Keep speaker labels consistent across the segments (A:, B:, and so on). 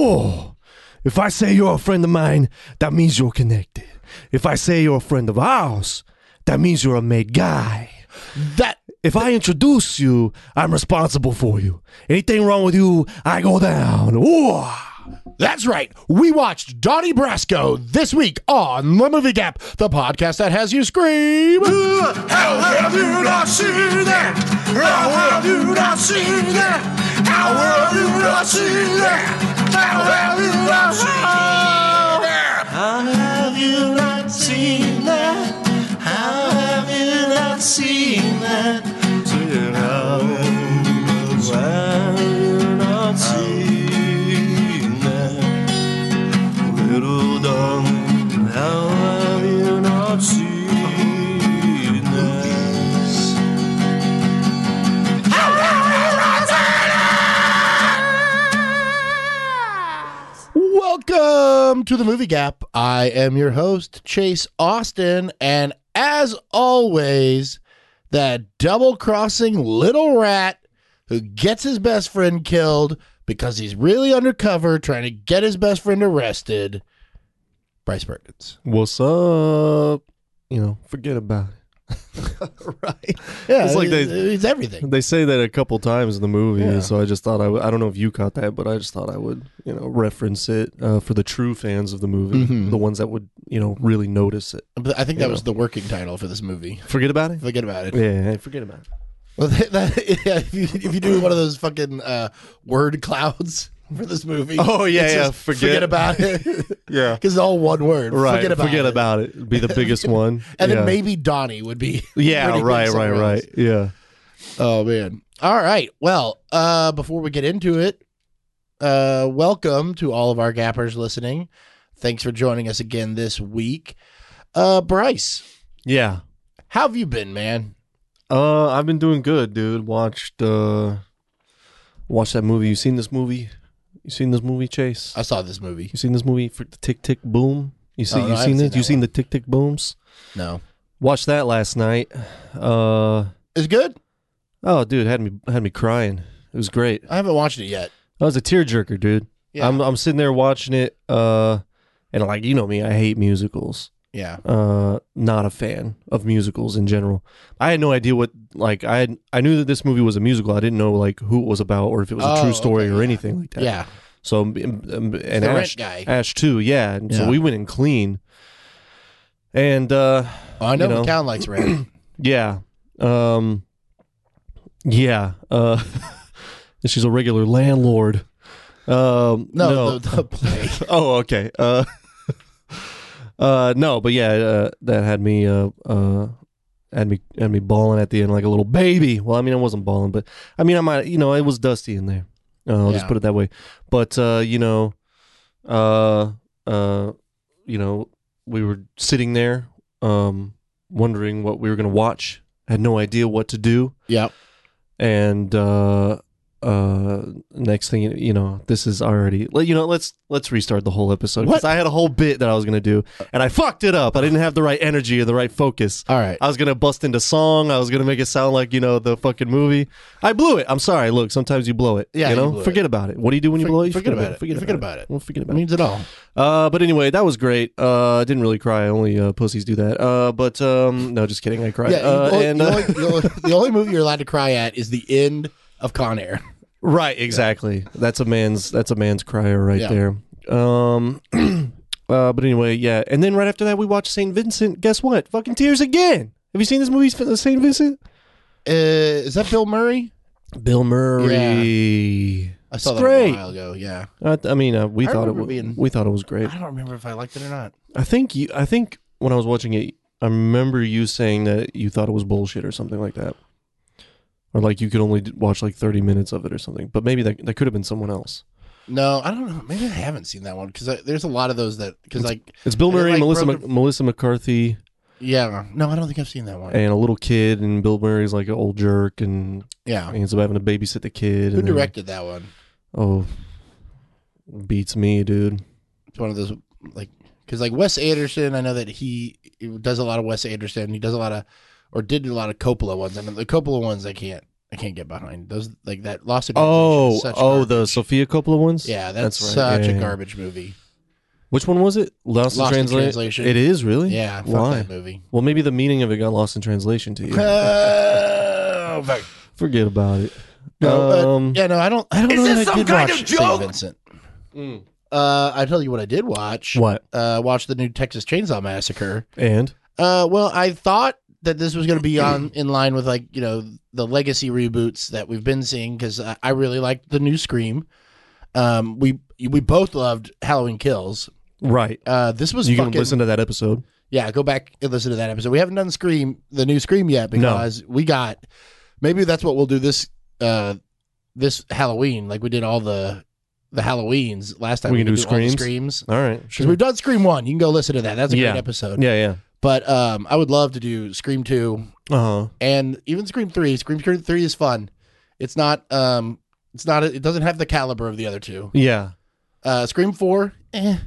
A: Oh, if I say you're a friend of mine, that means you're connected. If I say you're a friend of ours, that means you're a made guy.
B: That
A: If I introduce you, I'm responsible for you. Anything wrong with you, I go down. Ooh.
B: That's right. We watched Donnie Brasco this week on The Movie Gap, the podcast that has you scream.
C: How will you not see that? How will you not see that? How will you not see that? How will you not see that? How have you not seen that? How have you not seen that? How have you not seen that? Little dog, how have you not seen that?
B: Welcome to The Movie Gap. I am your host, Chase Austin. And as always, that double crossing little rat who gets his best friend killed because he's really undercover trying to get his best friend arrested, Bryce Perkins.
A: What's up? You know, forget about it. right.
B: Yeah,
A: It's like they-
B: it's everything.
A: They say that a couple times in the movie,
B: Yeah.
A: so I just thought I would. I don't know if you caught that, but I just thought I would, you know, reference it uh, for the true fans of the movie,
B: Mhm.
A: the ones that would, you know, really notice it.
B: But I think that
A: You
B: was the working title for this movie.
A: Forget about it.
B: Forget about it.
A: Yeah, forget about it.
B: Well, that, that- yeah, if, you, if you do one of those fucking uh, word clouds for this movie.
A: Oh, yeah,
B: it's
A: yeah,
B: just
A: forget-
B: about it. Because
A: Yeah,
B: it's all one word.
A: right.
B: Forget about it.
A: It'd Be the biggest one.
B: And
A: yeah.
B: then maybe Donnie would be.
A: Yeah,
B: pretty big
A: right, right,
B: somewhere
A: right.
B: else.
A: Yeah.
B: Oh man. All right. Well, uh, before we get into it, uh, welcome to all of our gappers listening. Thanks for joining us again this week. Uh, Bryce,
A: Yeah.
B: how have you been, man?
A: Uh, I've been doing good, dude. Watched uh, watched that movie. You seen this movie? You seen this movie, Chase?
B: I saw this movie.
A: You seen this movie for the Tick Tick Boom? You see?
B: Oh, no, I
A: you
B: haven't
A: seen
B: seen
A: it?
B: that
A: You seen
B: one.
A: the Tick Tick Booms?
B: No,
A: Watched that last night. Uh,
B: it's good.
A: oh, dude, had me had me crying. It was great.
B: I haven't watched it yet.
A: That was a tearjerker, dude.
B: Yeah.
A: I'm I'm sitting there watching it. Uh, and like you know me, I hate musicals.
B: Yeah.
A: Uh, not a fan of musicals in general. I had no idea what like I had, I knew that this movie was a musical. I didn't know like who it was about or if it was a
B: Oh,
A: true story
B: okay,
A: or
B: yeah.
A: anything like that.
B: Yeah.
A: So um, um, and
B: the
A: Ash,
B: rent guy.
A: Ash too, yeah. And
B: Yeah.
A: so we went in clean. And uh
B: Oh, I know,
A: you know.
B: McCown likes rent.
A: yeah. Um yeah. Uh she's a regular landlord. Um
B: No,
A: no.
B: The, the play.
A: oh, okay. Uh Uh no, but yeah, uh, that had me uh uh had me had me bawling at the end like a little baby. Well, I mean, I wasn't bawling, but I mean, I might you know it was dusty in there. Uh, I'll
B: Yeah.
A: just put it that way. But uh, you know, uh, uh, you know, we were sitting there, um, wondering what we were gonna watch. Had no idea what to do,
B: yep.
A: and uh, uh, next thing you- you know, this is already. let- You know, let's let's restart the whole episode because
B: What?
A: I had a whole bit that I was gonna do, and I fucked it up. I didn't have the right energy or the right focus.
B: All right.
A: I was gonna bust into song. I was gonna make it sound like you know the fucking movie. I blew it. I'm sorry. Look, sometimes you blow it.
B: Yeah,
A: you
B: you
A: know,
B: blew it.
A: forget about it. What do you do when you
B: For-
A: blow it? You
B: forget about it. Forget about it.
A: Well, forget
B: It
A: about it.
B: means it all.
A: Uh, but anyway, that was great. Uh, I didn't really cry. Only uh, pussies do that. Uh, but um, no, just kidding. I cried.
B: Yeah.
A: uh,
B: you- only-
A: and
B: the,
A: uh,
B: only, the only- the only movie you're allowed to cry at is the end of Con Air.
A: right, exactly. That's a man's. That's a man's crier right
B: Yeah.
A: there. Um. Uh, but anyway, yeah. And then right after that, we watched St. Vincent. Guess what? Fucking tears again. Have you seen this movie, St. Vincent?
B: Uh, is that Bill Murray?
A: Bill Murray.
B: I saw
A: It's
B: that
A: great.
B: a while ago. Yeah.
A: I, th- I mean, uh, we
B: I
A: thought it
B: remember
A: was,
B: being-
A: we thought it was great.
B: I don't remember if I liked it or not.
A: I think you. I think when I was watching it, I remember you saying that you thought it was bullshit or something like that, or like you could only d- watch like thirty minutes of it or something. But maybe that that could have been someone else.
B: No, I don't know. Maybe I haven't seen that one because there's a lot of those that because like
A: It's Bill
B: Is it
A: Murray,
B: like
A: Melissa
B: broken-
A: Mc, Melissa McCarthy,
B: yeah. No, I don't think I've seen that one.
A: and a little kid, and Bill Murray's like an old jerk, and
B: yeah.
A: he ends up having to babysit the kid.
B: Who
A: and then-
B: directed that one?
A: Oh, beats me, dude.
B: It's one of those like because like Wes Anderson, I know that he does a lot of Wes Anderson. He does a lot of or did a lot of Coppola ones. And the Coppola ones I can't I can't get behind those. Like that Lost in Translation
A: Oh,
B: is such
A: oh,
B: garbage.
A: the Sophia Coppola ones.
B: yeah, that's,
A: right.
B: such
A: Yeah,
B: a
A: yeah.
B: garbage movie.
A: Which one was it? Lost,
B: Lost in
A: in, Transla-
B: Translation.
A: It is really.
B: Yeah, fuck
A: Why?
B: that movie.
A: Well, maybe the meaning of it got lost in translation to you.
B: Oh, fuck.
A: Forget about it.
B: No, but-
A: um,
B: yeah, no, I don't. I don't know
C: this
B: that I
C: some
B: did
C: kind
B: watch
C: of
B: St.
C: joke?
B: Vincent.
A: mm.
B: Uh, I tell you what I did watch.
A: What?
B: Uh, watch the new Texas Chainsaw Massacre.
A: And
B: Uh, well, I thought that this was going to be on in line with like you know the legacy reboots that we've been seeing because I, I really liked the new Scream. Um, we we both loved Halloween Kills.
A: right,
B: Uh, this was
A: you
B: fucking,
A: can listen to that episode.
B: Yeah, go back and listen to that episode. We haven't done Scream, the new Scream yet because we got maybe that's what we'll do this uh this Halloween, like we did all the the Halloweens last time.
A: We can do
B: did all the
A: Screams?
B: Screams.
A: All right,
B: Because
A: sure.
B: we've done Scream One. You can go listen to that. That's a
A: Yeah.
B: great episode.
A: Yeah, yeah.
B: But um I would love to do Scream Two
A: Uh huh.
B: and even Scream Three. Scream Three is fun. It's not um it's not it doesn't have the caliber of the other two.
A: Yeah,
B: Uh Scream Four, eh.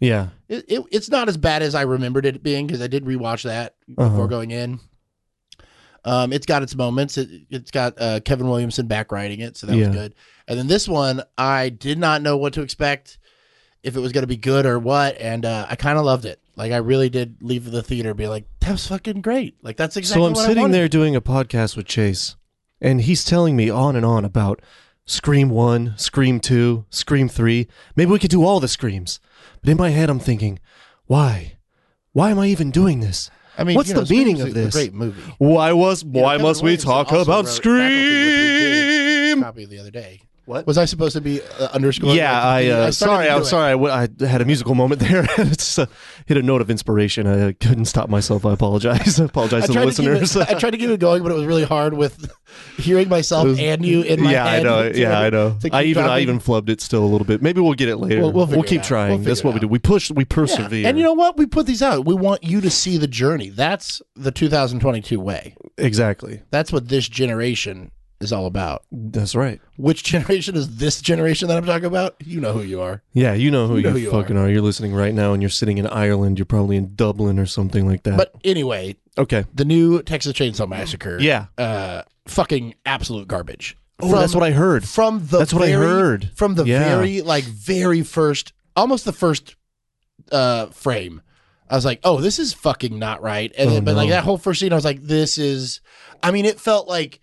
A: yeah.
B: It, it, it's not as bad as I remembered it being because I did rewatch that
A: Uh-huh.
B: before going in. Um, it's got its moments. It, it's got uh, Kevin Williamson back writing it, so that
A: Yeah.
B: was good. And then this one, I did not know what to expect, if it was going to be good or what, and uh, I kind of loved it. Like I really did leave the theater, be like, that was fucking great. Like that's exactly.
A: so I'm
B: what I
A: sitting
B: wanted.
A: there doing a podcast with Chase, and he's telling me on and on about Scream 1, Scream 2, Scream 3. Maybe we could do all the Screams. But in my head, I'm thinking, why? Why am I even doing this?
B: I mean,
A: what's
B: you know,
A: the meaning of
B: Scream's a- a
A: this?
B: Great movie.
A: Why was
B: know,
A: why
B: Kevin
A: must we
B: Williamson
A: talk
B: also
A: about
B: wrote Faculty,
A: Scream?
B: Copy the other day.
A: What?
B: was I supposed to be uh, underscoring?
A: Yeah,
B: like,
A: I,
B: the-
A: uh,
B: started
A: sorry,
B: to
A: I'm
B: do it.
A: sorry. I w- I had a musical moment there. it just uh, hit a note of inspiration. I uh, couldn't stop myself. I apologize. I apologize to the
B: tried keep it-
A: listeners.
B: I tried to keep it going, but it was really hard with hearing myself and you in my
A: yeah,
B: head.
A: I know.
B: to-
A: Yeah, I know.
B: to keep
A: I even I
B: dropping.
A: even flubbed it still a little bit. Maybe we'll get it later.
B: We'll-
A: We'll,
B: we'll figure
A: keep
B: it out.
A: trying.
B: We'll
A: That's
B: figure
A: what
B: it
A: we do. We push. We
B: Yeah.
A: persevere.
B: And you know what? We put these out. We want you to see the journey. That's the 2022 way.
A: exactly.
B: That's what this generation is all about.
A: That's right.
B: Which generation is this generation that I'm talking about? You know who you are.
A: Yeah, you know who you,
B: know who you
A: fucking are. You're listening right now, and you're sitting in Ireland. You're probably in Dublin or something like that.
B: But anyway,
A: okay,
B: the new Texas Chainsaw Massacre.
A: yeah.
B: Uh, fucking absolute garbage.
A: Oh, that's what I heard.
B: from the
A: That's what I
B: very-
A: heard.
B: from the
A: Yeah.
B: very like very first almost the first uh frame i was like oh this is fucking not right and
A: Oh,
B: then but like
A: no.
B: that whole first scene i was like this is i mean it felt like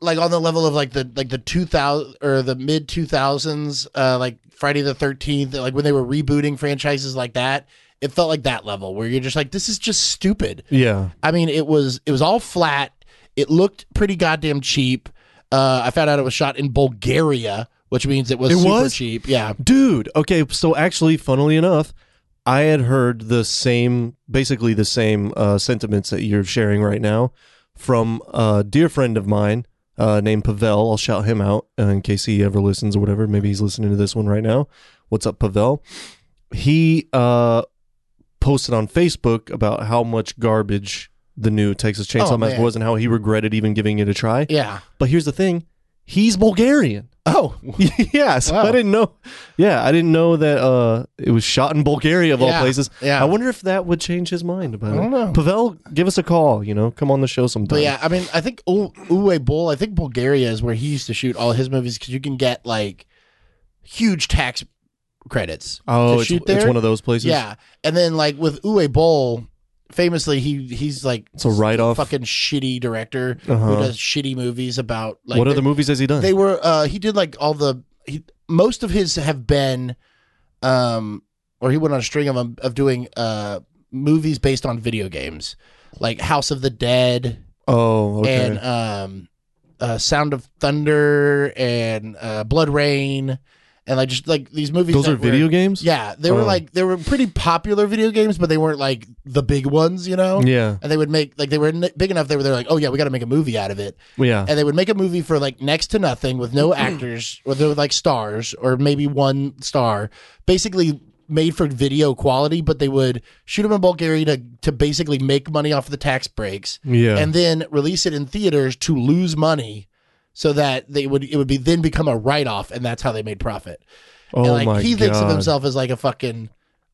B: like on the level of like the like the 2000 or the mid 2000s uh like friday the 13th like when they were rebooting franchises like that it felt like that level where you're just like this is just stupid
A: Yeah,
B: I mean, it was it was all flat. It looked pretty goddamn cheap. Uh, I found out it was shot in Bulgaria, which means it was
A: It
B: super
A: was?
B: cheap. Yeah,
A: dude. Okay, so actually, funnily enough, I had heard the same, basically the same uh, sentiments that you're sharing right now from a dear friend of mine uh, named Pavel. I'll shout him out uh, in case he ever listens or whatever. Maybe he's listening to this one right now. What's up, Pavel? He uh, posted on Facebook about how much garbage the new Texas Chainsaw
B: Oh,
A: Massacre
B: man.
A: was and how he regretted even giving it a try.
B: yeah.
A: But here's the thing: he's Bulgarian.
B: Oh,
A: yeah, so
B: Wow.
A: I didn't know. Yeah, I didn't know that uh, it was shot in Bulgaria of
B: Yeah,
A: all places.
B: yeah.
A: I wonder if that would change his mind about
B: I don't
A: it.
B: know.
A: Pavel, give us a call. You know, come on the show sometime.
B: but yeah, I mean, I think U- Uwe Boll. I think Bulgaria is where he used to shoot all his movies because you can get like huge tax credits.
A: Oh,
B: to
A: it's,
B: shoot
A: it's
B: there?
A: one of those places.
B: Yeah, and then like with Uwe Boll, famously he he's like
A: It's a write-off.
B: fucking shitty director
A: Uh-huh.
B: who does shitty movies about like
A: what
B: the-
A: other movies has he done?
B: they were uh he did like all the he, most of his have been um or he went on a string of 'em- of doing uh movies based on video games like house of the dead
A: oh, okay.
B: and um uh sound of thunder and uh blood rain and like just like these movies
A: those
B: that
A: are video
B: were,
A: games.
B: yeah they were
A: Oh.
B: like they were pretty popular video games but they weren't like the big ones you know
A: yeah,
B: and they would make like they were n- big enough they were they're like oh yeah we got to make a movie out of it
A: yeah.
B: and they would make a movie for like next to nothing with
A: Mm-hmm.
B: no actors or they were like stars or maybe one star basically made for video quality but they would shoot them in bulgaria to, to basically make money off the tax breaks
A: yeah,
B: and then release it in theaters to lose money so that they would it would be then become a write-off and that's how they made profit
A: oh
B: and like
A: my
B: he
A: god,
B: thinks of himself as like a fucking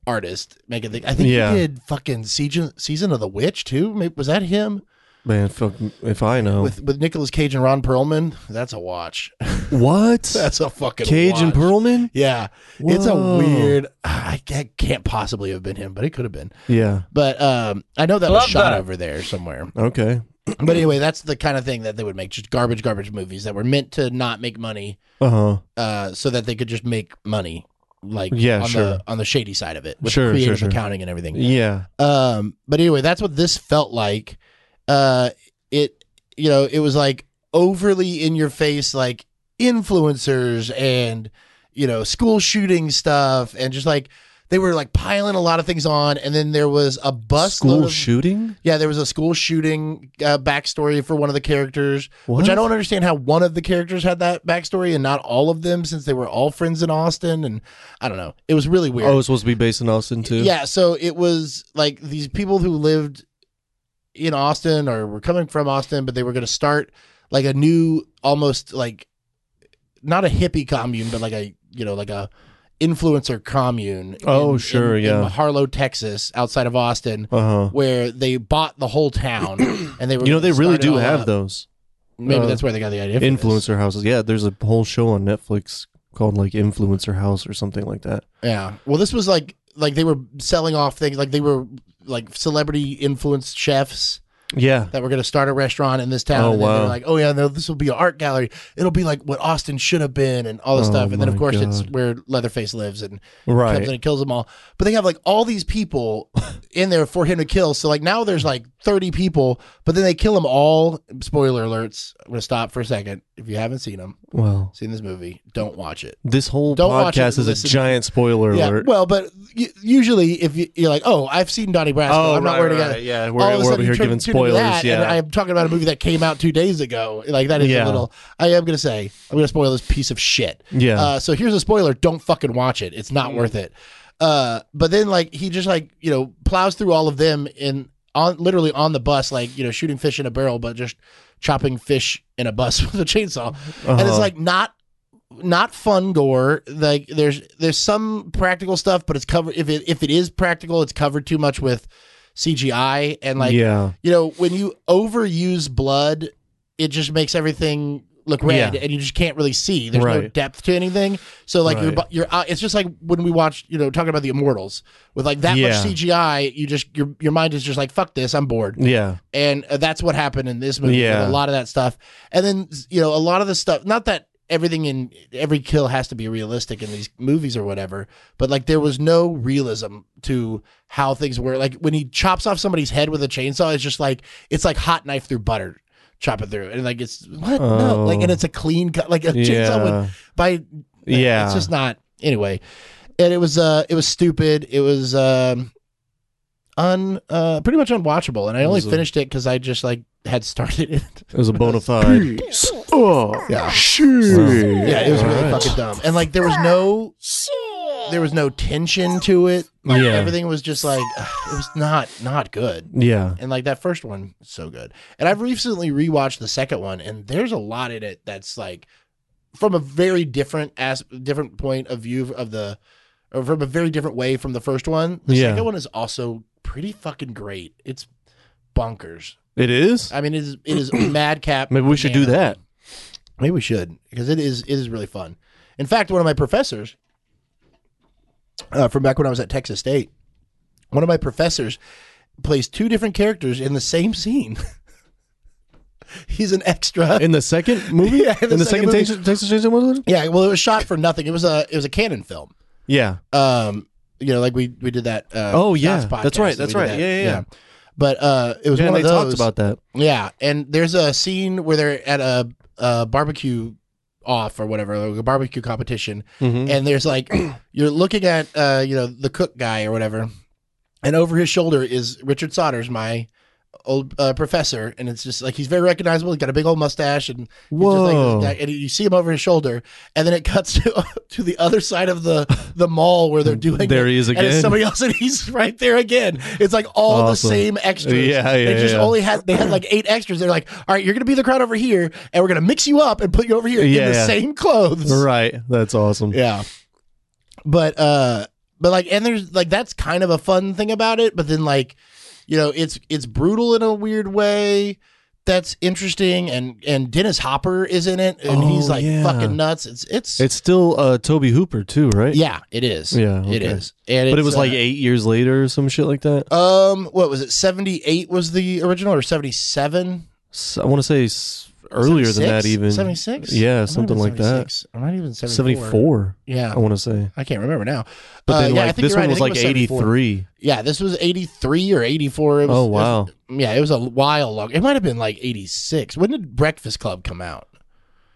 B: artist making things i think
A: Yeah.
B: he did fucking season season of the witch too Maybe, was that him
A: Man, if, if I know.
B: with with Nicolas Cage and Ron Perlman. That's a watch.
A: what?
B: That's a fucking
A: Cage and
B: watch.
A: Perlman?
B: Yeah, it's a
A: Whoa.
B: weird. I can't, can't possibly have been him, but it could have been.
A: Yeah.
B: But um, I know that was
D: Love
B: shot
D: that.
B: over there somewhere.
A: Okay.
B: But anyway, that's the kind of thing that they would make just garbage, garbage movies that were meant to not make money,
A: Uh huh.
B: uh, so that they could just make money, like
A: Yeah,
B: on
A: sure.
B: the on the shady side of it with
A: Sure, sure,
B: creative
A: sure.
B: accounting and everything.
A: Yeah.
B: Um, but anyway, that's what this felt like. Uh, it you know it was like overly in your face, like influencers and you know school shooting stuff, and just like they were like piling a lot of things on, and then there was a bus
A: School
B: of,
A: shooting?
B: Yeah, there was a school shooting uh, backstory for one of the characters,
A: What?
B: which I don't understand how one of the characters had that backstory and not all of them, since they were all friends in Austin. And I don't know, it was really weird.
A: Oh, it's supposed to be based in Austin too.
B: Yeah, so it was like these people who lived in Austin or were coming from Austin, but they were going to start like a new, almost like not a hippie commune, but like a you know like a influencer commune.
A: Oh, sure,
B: in-
A: yeah.
B: in Harlow, Texas, outside of Austin,
A: Uh huh.
B: where they bought the whole town, and they were
A: You know they
B: gonna
A: really
B: start it
A: do
B: all
A: have
B: up.
A: those
B: Maybe
A: uh,
B: that's where they got the idea. for this.
A: influencer houses. Yeah, there's a whole show on Netflix called like Influencer House or something like that.
B: Yeah. Well, this was like like they were selling off things like they were like celebrity influenced chefs
A: Yeah.
B: that we're going to start a restaurant in this town.
A: Oh,
B: and then they're
A: wow.
B: like, oh, yeah, no, this will be an art gallery. It'll be like what Austin should have been and all this
A: Oh,
B: stuff. And then, of
A: my
B: course, it's
A: God.
B: where Leatherface lives and comes in
A: Right.
B: and kills them all. But they have like all these people in there for him to kill. So, like, now there's like 30 people, but then they kill them all. Spoiler alerts. I'm going to stop for a second. If you haven't seen them,
A: Well,
B: seen this movie, don't watch it.
A: this whole
B: Don't watch it,
A: podcast is a
B: listen.
A: giant spoiler
B: Yeah,
A: alert.
B: well, but y- usually if you, you're like, oh, I've seen Donnie Brasco,
A: Oh,
B: I'm not worried about it.
A: Yeah,
B: all
A: we're,
B: of a
A: we're
B: sudden
A: over
B: you
A: here
B: turn-
A: giving
B: tune into
A: spoilers.
B: That,
A: yeah.
B: and I'm talking about a movie that came out two days ago. Like that is
A: Yeah.
B: a little. I am gonna say I'm gonna spoil this piece of shit.
A: yeah. Mm.
B: Uh, so here's a spoiler. Don't fucking watch it. It's not worth it. Uh, but then like he just like you know plows through all of them in on literally on the bus like you know shooting fish in a barrel but just chopping fish in a bus with a chainsaw and it's
A: Uh-huh.
B: like not not fun gore like there's there's some practical stuff but it's covered if it if it is practical it's covered too much with CGI and like
A: yeah.
B: you know, when you overuse blood, it just makes everything look red,
A: Yeah.
B: and you just can't really see. There's no
A: Right.
B: depth to anything. So like your
A: Right.
B: your your eye- it's just like when we watched, you know, talking about the Immortals with like that
A: Yeah.
B: much CGI, you just your your mind is just like fuck this, I'm bored,
A: Yeah.
B: and uh, that's what happened in this movie. with
A: Yeah.
B: a lot of that stuff, and then you know, a lot of the stuff. Not that everything in every kill has to be realistic in these movies or whatever, but like there was no realism to how things were. Like when he chops off somebody's head with a chainsaw, it's just like it's like hot knife through butter, chop it through, and like it's what no,
A: Oh.
B: like and it's a clean cut, like a chainsaw
A: Yeah.
B: with by
A: yeah.
B: it's just not anyway. And it was uh it was stupid. It was um un uh pretty much unwatchable. And I only
A: was a-
B: finished it because I just like had started it.
A: it was a bona fide.
C: Oh,
B: Yeah.
C: shit.
B: Yeah, it was really
A: Alright.
B: fucking dumb. And like there was no there was no tension to it. Like
A: Yeah.
B: everything was just like it was not not good.
A: Yeah.
B: And like that first one, so good. And I've recently rewatched the second one, and there's a lot in it that's like from a very different as different point of view of the, or from a very different way from the first one. The
A: Yeah.
B: second one is also pretty fucking great. It's bonkers.
A: It is.
B: I mean, it is it is madcap.
A: Maybe we should do
B: banana.
A: that.
B: Maybe we should because it is it is really fun. In fact, one of my professors uh, from back when I was at Texas State, one of my professors plays two different characters in the same scene. He's an extra.
A: In the second movie.
B: Yeah,
A: in the, second,
B: movie.
A: Texas, Texas Chainsaw Massacre.
B: yeah, well, it was shot for nothing. It was a it was a canon film.
A: Yeah.
B: Um, you know, like we we did that. Uh,
A: Oh, yeah.
B: Shots
A: That's right,
B: podcast, and
A: that's
B: we did
A: right. Yeah, yeah, yeah.
B: But uh, it was
A: Yeah,
B: one
A: they
B: of those.
A: talked about that.
B: Yeah, and there's a scene where they're at a, a barbecue off or whatever, like a barbecue competition,
A: Mm-hmm.
B: and there's like you're looking at uh, you know the cook guy or whatever, and over his shoulder is Richard Sodders, my old uh, professor, and it's just like he's very recognizable. He's got a big old mustache, and he's just like this
A: Whoa.
B: guy- and you see him over his shoulder, and then it cuts to to the other side of the the mall where they're doing.
A: There
B: it,
A: he is
B: And it's
A: again.
B: somebody else, and he's right there again. It's like all
A: Awesome.
B: the same extras.
A: Yeah, yeah,
B: They just
A: yeah.
B: only had they had like eight extras. They're like, all right, you're gonna be the crowd over here, and we're gonna mix you up and put you over here
A: Yeah,
B: in the
A: yeah.
B: same clothes.
A: Right. That's awesome.
B: Yeah. But uh but like and there's like that's kind of a fun thing about it, but then like you know, it's it's brutal in a weird way. That's interesting, and and Dennis Hopper is in it, and he's
A: Oh,
B: like
A: yeah.
B: fucking nuts. It's it's,
A: It's still uh, Toby Hooper too, right?
B: yeah, it is,
A: Yeah,
B: it
A: okay.
B: is, and
A: But it
B: it's,
A: was like
B: uh,
A: eight years later or some shit like that.
B: um, what was it? Seventy eight was the original, or seventy seven?
A: S- I want to say s- earlier than that even.
B: seventy six,
A: Yeah, something like that.
B: I'm not even seventy
A: Seventy
B: four.
A: four.
B: Yeah,
A: I want to say.
B: I can't remember now.
A: But
B: Uh,
A: then
B: yeah, I
A: like
B: think
A: this
B: you're right.
A: one
B: I
A: was
B: think
A: like
B: it
A: eighty
B: 74.
A: three.
B: Yeah, this was 83 or 84. It was,
A: Oh
B: it was-
A: wow.
B: yeah, it was a while long. It might have been like 86. When did Breakfast Club come out?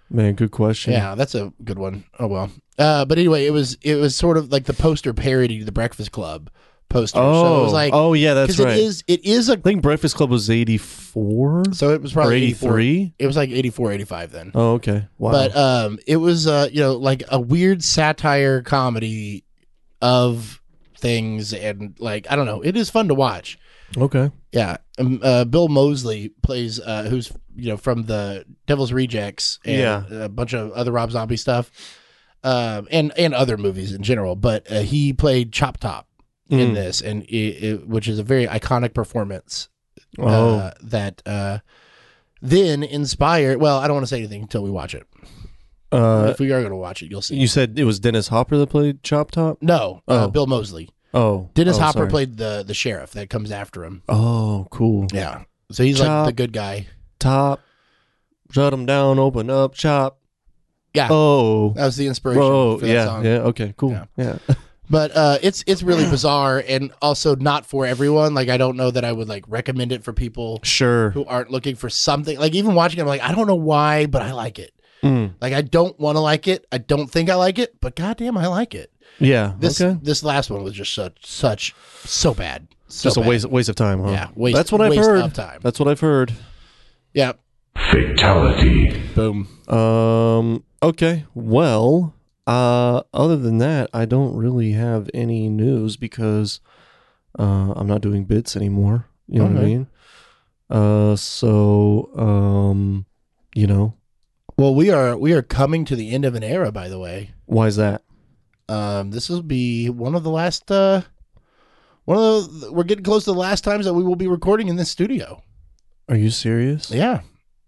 A: Man, good question.
B: Yeah, that's a good one. Oh well. Uh, but anyway, it was it was sort of like the poster parody to the Breakfast Club poster. so it
A: Oh,
B: was like
A: oh yeah, that's
B: 'cause it
A: right.
B: is it is a
A: I think Breakfast Club was eighty four
B: so it was
A: or
B: probably
A: eighty
B: 84.
A: three.
B: It was like 84 85 then.
A: Oh okay. Wow.
B: But um it was uh you know like a weird satire comedy of things and like I don't know, it is fun to watch.
A: okay.
B: Yeah, um, uh, Bill Mosley plays uh, who's you know from the Devil's Rejects and
A: Yeah.
B: a bunch of other Rob Zombie stuff, um, and and other movies in general. But uh, he played Chop Top in
A: Mm.
B: this, and it, it, which is a very iconic performance
A: Oh.
B: uh, that uh, then inspired. Well, I don't want to say anything until we watch it.
A: Uh,
B: if we are going to watch it, you'll see.
A: you said it was Dennis Hopper that played Chop Top.
B: no, uh,
A: Oh.
B: Bill Mosley.
A: Oh,
B: Dennis
A: oh,
B: Hopper
A: sorry.
B: played the the sheriff that comes after him.
A: Oh, cool.
B: Yeah, so he's like
A: Chop.
B: the good guy.
A: Top, shut them down. Open up shop.
B: Yeah.
A: Oh.
B: That was the inspiration
A: Bro,
B: for that
A: yeah,
B: song.
A: yeah, okay, cool,
B: Yeah.
A: yeah.
B: But uh, it's it's really bizarre and also not for everyone. Like I don't know that I would like recommend it for people
A: sure.
B: who aren't looking for something. Like even watching it, I'm like, I don't know why, but I like it.
A: Mm,
B: Like I don't want to like it. I don't think I like it, but goddamn, I like it.
A: yeah,
B: This
A: okay.
B: this last one was just such such so bad. So
A: Just a
B: bad.
A: waste, waste of time, huh?
B: Yeah, waste-
A: That's what I've
B: waste
A: heard.
B: of time.
A: That's what I've heard.
B: Yeah.
C: Fatality.
B: Boom.
A: Um. Okay. Well. Uh. Other than that, I don't really have any news because uh, I'm not doing bits anymore. You know what I
B: Okay.
A: mean? Uh. So. Um. You know.
B: Well, we are we are coming to the end of an era. By the way,
A: Why is that?
B: um, this will be one of the last. Uh, one of the, we're getting close to the last times that we will be recording in this studio.
A: Are you serious?
B: Yeah.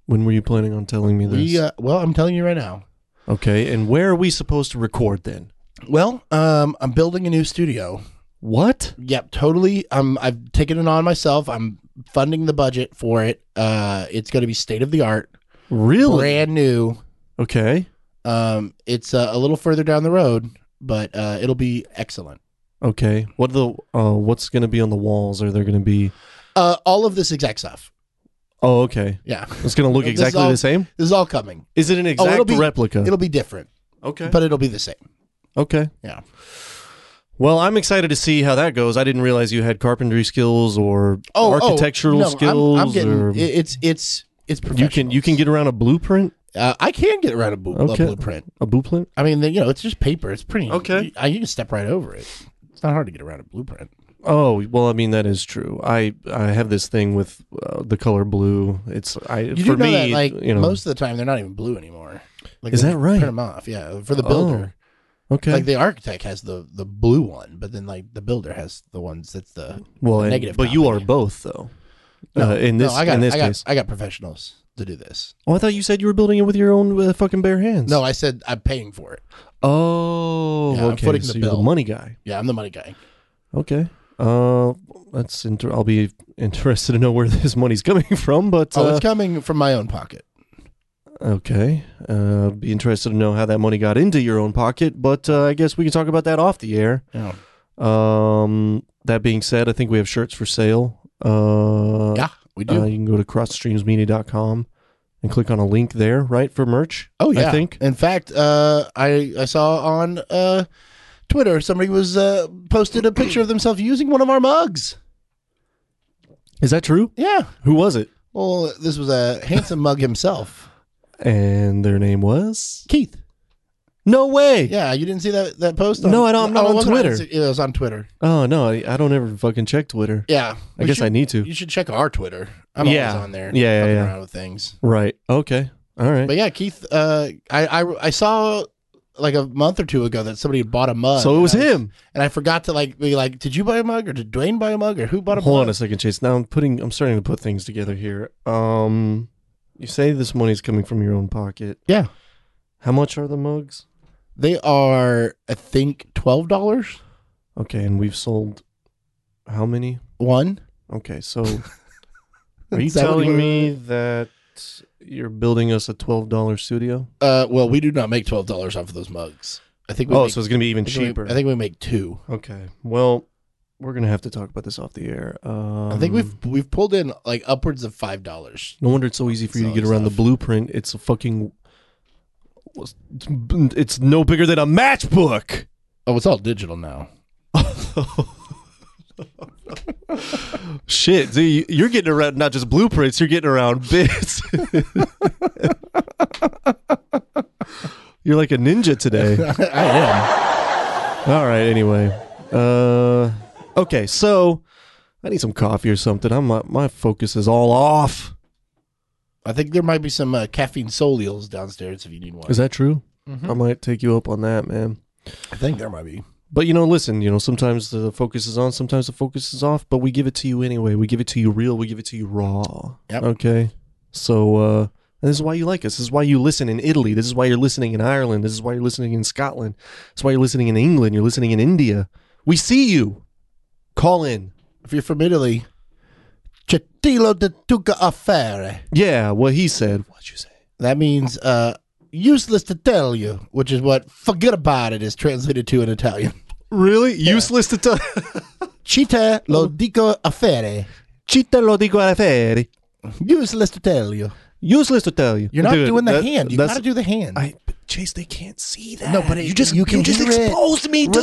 A: When were you planning on telling me this?
B: We uh, well, I'm telling you right now.
A: okay. And where are we supposed to record then?
B: Well, um, I'm building a new studio.
A: What?
B: Yep, totally. Um, I've taken it on myself. I'm funding the budget for it. Uh, it's going to be state of the art,
A: Really?
B: brand new.
A: Okay.
B: Um, it's uh, a little further down the road, but uh, it'll be excellent.
A: Okay. What are the? Uh. What's gonna be on the walls? Are there gonna be?
B: Uh, all of this exact stuff.
A: Oh. Okay.
B: Yeah,
A: It's gonna look
B: This is
A: exactly
B: all-
A: the same.
B: this is all coming.
A: Is it an
B: it'll
A: exact
B: be-
A: replica?
B: It'll be different,
A: okay.
B: but it'll be the same.
A: Okay.
B: Yeah.
A: Well, I'm excited to see how that goes. I didn't realize you had carpentry skills or
B: Oh, oh,
A: architectural
B: no, I'm-
A: skills.
B: I'm, getting
A: or
B: it- it's it's it's
A: you can you can get around a blueprint,
B: uh, I can get around a, blu- a
A: Okay.
B: blueprint.
A: a blueprint.
B: I mean, the, you know, it's just paper. It's pretty.
A: Okay.
B: You, I, you can step right over it. It's not hard to get around a blueprint.
A: Oh well, I mean that is true. I I have this thing with uh, the color blue. It's I
B: You
A: for
B: do know
A: me,
B: that, like,
A: you know.
B: most of the time, they're not even blue anymore. Like,
A: Is
B: they
A: that
B: just
A: right? Oh.
B: Print them off, yeah, for the builder.
A: okay.
B: Like, the architect has the the blue one, but then like the builder has the ones that's the
A: well,
B: the
A: and-
B: negative
A: but you
B: copy.
A: are both though.
B: No,
A: uh, in this
B: no, I got,
A: in this
B: I got,
A: case.
B: I got professionals to do this.
A: Oh, I thought you said you were building it with your own uh, fucking bare hands.
B: No, I said I'm paying for it.
A: Oh,
B: Yeah, I'm
A: okay.
B: footing the
A: so you're
B: bill.
A: the money guy.
B: Yeah, I'm the money guy.
A: Okay. Uh, that's inter- I'll be interested to know where this money's coming from, but
B: Oh,
A: uh,
B: it's coming from my own pocket.
A: okay. Uh, be interested to know how that money got into your own pocket, but uh, I guess we can talk about that off the air.
B: Yeah.
A: Um, that being said, I think we have shirts for sale. Uh,
B: yeah, we do.
A: uh, you can go to crossstreamsmedia.com and click on a link there, right, for merch.
B: Oh yeah.
A: I think.
B: In fact, uh, I I saw on uh, Twitter somebody was uh, posted a picture of themselves using one of our mugs.
A: Is that true?
B: Yeah.
A: Who was it?
B: Well, this was a handsome mug himself,
A: And their name was?
B: Keith.
A: No way.
B: Yeah, you didn't see that that post. On, Oh,
A: No, I don't- I'm not
B: it
A: on
B: wasn't
A: Twitter.
B: Insta- it was on Twitter.
A: Oh, no. I, I don't ever fucking check Twitter.
B: Yeah.
A: I guess I need to.
B: You should check our Twitter. I'm
A: Yeah.
B: always on there.
A: Yeah, yeah,
B: fucking
A: yeah.
B: around with things.
A: Right. Okay. All right.
B: But yeah, Keith. Uh, I I I saw like a month or two ago that somebody had bought a mug.
A: so it was
B: And I
A: him.
B: and I forgot to like be like, did you buy a mug or did Dwayne buy a mug or who bought a
A: Hold on
B: mug?
A: a second, Chase. Now I'm putting. I'm starting to put things together here. Um, you say this money's coming from your own pocket.
B: Yeah,
A: How much are the mugs?
B: they are I think twelve dollars
A: Okay, and we've sold how many?
B: one.
A: Okay, so are you
B: Is that what
A: telling
B: you-
A: me that you're building us a twelve dollar studio?
B: Uh, well, we do not make twelve dollars off of those mugs. I think we
A: Oh,
B: make,
A: so it's gonna be even
B: I think we-
A: cheaper.
B: I think we make two.
A: Okay, well, we're gonna have to talk about this off the air. Um,
B: I think we've we've pulled in like upwards of five dollars.
A: No wonder it's so easy for you to
B: Solid
A: get around the
B: stuff.
A: blueprint. It's a fucking. It's no bigger than a matchbook.
B: Oh, it's all digital now.
A: Shit, dude, you- you're getting around not just blueprints, you're getting around bits. you're like a ninja today.
B: I am.
A: All right, anyway. Uh, okay, so I need some coffee or something. I'm my, my focus is all off.
B: I think there might be some uh, caffeine solials downstairs if you need one.
A: Is that true?
B: Mhm.
A: I might take you up on that, man.
B: I think there might be.
A: But you know, listen, you know, sometimes the focus is on, sometimes the focus is off, but we give it to you anyway. We give it to you real, we give it to you raw.
B: Yep.
A: Okay. So uh this is why you like us. This is why you listen in Italy. This is why you're listening in Ireland. This is why you're listening in Scotland. This is why you're listening in England. You're listening in India. We see you. Call in.
B: If you're from Italy, Cetilo di Duca Affare.
A: Yeah, what he said. What'd you say?
B: That means uh, useless to tell you, which is what forget about it is translated to in Italian.
A: Really? Useless to tell.
B: Cita
A: Oh.
B: lo dico affare.
A: Citta lo dico alla feri.
B: Useless to tell you.
A: Useless to tell you.
B: You're not
A: Dude,
B: doing the
A: that-
B: hand. You
A: that's-
B: gotta do the hand.
A: I but Chase, they can't see that.
B: No, but it-
A: you just
B: you can
A: just
B: hear it.
A: exposed me, dude.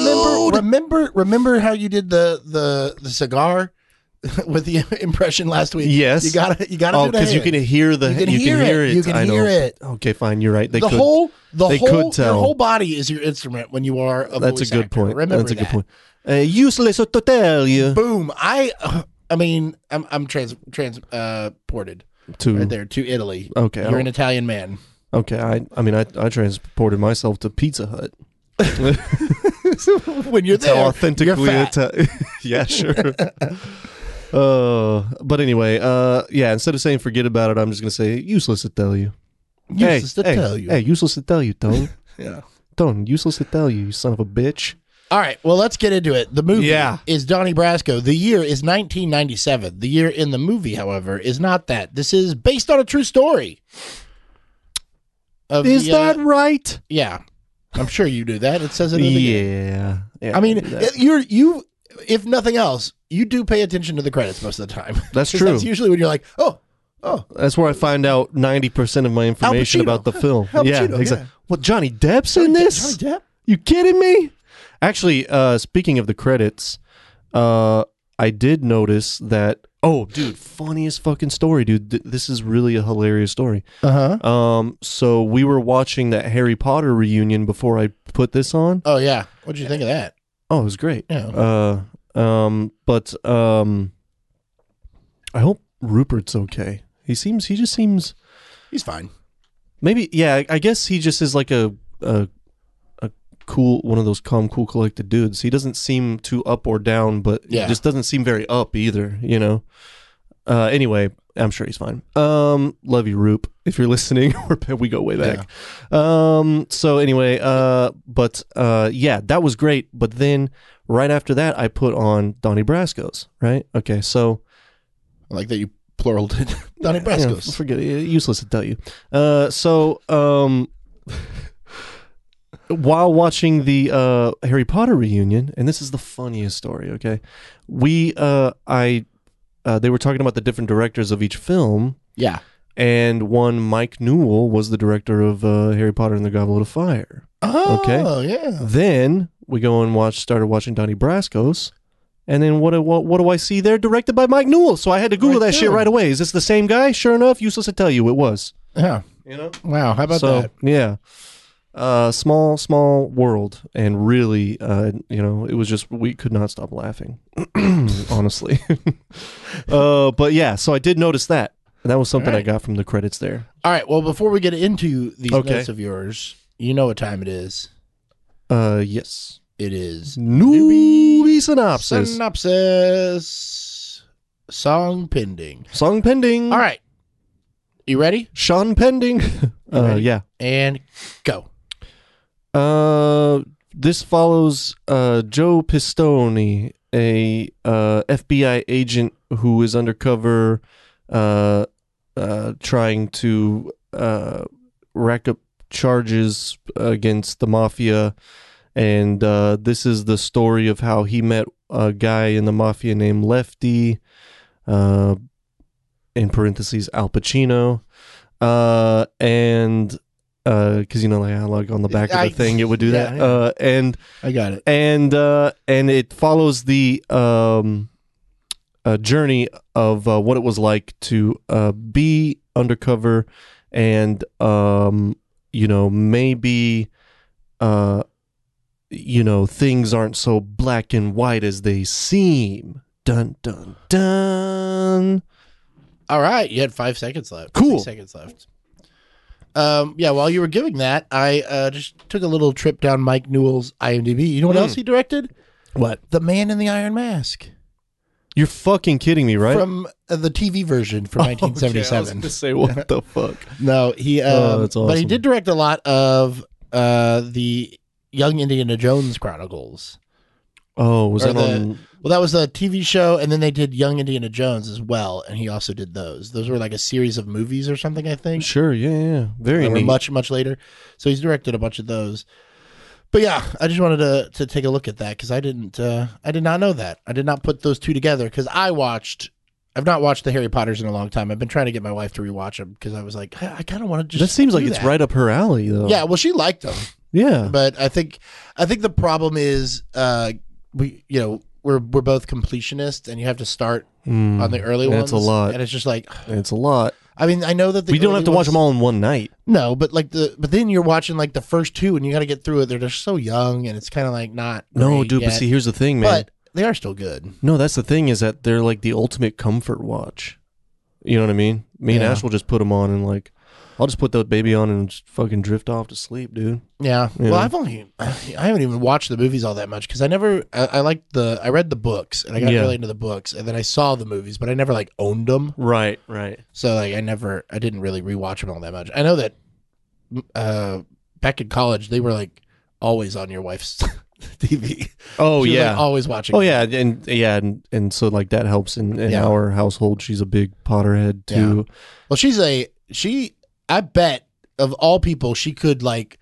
B: remember, remember, remember how you did the the, the cigar with the impression last week.
A: Yes.
B: you gotta you gotta
A: oh,
B: do the
A: because you
B: hand.
A: can hear the
B: You can hear it. You can
A: I know.
B: hear it.
A: Okay, fine. You're right. They
B: the
A: could.
B: whole the
A: they
B: whole
A: could
B: your
A: tell.
B: whole body is your instrument when you are a
A: that's a
B: voice
A: good
B: actor.
A: point.
B: Remember
A: that's a
B: that.
A: good point. Uh, useless to tell you
B: Boom! I I mean I'm I'm trans trans uh, ported
A: to
B: right there to Italy.
A: Okay, I
B: you're an
A: don't-
B: Italian man.
A: okay. I I mean I, I transported myself to Pizza Hut.
B: when you're
A: That's how
B: there,
A: authentically
B: you're fat.
A: Ita- yeah, sure. uh, but anyway, uh, yeah. Instead of saying forget about it, I'm just gonna say useless to tell you.
B: useless
A: hey,
B: to
A: hey,
B: tell you.
A: Hey, useless to tell you, Tone.
B: Yeah.
A: Tone, useless to tell you, you son of a bitch.
B: All right, well, let's get into it. The movie
A: Yeah.
B: is Donnie Brasco. The year is 1997. The year in the movie, however, is not that. This is based on a true story. Of
A: Is
B: the, uh,
A: that right?
B: yeah? I'm sure you do that. It says it. In the beginning.
A: Yeah. yeah.
B: I mean,
A: that-
B: you're you. If nothing else, you do pay attention to the credits most of the time.
A: That's
B: 'Cause
A: true.
B: That's usually when you're like, oh, oh,
A: That's where I find out ninety percent of my information
B: Pacino.
A: about the film.
B: Al
A: yeah,
B: Pacino,
A: exactly.
B: yeah.
A: Well, Johnny Depp's in this.
B: Johnny Depp.
A: You kidding me? Actually, uh, speaking of the credits, uh, I did notice that. Oh, dude, funniest fucking story, dude. Th- this is really a hilarious story.
B: Uh huh.
A: Um, so we were watching that Harry Potter reunion before I put this on.
B: Oh yeah. What'd you think of that?
A: Oh, it was great.
B: Yeah.
A: Uh, um, but um, I hope Rupert's okay. He seems. He just seems.
B: He's fine.
A: Maybe. Yeah. I- I guess he just is like a a a cool one of those calm, cool, collected dudes. He doesn't seem too up or down, but
B: Yeah.
A: he just doesn't seem very up either. You know. Uh, anyway, I'm sure he's fine. Um, love you, Roop. If you're listening, We're- we go way back. Um, so anyway, uh, but uh, yeah, that was great. But then right after that, I put on Donnie Brasco's. Right? Okay, so
B: I like that you plural did Donnie
A: yeah,
B: Brasco's.
A: forget it. Useless to tell you. Uh, so, um, while watching the uh, Harry Potter reunion, and this is the funniest story. Okay, we, uh, I, uh, they were talking about the different directors of each film,
B: Yeah.
A: and one Mike Newell was the director of uh, Harry Potter and the Goblet of Fire.
B: Oh.
A: Okay.
B: yeah.
A: Then we go and watch, started watching Donnie Brasco's. And then what, do- what what do I see there? Directed by Mike Newell. So I had to Google
B: Right
A: that shit
B: there.
A: right away. Is this the same guy? Sure enough, useless to tell you, it was.
B: Yeah.
A: You know.
B: Wow. How about
A: so
B: that?
A: yeah, uh, small small world, and really, uh, you know, it was just we could not stop laughing, honestly. uh, but yeah, so I did notice that. And that was something I
B: Alright.
A: got from the credits there.
B: All right. Well, before we get into these
A: Okay.
B: notes of yours, you know what time it is.
A: Uh, yes.
B: It is
A: Newbie synopsis.
B: synopsis song pending.
A: Song pending.
B: All right, you ready?
A: Sean pending. uh,
B: ready?
A: yeah.
B: And go.
A: Uh, this follows uh, Joe Pistone, a uh, FBI agent who is undercover, uh, uh, trying to uh, rack up charges against the mafia. And uh, this is the story of how he met a guy in the mafia named Lefty, uh, in parentheses Al Pacino, uh, and because you know like, how, like on the back of the
B: I-
A: thing it would do that,
B: yeah, yeah.
A: Uh, and
B: I got it.
A: and uh, and it follows the um, uh, journey of uh, what it was like to uh, be undercover, and um, you know maybe uh, you know things aren't so black and white as they seem. Dun dun dun.
B: All right, you had five seconds left.
A: Cool.
B: Six seconds left. Um, yeah. While you were giving that, I uh, just took a little trip down Mike Newell's IMDb. You know what
A: Hmm.
B: else he directed?
A: What?
B: The Man in the Iron Mask
A: You're fucking kidding me, right? Oh,
B: from uh, the TV version from 1977.
A: say what the fuck.
B: No, he. Um,
A: Oh, that's
B: But he
A: awesome.
B: did direct a lot of uh, the Young Indiana Jones Chronicles.
A: Oh, was
B: Or
A: that
B: the-
A: on?
B: Well, that was a TV show, and then they did Young Indiana Jones as well, and he also did those. Those were like a series of movies or something, I think.
A: Sure, yeah, yeah, very
B: They were
A: neat.
B: much, much later. So he's directed a bunch of those. But yeah, I just wanted to, to take a look at that because I didn't uh, I did not know that I did not put those two together because I watched I've not watched the Harry Potters in a long time. I've been trying to get my wife to rewatch them because I was like I, I kind of want to just
A: that seems like
B: do
A: it's
B: that."
A: right up her alley, though.
B: Yeah, well, she liked them.
A: yeah.
B: but I think I think the problem is uh we you know we're we're both completionists and you have to start
A: Mm,
B: on the early ones.
A: that's a lot.
B: and it's just like
A: It's a lot.
B: I mean I know that the
A: we don't
B: early
A: have to watch
B: ones-
A: them all in one night.
B: No, but like the but then you're watching like the first two and you got to get through it. They're just so young and it's kind of like not
A: No,
B: great
A: dude. But
B: yet.
A: see, here's the thing, man.
B: but they are still good.
A: no, that's the thing is that they're like the ultimate comfort watch. You know what I mean? Me and
B: Yeah.
A: Ash will just put them on and like, I'll just put the baby on and just fucking drift off to sleep, dude.
B: Yeah.
A: Yeah.
B: Well, I've only I haven't even watched the movies all that much because I never I, I liked the I read the books and I got
A: Yeah.
B: really into the books and then I saw the movies but I never like owned them.
A: Right, right.
B: So like I never I didn't really rewatch them all that much. I know that uh back in college they were like always on your wife's TV.
A: Oh
B: She was, like,
A: yeah.
B: always watching.
A: Oh yeah, and yeah, and, and so like that helps in, in
B: Yeah.
A: our household. She's a big Potterhead too.
B: Well, she's a she I bet of all people she could like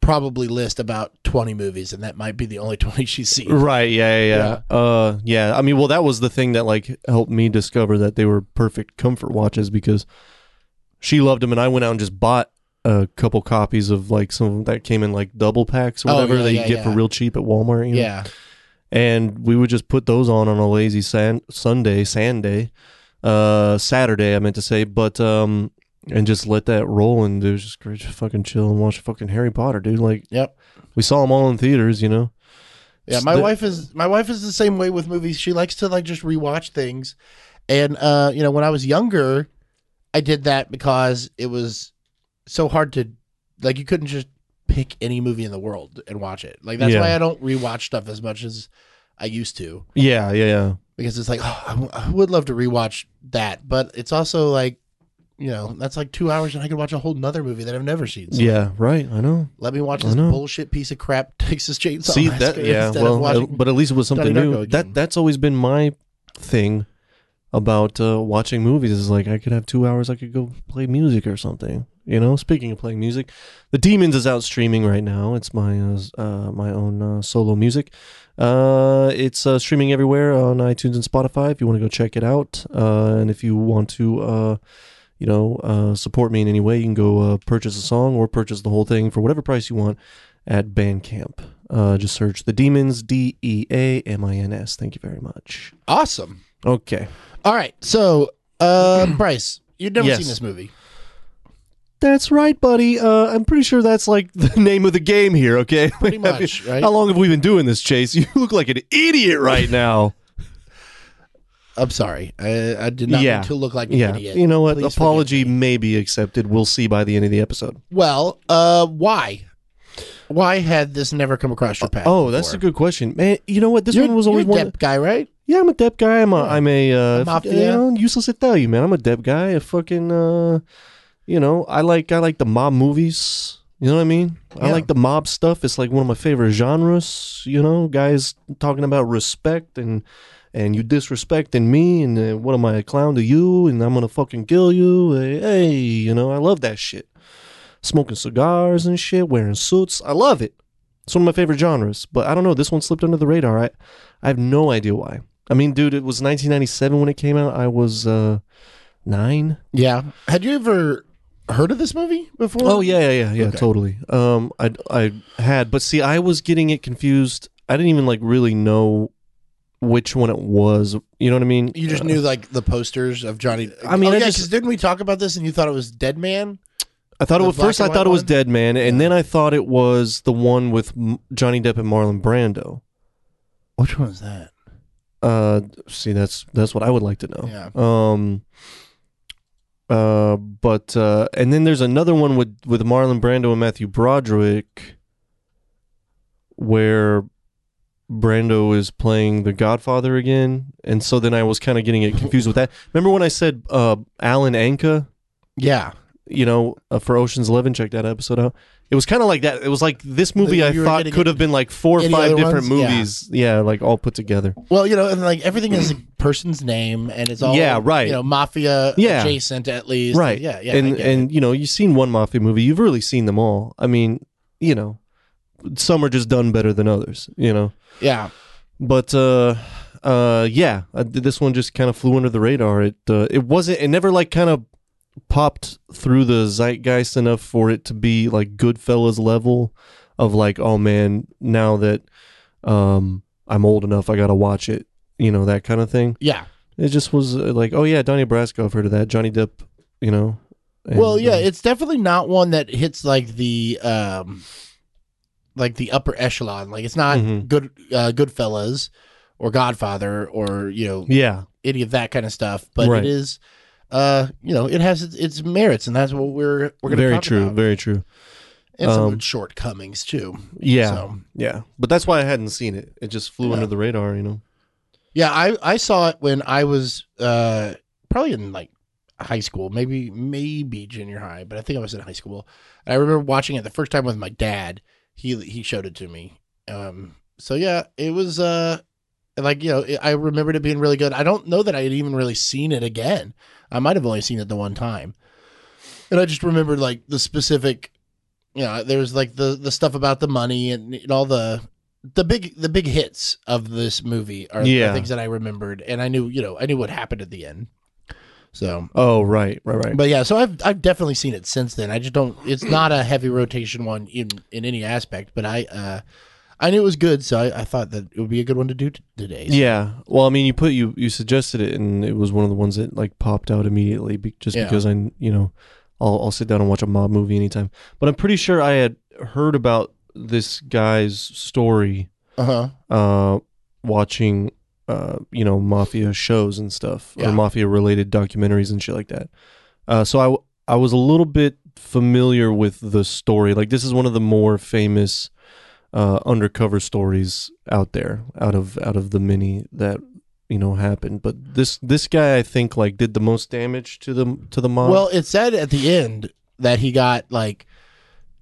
B: probably list about 20 movies and that might be the only 20 she's seen.
A: Right. Yeah, yeah. Yeah. Uh, yeah. I mean, well, that was the thing that like helped me discover that they were perfect comfort watches because she loved them, and I went out and just bought a couple copies of like some of them that came in like double packs or
B: Oh,
A: whatever
B: yeah,
A: that you
B: yeah,
A: get for
B: yeah.
A: real cheap at Walmart. You know?
B: Yeah.
A: And we would just put those on on a lazy san- Sunday, Sunday, uh, Saturday. I meant to say, but um. And just let that roll, and it was just great. Just fucking chill and watch fucking Harry Potter, dude. Like,
B: Yep.
A: we saw them all in theaters, you know.
B: Yeah, my
A: The-
B: wife is my wife is the same way with movies. She likes to like just rewatch things. And uh, you know, when I was younger, I did that because it was so hard to like you couldn't just pick any movie in the world and watch it. Like that's
A: Yeah.
B: why I don't rewatch stuff as much as I used to
A: Yeah, yeah, yeah.
B: because it's like oh, I, w- I would love to rewatch that, but it's also like you know, that's like 2 hours and I could watch a whole nother movie that I've never seen. So
A: Yeah, right. I know.
B: Let me watch
A: I
B: this
A: know.
B: bullshit piece of crap Texas Chainsaw
A: See that?
B: Massacre
A: Yeah.
B: instead
A: Well,
B: of watching
A: at- but at least it was something
B: Donnie
A: new.
B: Darko
A: That
B: again.
A: that's always been my thing about uh, watching movies. Is like I could have two hours. I could go play music or something. You know. Speaking of playing music, The Demons is out streaming right now. It's my uh, s- uh, my own uh, solo music. Uh, it's uh, streaming everywhere on iTunes and Spotify. If you want to go check it out, uh, and if you want to. Uh, you know, uh, support me in any way. You can go uh, purchase a song or purchase the whole thing for whatever price you want at Bandcamp. Uh, just search the Demons D E A M I N S. Thank you very much.
B: awesome.
A: Okay,
B: All right, so uh, Bryce, you've never
A: Yes.
B: seen this movie.
A: that's right, buddy. Uh, I'm pretty sure that's like the name of the game here. Okay,
B: Pretty much, right?
A: How long have we been doing this, Chase? You look like an idiot right now.
B: I'm sorry, I, I did not
A: Yeah.
B: mean to look like an
A: yeah,
B: idiot.
A: you know what?
B: Please forgive
A: Apology
B: me.
A: may be accepted. We'll see by the end of the episode.
B: Well, uh, why? Why had this never come across your path?
A: Oh, that's a good question, man. You know what? This
B: You're,
A: one was always
B: you're a
A: one.
B: Depp guy, right?
A: Yeah, I'm a Depp guy. I'm a, I'm a, uh,
B: Mafia.
A: You know, useless to tell you, man. I'm a Depp guy. A fucking, uh, you know, I like I like the mob movies. You know what I mean? I
B: Yeah.
A: like the mob stuff. It's like one of my favorite genres. You know, guys talking about respect and and you disrespecting me and uh, what am I a clown to you and I'm gonna fucking kill you. Hey, hey, you know, I love that shit. Smoking cigars and shit, wearing suits. I love it. It's one of my favorite genres, but I don't know. This one slipped under the radar. I, I have no idea why. I mean, dude, it was 1997 when it came out. I was uh, nine.
B: Yeah. Had you ever heard of this movie before?
A: Oh yeah, yeah, yeah, yeah,
B: Okay.
A: totally. Um, I I had, but see, I was getting it confused. I didn't even like really know which one it was. You know what I mean?
B: You just
A: Uh,
B: knew like the posters of Johnny.
A: I mean,
B: oh,
A: I
B: yeah,
A: just-
B: 'cause didn't we talk about this and you thought it was Dead Man?
A: I thought it
B: the
A: was
B: black
A: first.
B: and
A: I
B: white
A: thought it was
B: one?
A: Dead Man, and then I thought it was the one with M- Johnny Depp and Marlon Brando.
B: Which one was that?
A: Uh, see, that's that's what I would like to know.
B: Yeah.
A: Um. Uh, but uh, and then there's another one with with Marlon Brando and Matthew Broderick, where Brando is playing the Godfather again, and so then I was kind of getting it confused with that. Remember when I said uh, Alan Anka?
B: Yeah.
A: You know, uh, for Ocean's Eleven, check that episode out. It was kind of like that. It was like this movie I
B: you were
A: thought
B: getting
A: could have been like four or
B: any
A: five
B: other
A: different
B: ones? Yeah.
A: movies. yeah, like all put together.
B: Well, you know, and like everything is a person's name and it's all
A: Yeah, right.
B: You know, mafia
A: Yeah.
B: adjacent at least.
A: right
B: Yeah. Yeah. I
A: and
B: get it.
A: and you know you've seen one mafia movie you've really seen them all i mean you know some are just done better than others you know
B: yeah.
A: but uh uh yeah I, this one just kind of flew under the radar it uh, it wasn't it never like kind of popped through the zeitgeist enough for it to be like goodfellas level of like oh man now that um i'm old enough i gotta watch it you know that kind of thing
B: Yeah.
A: it just was uh, like, oh yeah, Donnie Brasco. I've heard of that. Johnny Depp, you know. and,
B: well, yeah,
A: uh,
B: it's definitely not one that hits like the um like the upper echelon. Like it's not
A: Mhm.
B: good uh Goodfellas or Godfather or you know
A: yeah,
B: any of that kind of stuff, but
A: Right.
B: it is uh you know, it has its, its merits and that's what we're we're going to
A: very
B: talk
A: true,
B: about.
A: very true.
B: and some of
A: um,
B: its shortcomings too.
A: Yeah,
B: So
A: yeah. But that's why I hadn't seen it. It just flew
B: Yeah.
A: under the radar, you know.
B: yeah, I I saw it when I was uh probably in like high school, maybe maybe junior high, but I think I was in high school. And I remember watching it the first time with my dad. He he showed it to me. Um so yeah, it was uh like you know, it, I remembered it being really good. I don't know that I had even really seen it again. I might have only seen it the one time. And I just remembered like the specific you know, there's like the the stuff about the money and, and all the the big the big hits of this movie are
A: Yeah.
B: the things that I remembered and I knew, you know, I knew what happened at the end. So
A: Oh right, right, right.
B: but yeah, so I've I've definitely seen it since then. I just don't. It's not a heavy rotation one in in any aspect. But I uh, I knew it was good, so I, I thought that it would be a good one to do t- today.
A: yeah. Well, I mean, you put you you suggested it, and it was one of the ones that like popped out immediately, be, just
B: Yeah.
A: because I you know I'll I'll sit down and watch a mob movie anytime. But I'm pretty sure I had heard about this guy's story
B: Uh huh.
A: uh, watching uh, you know mafia shows and stuff
B: Yeah.
A: or mafia related documentaries and shit like that. Uh, so I w- I was a little bit familiar with the story. Like this is one of the more famous uh, undercover stories out there out of out of the many that you know happened. But this this guy I think like did the most damage to the to the mob.
B: Well, it said at the end that he got like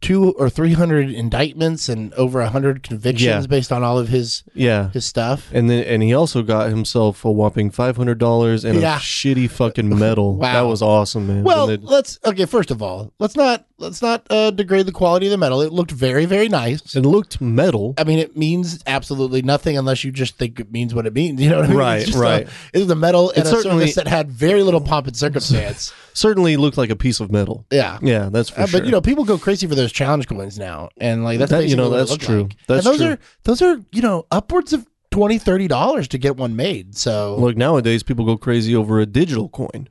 B: two or three hundred indictments and over a hundred convictions
A: Yeah.
B: based on all of his
A: yeah.
B: his stuff.
A: And then, and he also got himself a whopping five hundred dollars and
B: Yeah.
A: a shitty fucking medal.
B: Wow.
A: That was awesome, man.
B: Well,
A: And it-
B: let's okay. First of all, let's not let's not uh, degrade the quality of the metal. It looked very very nice.
A: it looked metal.
B: I mean, it means absolutely nothing unless you just think it means what it means. You know what I mean?
A: Right,
B: It's just
A: right.
B: A, it's a medal and
A: It
B: a
A: certainly-
B: service that had very little pomp and circumstance.
A: certainly looked like a piece of metal.
B: yeah.
A: Yeah, that's for
B: Uh,
A: sure.
B: But you know, people go crazy for those challenge coins now, and like that's
A: That- you know,
B: basically what it
A: that's
B: looked
A: true.
B: like.
A: That's
B: and those
A: true.
B: are those are you know upwards of 20 dollars to get one made. So
A: look nowadays people go crazy over a digital coin.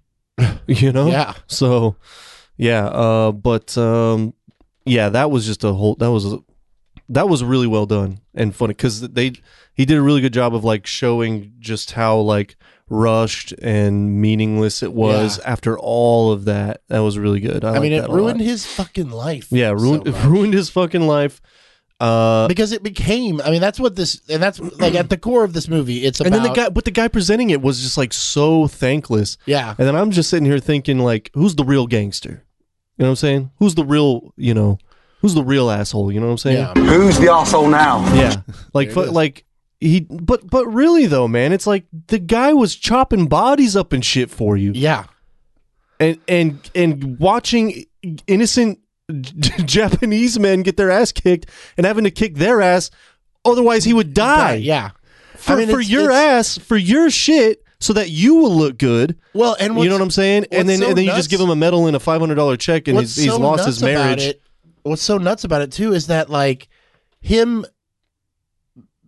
A: You know,
B: yeah,
A: So, yeah, uh, but um, yeah, that was just a whole. That was that was really well done and funny because they he did a really good job of like showing just how like rushed and meaningless it was after all of that. That was really good. I,
B: I,
A: liked
B: mean, it
A: that a lot.
B: ruined his fucking life.
A: Yeah,
B: so
A: ruined
B: much.
A: ruined his fucking life. Uh,
B: because it became. I mean, that's what this, and that's like at the core of this movie. It's
A: and
B: about
A: then the guy, but the guy presenting it was just like so thankless.
B: yeah,
A: And then I'm just sitting here thinking, like, who's the real gangster? You know what I'm saying? Who's the real, you know, who's the real asshole? You know what I'm saying?
B: yeah.
D: Who's the asshole now?
A: Yeah. Like,
B: There it
A: fu-
B: is.
A: like he, but, but really though, man, it's like the guy was chopping bodies up and shit for you
B: yeah.
A: and, and, and watching innocent Japanese men get their ass kicked and having to kick their ass. Otherwise he would die.
B: Right, yeah.
A: For,
B: I mean,
A: for
B: it's-
A: your ass,
B: it's-
A: for your shit. So that you will look good,
B: Well,
A: you
B: and
A: know
B: what's-
A: what I'm saying, and
B: what's
A: then
B: so
A: and then you
B: nuts-
A: just give him a medal and a five hundred dollar check, and he's,
B: what's
A: he's
B: so
A: lost his
B: nuts about
A: marriage.
B: it- what's so nuts about it too is that like him,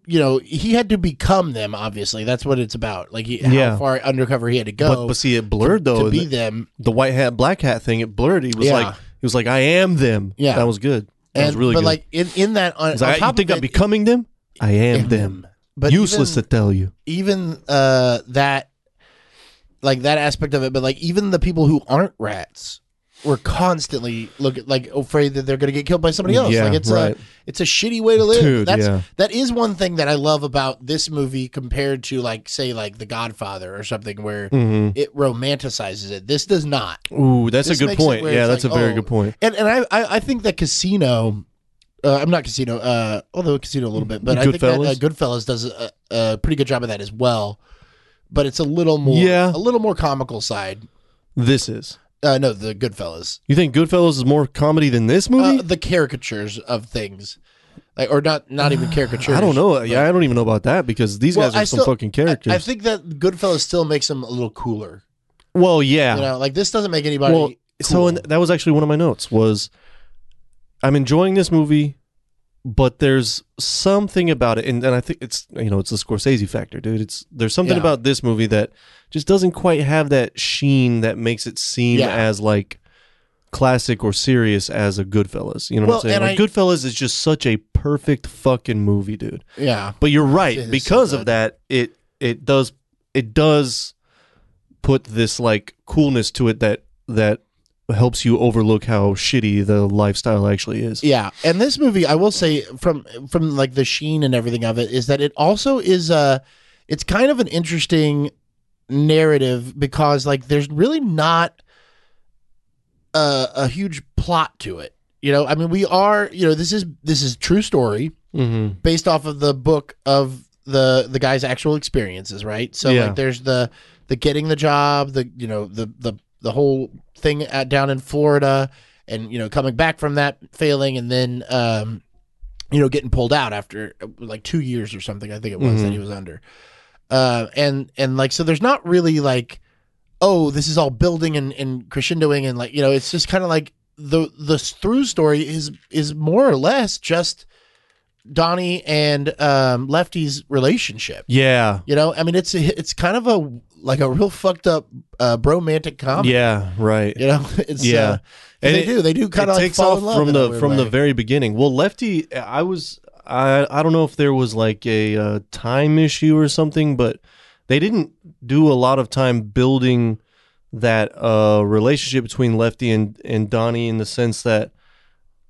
B: you know, he had to become them. Obviously, that's what it's about. Like he,
A: Yeah.
B: how far undercover he had to
A: But,
B: go
A: but see, it blurred
B: to,
A: though.
B: to be
A: the,
B: them.
A: the white hat, black hat thing, it blurred. He was
B: Yeah.
A: like, he was like, I am them.
B: Yeah.
A: that was good. That
B: And
A: was really
B: but
A: good.
B: like in in that on,
A: He's
B: on
A: like, I, you
B: top
A: think
B: of
A: I'm
B: it,
A: becoming them? I am them.
B: But
A: Useless
B: even-
A: to tell you.
B: even uh that like that aspect of it but like even the people who aren't rats were constantly look like afraid that they're going to get killed by somebody else
A: Yeah,
B: like it's
A: right.
B: a it's a shitty way to live
A: Dude,
B: that's
A: yeah.
B: that is one thing that i love about this movie compared to like say like the godfather or something where
A: hmm
B: it romanticizes it this does not
A: Ooh, that's
B: This
A: a good
B: makes it
A: point.
B: where
A: Yeah, that's
B: it's like,
A: a very
B: oh,
A: good point.
B: and and i i, I think that casino uh, I'm not casino, uh, although casino a little bit, but I think that uh,
A: Goodfellas?
B: Goodfellas does a, a pretty good job of that as well. But it's a little more,
A: Yeah.
B: a little more comical side.
A: This is.
B: Uh, no, the Goodfellas,
A: You think Goodfellas is more comedy than this
B: uh,
A: movie?
B: the caricatures of things, like or not, not even caricatures.
A: I don't know.
B: but-
A: Yeah, I don't even know about that because these
B: Well,
A: guys are
B: I
A: some
B: still-
A: fucking characters.
B: I, I think that Goodfellas still makes them a little cooler.
A: well, yeah.
B: You know, like this doesn't make anybody.
A: Well, so
B: cool.
A: and that was actually one of my notes was I'm enjoying this movie, but there's something about it, and, and I think it's you know it's the Scorsese factor, dude. It's there's something
B: Yeah.
A: about this movie that just doesn't quite have that sheen that makes it seem
B: Yeah.
A: as like classic or serious as a Goodfellas. You know
B: Well,
A: what I'm saying? Like
B: and I-
A: Goodfellas is just such a perfect fucking movie, dude.
B: yeah,
A: But you're
B: It is
A: right
B: so
A: because of
B: good.
A: that it it does it does put this like coolness to it that that helps you overlook how shitty the lifestyle actually is.
B: Yeah, and this movie, I will say, from from like the sheen and everything of it, is that it also is a, it's kind of an interesting narrative because like there's really not a a huge plot to it. You know, I mean, we are, you know, this is this is true story
A: Mm-hmm.
B: based off of the book of the the guy's actual experiences, right? So
A: Yeah.
B: like there's the the getting the job, the you know the the the whole thing at, down in Florida, and you know coming back from that failing, and then um, you know getting pulled out after uh, like two years or something. I think it was that
A: Mhm.
B: he was under, uh, and and like so there's not really like oh this is all building and and crescendoing and like you know it's just kind of like the the through story is is more or less just Donnie and um, Lefty's relationship.
A: Yeah.
B: You know, I mean, it's it's kind of a like a real fucked up uh, bromantic comedy.
A: Yeah, right.
B: You know, it's
A: Yeah.
B: uh,
A: And
B: they
A: it-
B: do they do kind
A: it
B: of like
A: takes
B: fall
A: off
B: in love
A: from
B: in a
A: the
B: weird
A: from the
B: way.
A: very beginning. Well, Lefty, I was I I don't know if there was like a uh, time issue or something, but they didn't do a lot of time building that uh, relationship between Lefty and and Donnie in the sense that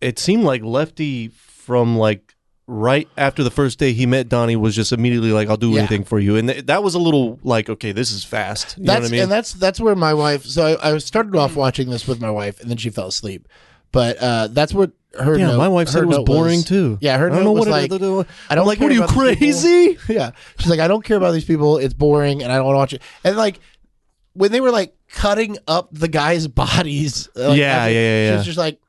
A: it seemed like Lefty from like right after the first day he met Donnie was just immediately like I'll do
B: Yeah.
A: anything for you, and th- that was a little like okay, this is fast. You know
B: that's
A: what I mean?
B: and that's that's where my wife. So I, I started off watching this with my wife, and then she fell asleep. But uh, that's what her.
A: yeah,
B: note-
A: my wife said
B: her
A: it was
B: note
A: boring too.
B: Yeah, her
A: I don't
B: note
A: know
B: was
A: what
B: like,
A: it, I don't
B: I don't
A: like.
B: care
A: What are you
B: about these people."
A: crazy?
B: Yeah. She's like, I don't care about these people. It's boring and I don't want to watch it. And like when they were like cutting up the guys' bodies. uh, like,
A: Yeah, yeah, yeah,
B: She
A: yeah.
B: was just like,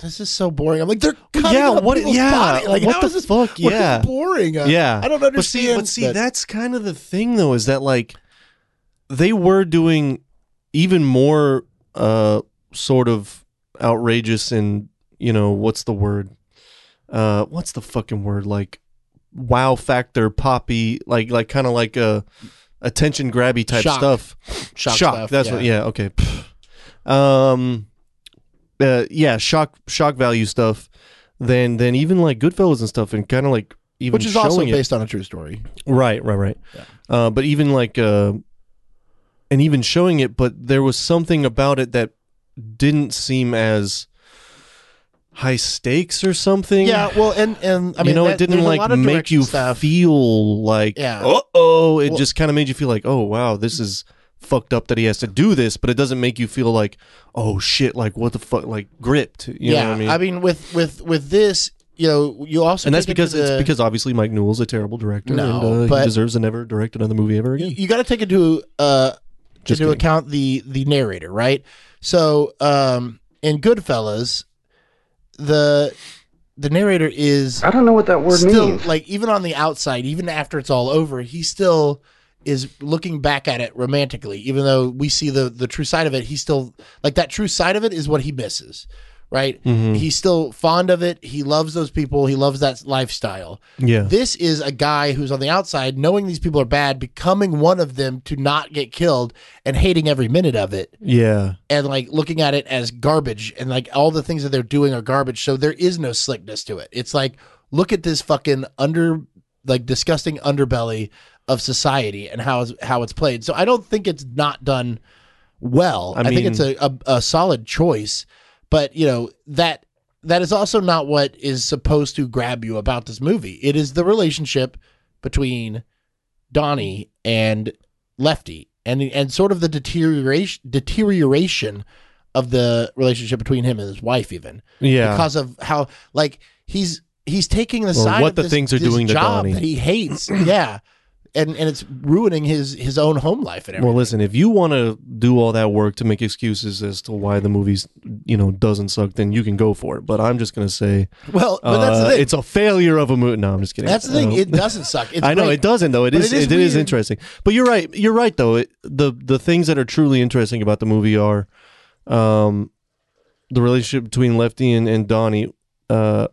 B: this is so boring. I'm like, they're cutting
A: yeah,
B: up
A: what-
B: people's
A: yeah,
B: body. Like,
A: what
B: how
A: the
B: is this
A: fuck?
B: what is
A: Yeah.
B: boring. Uh,
A: yeah,
B: I don't
A: But see,
B: understand.
A: but see,
B: that-
A: that's kind of the thing, though, is that like they were doing even more uh, sort of outrageous and you know what's the word? Uh, what's the fucking word? Like wow factor, poppy, like like kind of like a attention grabby type
B: Shock.
A: stuff.
B: shock. stuff,
A: That's what. Yeah. Okay. Pff. Um. Uh, yeah. Shock. Shock value stuff. Then. Then even like Goodfellas and stuff, and kind of like even
B: Which is
A: showing
B: also
A: it.
B: based on a true story.
A: Right. Right. Right. Uh, but even like, uh, and even showing it, but there was something about it that didn't seem as high stakes or something.
B: Yeah, well, and and I mean,
A: you know,
B: that-
A: it didn't
B: there's a
A: like
B: lot of
A: make
B: direction
A: you
B: stuff.
A: feel like,
B: Yeah.
A: uh oh. It
B: Well-
A: just kind of made you feel like, oh wow, this is fucked up that he has to do this, but it doesn't make you feel like, oh shit, like what the fuck, like gripped. You
B: yeah,
A: know what I mean?
B: with with with this, you know, you also
A: and that's
B: take into
A: because it's
B: the-
A: because obviously Mike Newell's a terrible director,
B: No,
A: and uh,
B: but-
A: he deserves to never direct another movie ever again.
B: you got to take into uh
A: Just kidding.
B: into account the the narrator, right? So, um, in Goodfellas, the the narrator is
D: I don't know what that word
B: still
D: means.
B: like even on the outside, even after it's all over, he still is looking back at it romantically. Even though we see the the true side of it, he still like that true side of it is what he misses, right?
A: Mhm.
B: He's still fond of it. He loves those people. He loves that lifestyle.
A: Yeah,
B: This is a guy who's on the outside, knowing these people are bad, becoming one of them to not get killed and hating every minute of it
A: yeah,
B: and like looking at it as garbage and like all the things that they're doing are garbage. So there is no slickness to it. It's like, look at this fucking under, like disgusting underbelly of society and how, it's- how it's played. So I don't think it's not done well. I,
A: I
B: think it's a, a, a solid choice, but you know, that, that is also not what is supposed to grab you about this movie. It is the relationship between Donnie and Lefty, and and sort of the deterioration deterioration of the relationship between him and his wife, even
A: yeah.
B: because of how like he's he's taking the
A: Or
B: side
A: what
B: of
A: the
B: this-
A: things are
B: this
A: doing to
B: job
A: Donnie.
B: that he hates, yeah, and and it's ruining his his own home life and everything.
A: Well, listen, if you want to do all that work to make excuses as to why the movie's, you know, doesn't suck, then you can go for it. But I'm just going to say,
B: Well, but that's
A: uh,
B: the thing.
A: it's a failure of a movie. No, I'm just kidding.
B: that's the thing.
A: Uh,
B: It doesn't suck. It's
A: I know
B: great.
A: it doesn't though. It
B: But
A: is
B: it is
A: it is
B: weird.
A: interesting. But you're right. You're right though. It, the the things that are truly interesting about the movie are um the relationship between Lefty and, and Donnie uh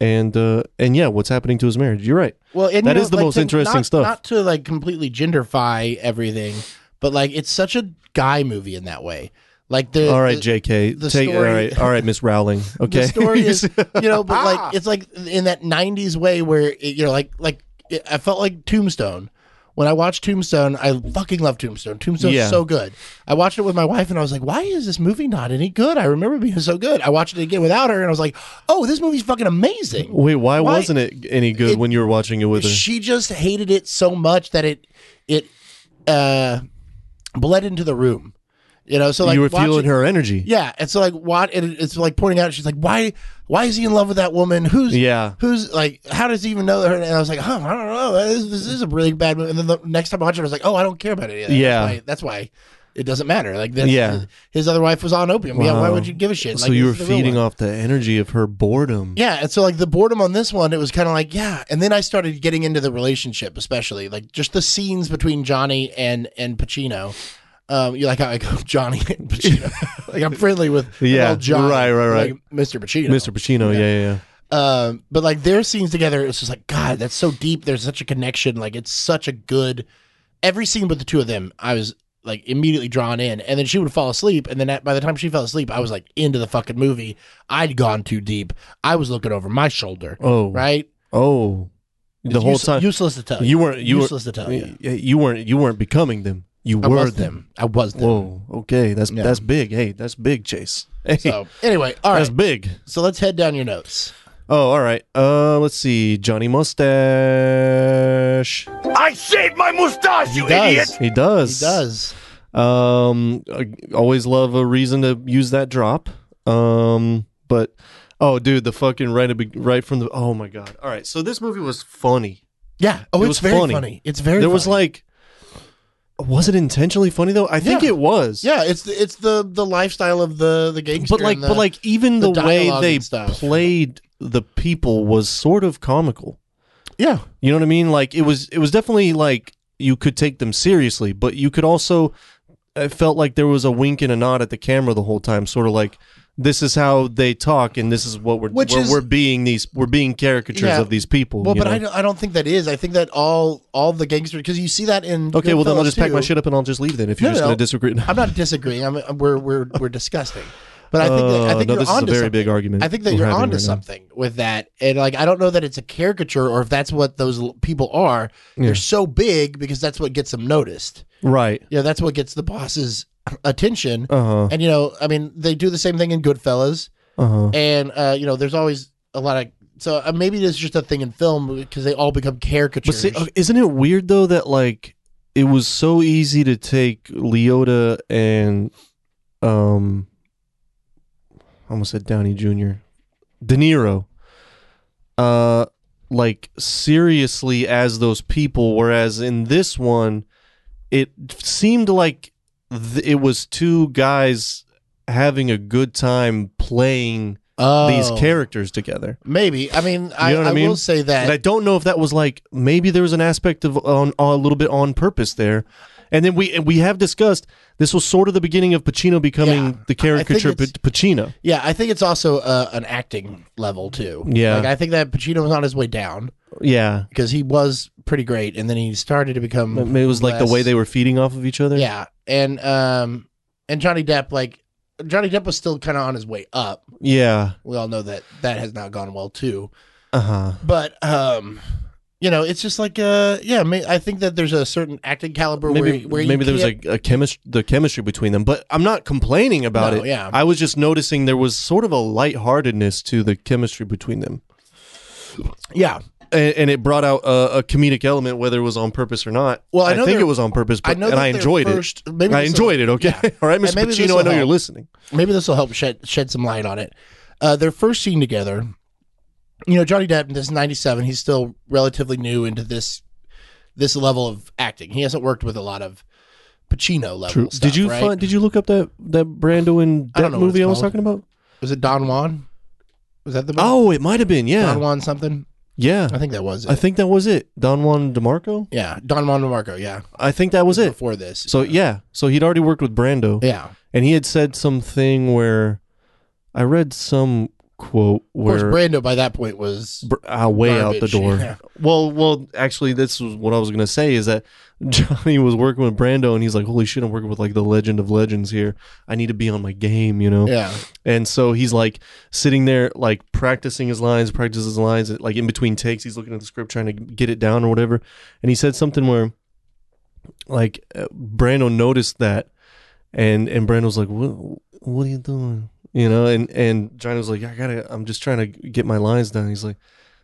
A: and uh and yeah, what's happening to his marriage. You're right.
B: Well, and, you
A: That
B: know,
A: is the
B: like,
A: most
B: to
A: interesting
B: not-
A: stuff.
B: Not to like completely genderfy everything, but like it's such a guy movie in that way. Like the
A: all right,
B: the-
A: JK.
B: the
A: take
B: story-
A: all right. All right, Miss Rowling. Okay. Ah.
B: the story is you know but like it's like in that 90s way where it, you know like like it, i felt like tombstone when i watched tombstone i fucking love tombstone tombstone's
A: Yeah.
B: so good i watched it with my wife and i was like why is this movie not any good i remember it being so good i watched it again without her and i was like oh this movie's fucking amazing
A: Wait, why,
B: Why-
A: wasn't it any good
B: it-
A: when you were watching it with her?
B: she just hated it so much that it it uh bled into the room you know so like
A: you were
B: watching-
A: feeling her energy.
B: Yeah, it's like what and it- it's like pointing out. She's like, why? Why is he in love with that woman? Who's
A: Yeah.
B: Who's like? How does he even know her? And I was like, huh, I don't know. This, this is a really bad movie. And then the next time I watched it, I was like, oh, I don't care about it.
A: Yeah.
B: that's why, that's why it doesn't matter. Like, that's,
A: Yeah.
B: his other wife was on opium. Yeah, why
A: Wow.
B: would you give a shit?
A: So
B: Like,
A: you were
B: this is the real
A: feeding
B: one.
A: off the energy of her boredom.
B: Yeah, and so like the boredom on this one, it was kind of like yeah, and then I started getting into the relationship, especially like just the scenes between Johnny and and Pacino. Um, you like how I go Johnny and Pacino? like I'm friendly with with
A: Yeah,
B: old Johnny,
A: right, right, right.
B: like, Mr. Pacino,
A: Mr. Pacino. Yeah, yeah, yeah.
B: Um, but like their scenes together, it's just like God, that's so deep. There's such a connection. Like it's such a good every scene with the two of them. I was like immediately drawn in, and then she would fall asleep, and then at, by the time she fell asleep, I was like into the fucking movie. I'd gone too deep. I was looking over my shoulder
A: Oh,
B: right?
A: Oh, the
B: It's
A: whole
B: use-
A: time
B: Useless to tell you.
A: you weren't you
B: useless to
A: were
B: tell you.
A: y- you weren't you weren't becoming them. You
B: I
A: were
B: was
A: them.
B: them. I was them.
A: Whoa. Okay. That's
B: Yeah.
A: that's big. Hey, that's big, Chase. Hey,
B: So anyway, all right.
A: that's big.
B: So let's head down your notes.
A: Oh, all right. Uh, let's see. Johnny Mustache.
C: I shaved my mustache, you
B: does.
C: idiot!
A: He
B: He
A: does.
B: does.
A: Um, I always love a reason to use that drop. Um, but oh, dude, the fucking right ab- right from the oh my god. All right, so this movie was funny.
B: Yeah. Oh,
A: It
B: it's
A: was
B: very funny.
A: funny.
B: It's very.
A: there was
B: funny.
A: like, was it intentionally funny though? I think
B: Yeah.
A: it was.
B: yeah. It's the, it's the the lifestyle of the the gangster.
A: but like,
B: and the-
A: but like, even
B: the
A: the, way
B: dialogue
A: they
B: and stuff.
A: played the people was sort of comical.
B: yeah.
A: You know what I mean? Like it was it was definitely like you could take them seriously, but you could also it felt like there was a wink and a nod at the camera the whole time, sort of like this is how they talk and this is what we're
B: Which
A: we're,
B: is-
A: we're being these we're being caricatures
B: Yeah.
A: of these people.
B: Well,
A: you
B: but I
A: know?
B: don't, I don't think that is. I think that all all the gangster because you see that in
A: Okay, well then I'll
B: Goodfellas
A: just pack my
B: too.
A: shit up and I'll just leave then if you're
B: No,
A: just
B: no,
A: gonna
B: no.
A: disagree.
B: I'm not disagreeing. I'm, I'm- we're we're we're disgusting. But I think that, I
A: Uh,
B: think
A: no,
B: you're
A: this is a
B: onto
A: very
B: something.
A: big argument
B: I think that
A: we're
B: you're
A: having
B: onto
A: right now.
B: something with that, and like I don't know that it's a caricature or if that's what those l- people are.
A: Yeah.
B: They're so big because that's what gets them noticed.
A: right.
B: You know, that's what gets the boss's attention.
A: Uh huh.
B: And you know, I mean, they do the same thing in Goodfellas.
A: Uh-huh.
B: and uh, you know, there's always a lot of so uh, maybe this is just a thing in film because they all become
A: But
B: caricatures.
A: see, uh, isn't it weird though that like it was so easy to take Leota and um, I almost said Downey Jr. De Niro, uh, like seriously as those people, whereas in this one, it seemed like th- it was two guys having a good time playing
B: Oh,
A: these characters together.
B: Maybe I mean I,
A: know what I
B: I,
A: mean?
B: will say that
A: And I don't know if that was like maybe there was an aspect of on a little bit on purpose there. And then we and we have discussed this was sort of the beginning of Pacino becoming
B: Yeah.
A: the caricature
B: it's-
A: P- Pacino.
B: yeah I think it's also uh, an acting level too.
A: Yeah.
B: like I think that Pacino was on his way down
A: Yeah,
B: because he was pretty great, and then he started to become.
A: Maybe it was like the way
B: Mm-hmm. less-
A: they were feeding off of each other.
B: Yeah, and um, and Johnny Depp like Johnny Depp was still kind of on his way up.
A: yeah,
B: We all know that that has not gone well too.
A: uh huh.
B: But um, you know, it's just like uh, yeah, may, I think that there's a certain acting caliber
A: Maybe
B: where, where
A: maybe
B: you
A: there was
B: can't-
A: like a chemistry the chemistry between them. But I'm not complaining about
B: No,
A: it.
B: yeah.
A: I was just noticing there was sort of a lightheartedness to the chemistry between them.
B: yeah.
A: and, and it brought out a, a comedic element, whether it was on purpose or not.
B: Well, I know
A: think
B: they're-
A: it was on purpose, but,
B: I know
A: and
B: that
A: I
B: their
A: enjoyed
B: first-
A: it.
B: maybe
A: I
B: this is-
A: enjoyed it. Okay,
B: yeah.
A: all right,
B: And
A: Mr.
B: maybe this
A: Pacino,
B: will
A: I know you're
B: help.
A: listening.
B: Maybe this will help shed shed some light on it. Uh, their first scene together, you know, Johnny Depp. This is '97. He's still relatively new into this this level of acting. He hasn't worked with a lot of Pacino level. Stuff,
A: did you
B: right?
A: find, did you look up that that Brando and
B: I don't
A: that
B: know what
A: movie
B: it's
A: I was
B: called.
A: talking about?
B: Was it Don Juan? Was that the movie?
A: Oh, it might have been. Yeah,
B: Don Juan something?
A: yeah.
B: I think that was it.
A: I think that was it. Don Juan DeMarco.
B: yeah, Don Juan DeMarco. Yeah,
A: I think that was it.
B: before this.
A: So yeah, so he'd already worked with Brando,
B: yeah,
A: and he had said something where I read some quote
B: of course,
A: where
B: Brando by that point was
A: br- uh, way out the
B: Garbage,
A: door.
B: yeah.
A: Well, well, actually, this was what I was gonna say is that Johnny was working with Brando, and he's like, "Holy shit, I'm working with like the legend of legends here. I need to be on my game, you know."
B: yeah,
A: And so he's like sitting there, like practicing his lines, practices his lines, like in between takes, he's looking at the script, trying to get it down or whatever. And he said something where, like, uh, Brando noticed that, and and Brando's like, "What? What are you doing?" You know, and and Johnny was like, "I gotta. I'm just trying to get my lines down." He's like.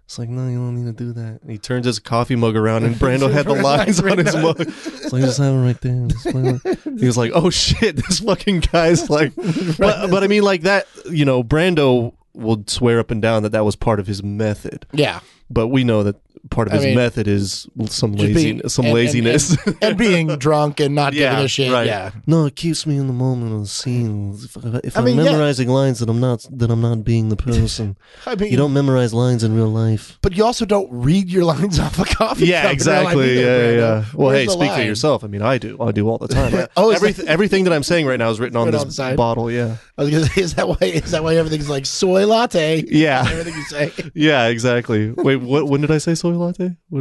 A: It's like no, you don't need to do that. And he turns his coffee mug around, and Brando had the lines on his mug. It's like just have it right there. Just play with it. He was like, "Oh shit, this fucking guy's like." But, but I mean, like that, you know, Brando would swear up and down that that was part of his method.
B: yeah,
A: But we know that part of
B: I
A: his
B: mean,
A: method is some
B: just
A: laziness.
B: being-
A: some
B: and- and-
A: laziness.
B: and, and being drunk and not giving a shit. Yeah,
A: No, it keeps me in the moment of the scene. If, if
B: I
A: I'm
B: mean, yeah.
A: memorizing lines that I'm not, that I'm not being the person.
B: I mean,
A: you don't memorize lines in real life.
B: but you also don't read your lines off a coffee. cup,
A: Yeah,
B: they're like,
A: exactly.
B: you know,
A: Yeah,
B: Brando,
A: yeah. Well,
B: where's
A: hey,
B: the
A: speak for
B: line?
A: yourself. I mean, I do. I do all the time.
B: Oh,
A: oh,
B: is
A: everything, everything that I'm saying right now is written on
B: Written
A: this
B: on the side.
A: bottle. Yeah.
B: I was gonna say, is that why? Is that why everything's like soy latte?
A: Yeah.
B: Everything you say,
A: Yeah. Exactly. Wait. What? When did I say soy latte? What?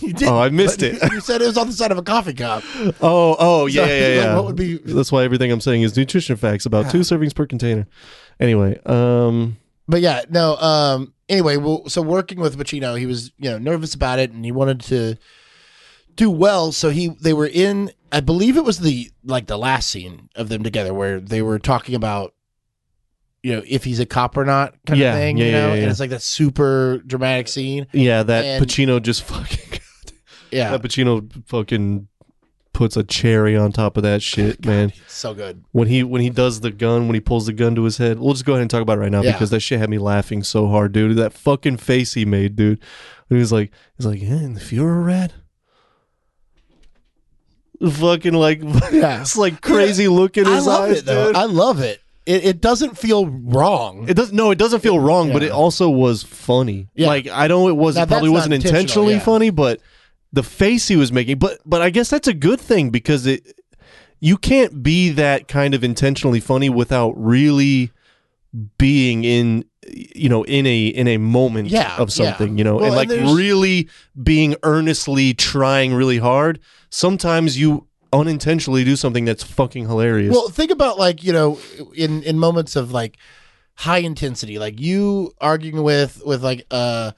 B: you did.
A: Oh, I missed it.
B: You said it was on the side of a coffee cup.
A: Oh. Oh. Yeah.
B: So,
A: Yeah.
B: like,
A: Yeah.
B: what would be- Ah.
A: That's why everything I'm saying is nutrition facts. About two servings per container. Anyway. Um.
B: but yeah, no. Um. Anyway, well, so working with Pacino, he was you know nervous about it, and he wanted to do well. So he they were in, I believe it was the like the last scene of them together where they were talking about you know if he's a cop or not kind
A: Yeah,
B: of thing.
A: yeah,
B: you
A: yeah,
B: know,
A: yeah, yeah.
B: and it's like that super dramatic scene.
A: Yeah. That
B: And-
A: Pacino just fucking.
B: Yeah,
A: That Pacino fucking puts a cherry on top of that shit, man.
B: it's so good.
A: when he when he does the gun when he pulls the gun to his head we'll just go ahead and talk about it right now
B: Yeah.
A: because that shit had me laughing so hard dude that fucking face he made dude and he was like he's like yeah and if you're a rat fucking like
B: Yeah.
A: it's like crazy look in
B: I
A: his
B: love
A: eyes
B: it though.
A: dude
B: I love it. It, it doesn't feel wrong.
A: it doesn't no it doesn't feel wrong but
B: Yeah.
A: it also was funny
B: Yeah.
A: like i know it was
B: Now,
A: it probably
B: that's not
A: wasn't
B: intentional,
A: intentionally
B: yeah.
A: funny but the face he was making but but i guess that's a good thing because it you can't be that kind of intentionally funny without really being in you know in a in a moment
B: Yeah,
A: of something
B: yeah.
A: you know
B: Well,
A: and
B: and
A: like
B: there's-
A: really being earnestly trying really hard sometimes you unintentionally do something that's fucking hilarious
B: Well, think about like you know, in in moments of like high intensity, like you arguing with with like a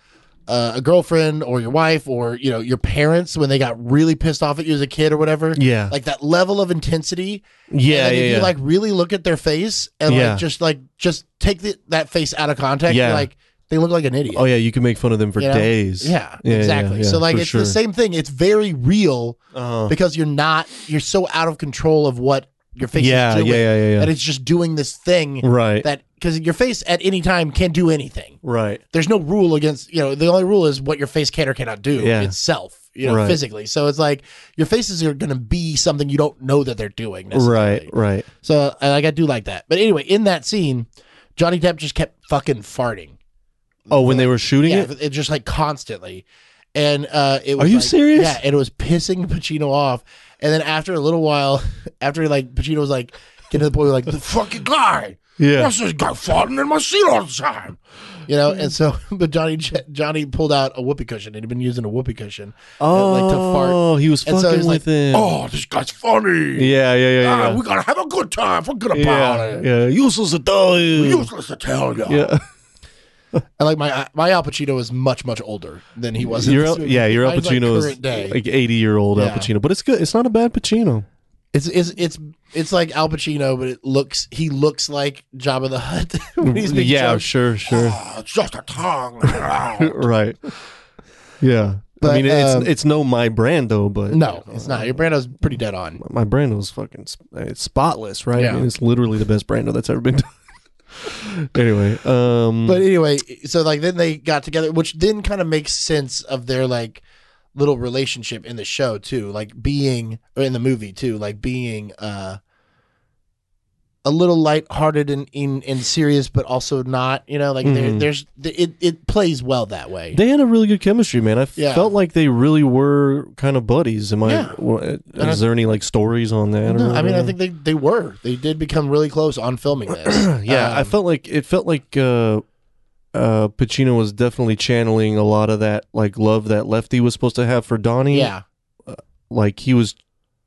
B: uh, a girlfriend or your wife or you know your parents when they got really pissed off at you as a kid or whatever.
A: Yeah.
B: Like that level of intensity.
A: yeah,
B: and then
A: yeah,
B: if
A: yeah.
B: you like really look at their face and
A: Yeah.
B: like just like just take the, that face out of context, you're
A: Yeah.
B: like they look like an idiot.
A: oh yeah, you can make fun of them for
B: You know?
A: days.
B: Yeah,
A: Yeah, yeah,
B: exactly.
A: yeah,
B: so like
A: for
B: it's
A: sure.
B: the same thing. It's very real
A: Uh-huh.
B: because you're not you're so out of control of what your face
A: Yeah, yeah,
B: is doing
A: yeah, yeah,
B: that
A: yeah.
B: it's just doing this thing
A: Right,
B: that because your face at any time can do anything.
A: right.
B: There's no rule against you know the only rule is what your face can or cannot do
A: Yeah.
B: itself you know
A: Right.
B: physically. So it's like your faces are going to be something you don't know that they're doing necessarily.
A: Right, right.
B: So uh, like I do like that. But anyway, in that scene, Johnny Depp just kept fucking farting.
A: Oh, when they were shooting
B: Yeah,
A: it?
B: it just like constantly. And uh, it was
A: Are you
B: like-
A: serious?
B: Yeah, and it was pissing Pacino off. And then after a little while, after like Pacino was like getting to the point where like the fucking guy,
A: Yeah.
B: what's this guy farting in my seat all the time, you know? And so, but Johnny Johnny pulled out a whoopee cushion and he'd been using a whoopee cushion. uh,
A: Oh,
B: like to fart.
A: he was fucking
B: And so he's
A: with
B: like,
A: him.
C: Oh, this guy's funny.
A: Yeah, yeah, yeah, yeah.
C: Ah, we gotta have a good time. Forget about
A: yeah,
C: it.
A: yeah. Useless Italian.
C: Useless to tell you.
A: yeah.
B: And like my uh, my Al Pacino is much much older than he was. in
A: Your,
B: this
A: Al-
B: movie.
A: yeah, your Al
B: Mine's,
A: Pacino
B: like,
A: is
B: current day.
A: like eighty year old Al
B: Yeah.
A: Pacino, but it's good. It's not a bad Pacino.
B: It's it's it's it's like Al Pacino, but it looks he looks like Jabba the Hutt. when he's being
A: Mm, yeah,
B: choked.
A: sure, sure.
C: Ah, it's just a tongue. Ah.
A: right. Yeah.
B: But,
A: I mean, it's
B: um,
A: it's no my Brando, but
B: No, it's not. Your Brando's pretty dead on.
A: my Brando's fucking sp- it's spotless, right? I
B: Yeah.
A: mean, it's literally the best Brando that's ever been done. anyway, um,
B: But anyway, so like then they got together, which then kind of makes sense of their like little relationship in the show too, like being or in the movie too, like being uh a little lighthearted and in and serious, but also not. You know, like there,
A: Mhm.
B: there's it it plays well that way.
A: they had a really good chemistry, man. I
B: Yeah.
A: felt like they really were kind of buddies. Am I?
B: Yeah.
A: wa- Is
B: I-
A: there any like stories on that? or
B: No, I mean, I
A: whatever?
B: think they, they were. They did become really close on filming this.
A: yeah, Uh, I
B: Um,
A: felt like it felt like uh, uh, Pacino was definitely channeling a lot of that like love that Lefty was supposed to have for Donnie.
B: Yeah.
A: like he was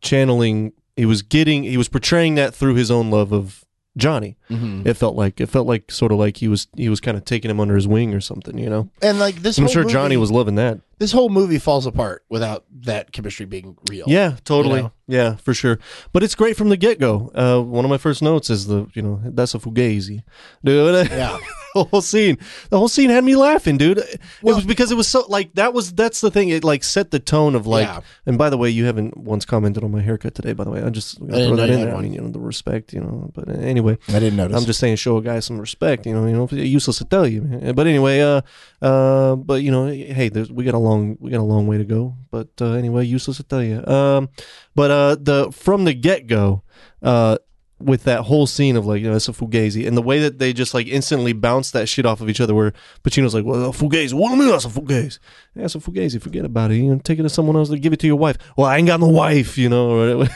A: channeling, he was getting, he was portraying that through his own love of Johnny.
B: Mhm.
A: It felt like it felt like sort of like he was he was kind of taking him under his wing or something, you know.
B: And like this,
A: I'm
B: whole
A: sure
B: movie-
A: Johnny was loving that.
B: This whole movie falls apart without that chemistry being real.
A: Yeah, totally.
B: know?
A: Yeah, for sure. But it's great from the get go. Uh, one of my first notes is the you know that's a fugazi, dude.
B: Yeah.
A: the whole scene. The whole scene had me laughing, dude. It
B: Well-
A: was because it was so like that was that's the thing. It like set the tone of like.
B: Yeah.
A: And by the way, you haven't once commented on my haircut today. By the way, I just gotta
B: I didn't
A: throw
B: know
A: that
B: you
A: in
B: had
A: there. I
B: one.
A: mean, you know the respect, you know. But anyway,
B: I didn't notice.
A: I'm just saying, show a guy some respect. You know, you know, useless to tell you. man. But anyway, uh, uh, but you know, hey, there's, we got a long, we got a long way to go. But uh, anyway, useless to tell you. Um, but uh, the from the get go, uh, with that whole scene of like, you know, it's a fugazi, and the way that they just like instantly bounce that shit off of each other, where Pacino's like, well, a fugazi, what do you mean that's a fugazi? Yeah, it's a fugazi. Forget about it. You know, take it to someone else. Give it to your wife. Well, I ain't got no wife, you know. Or,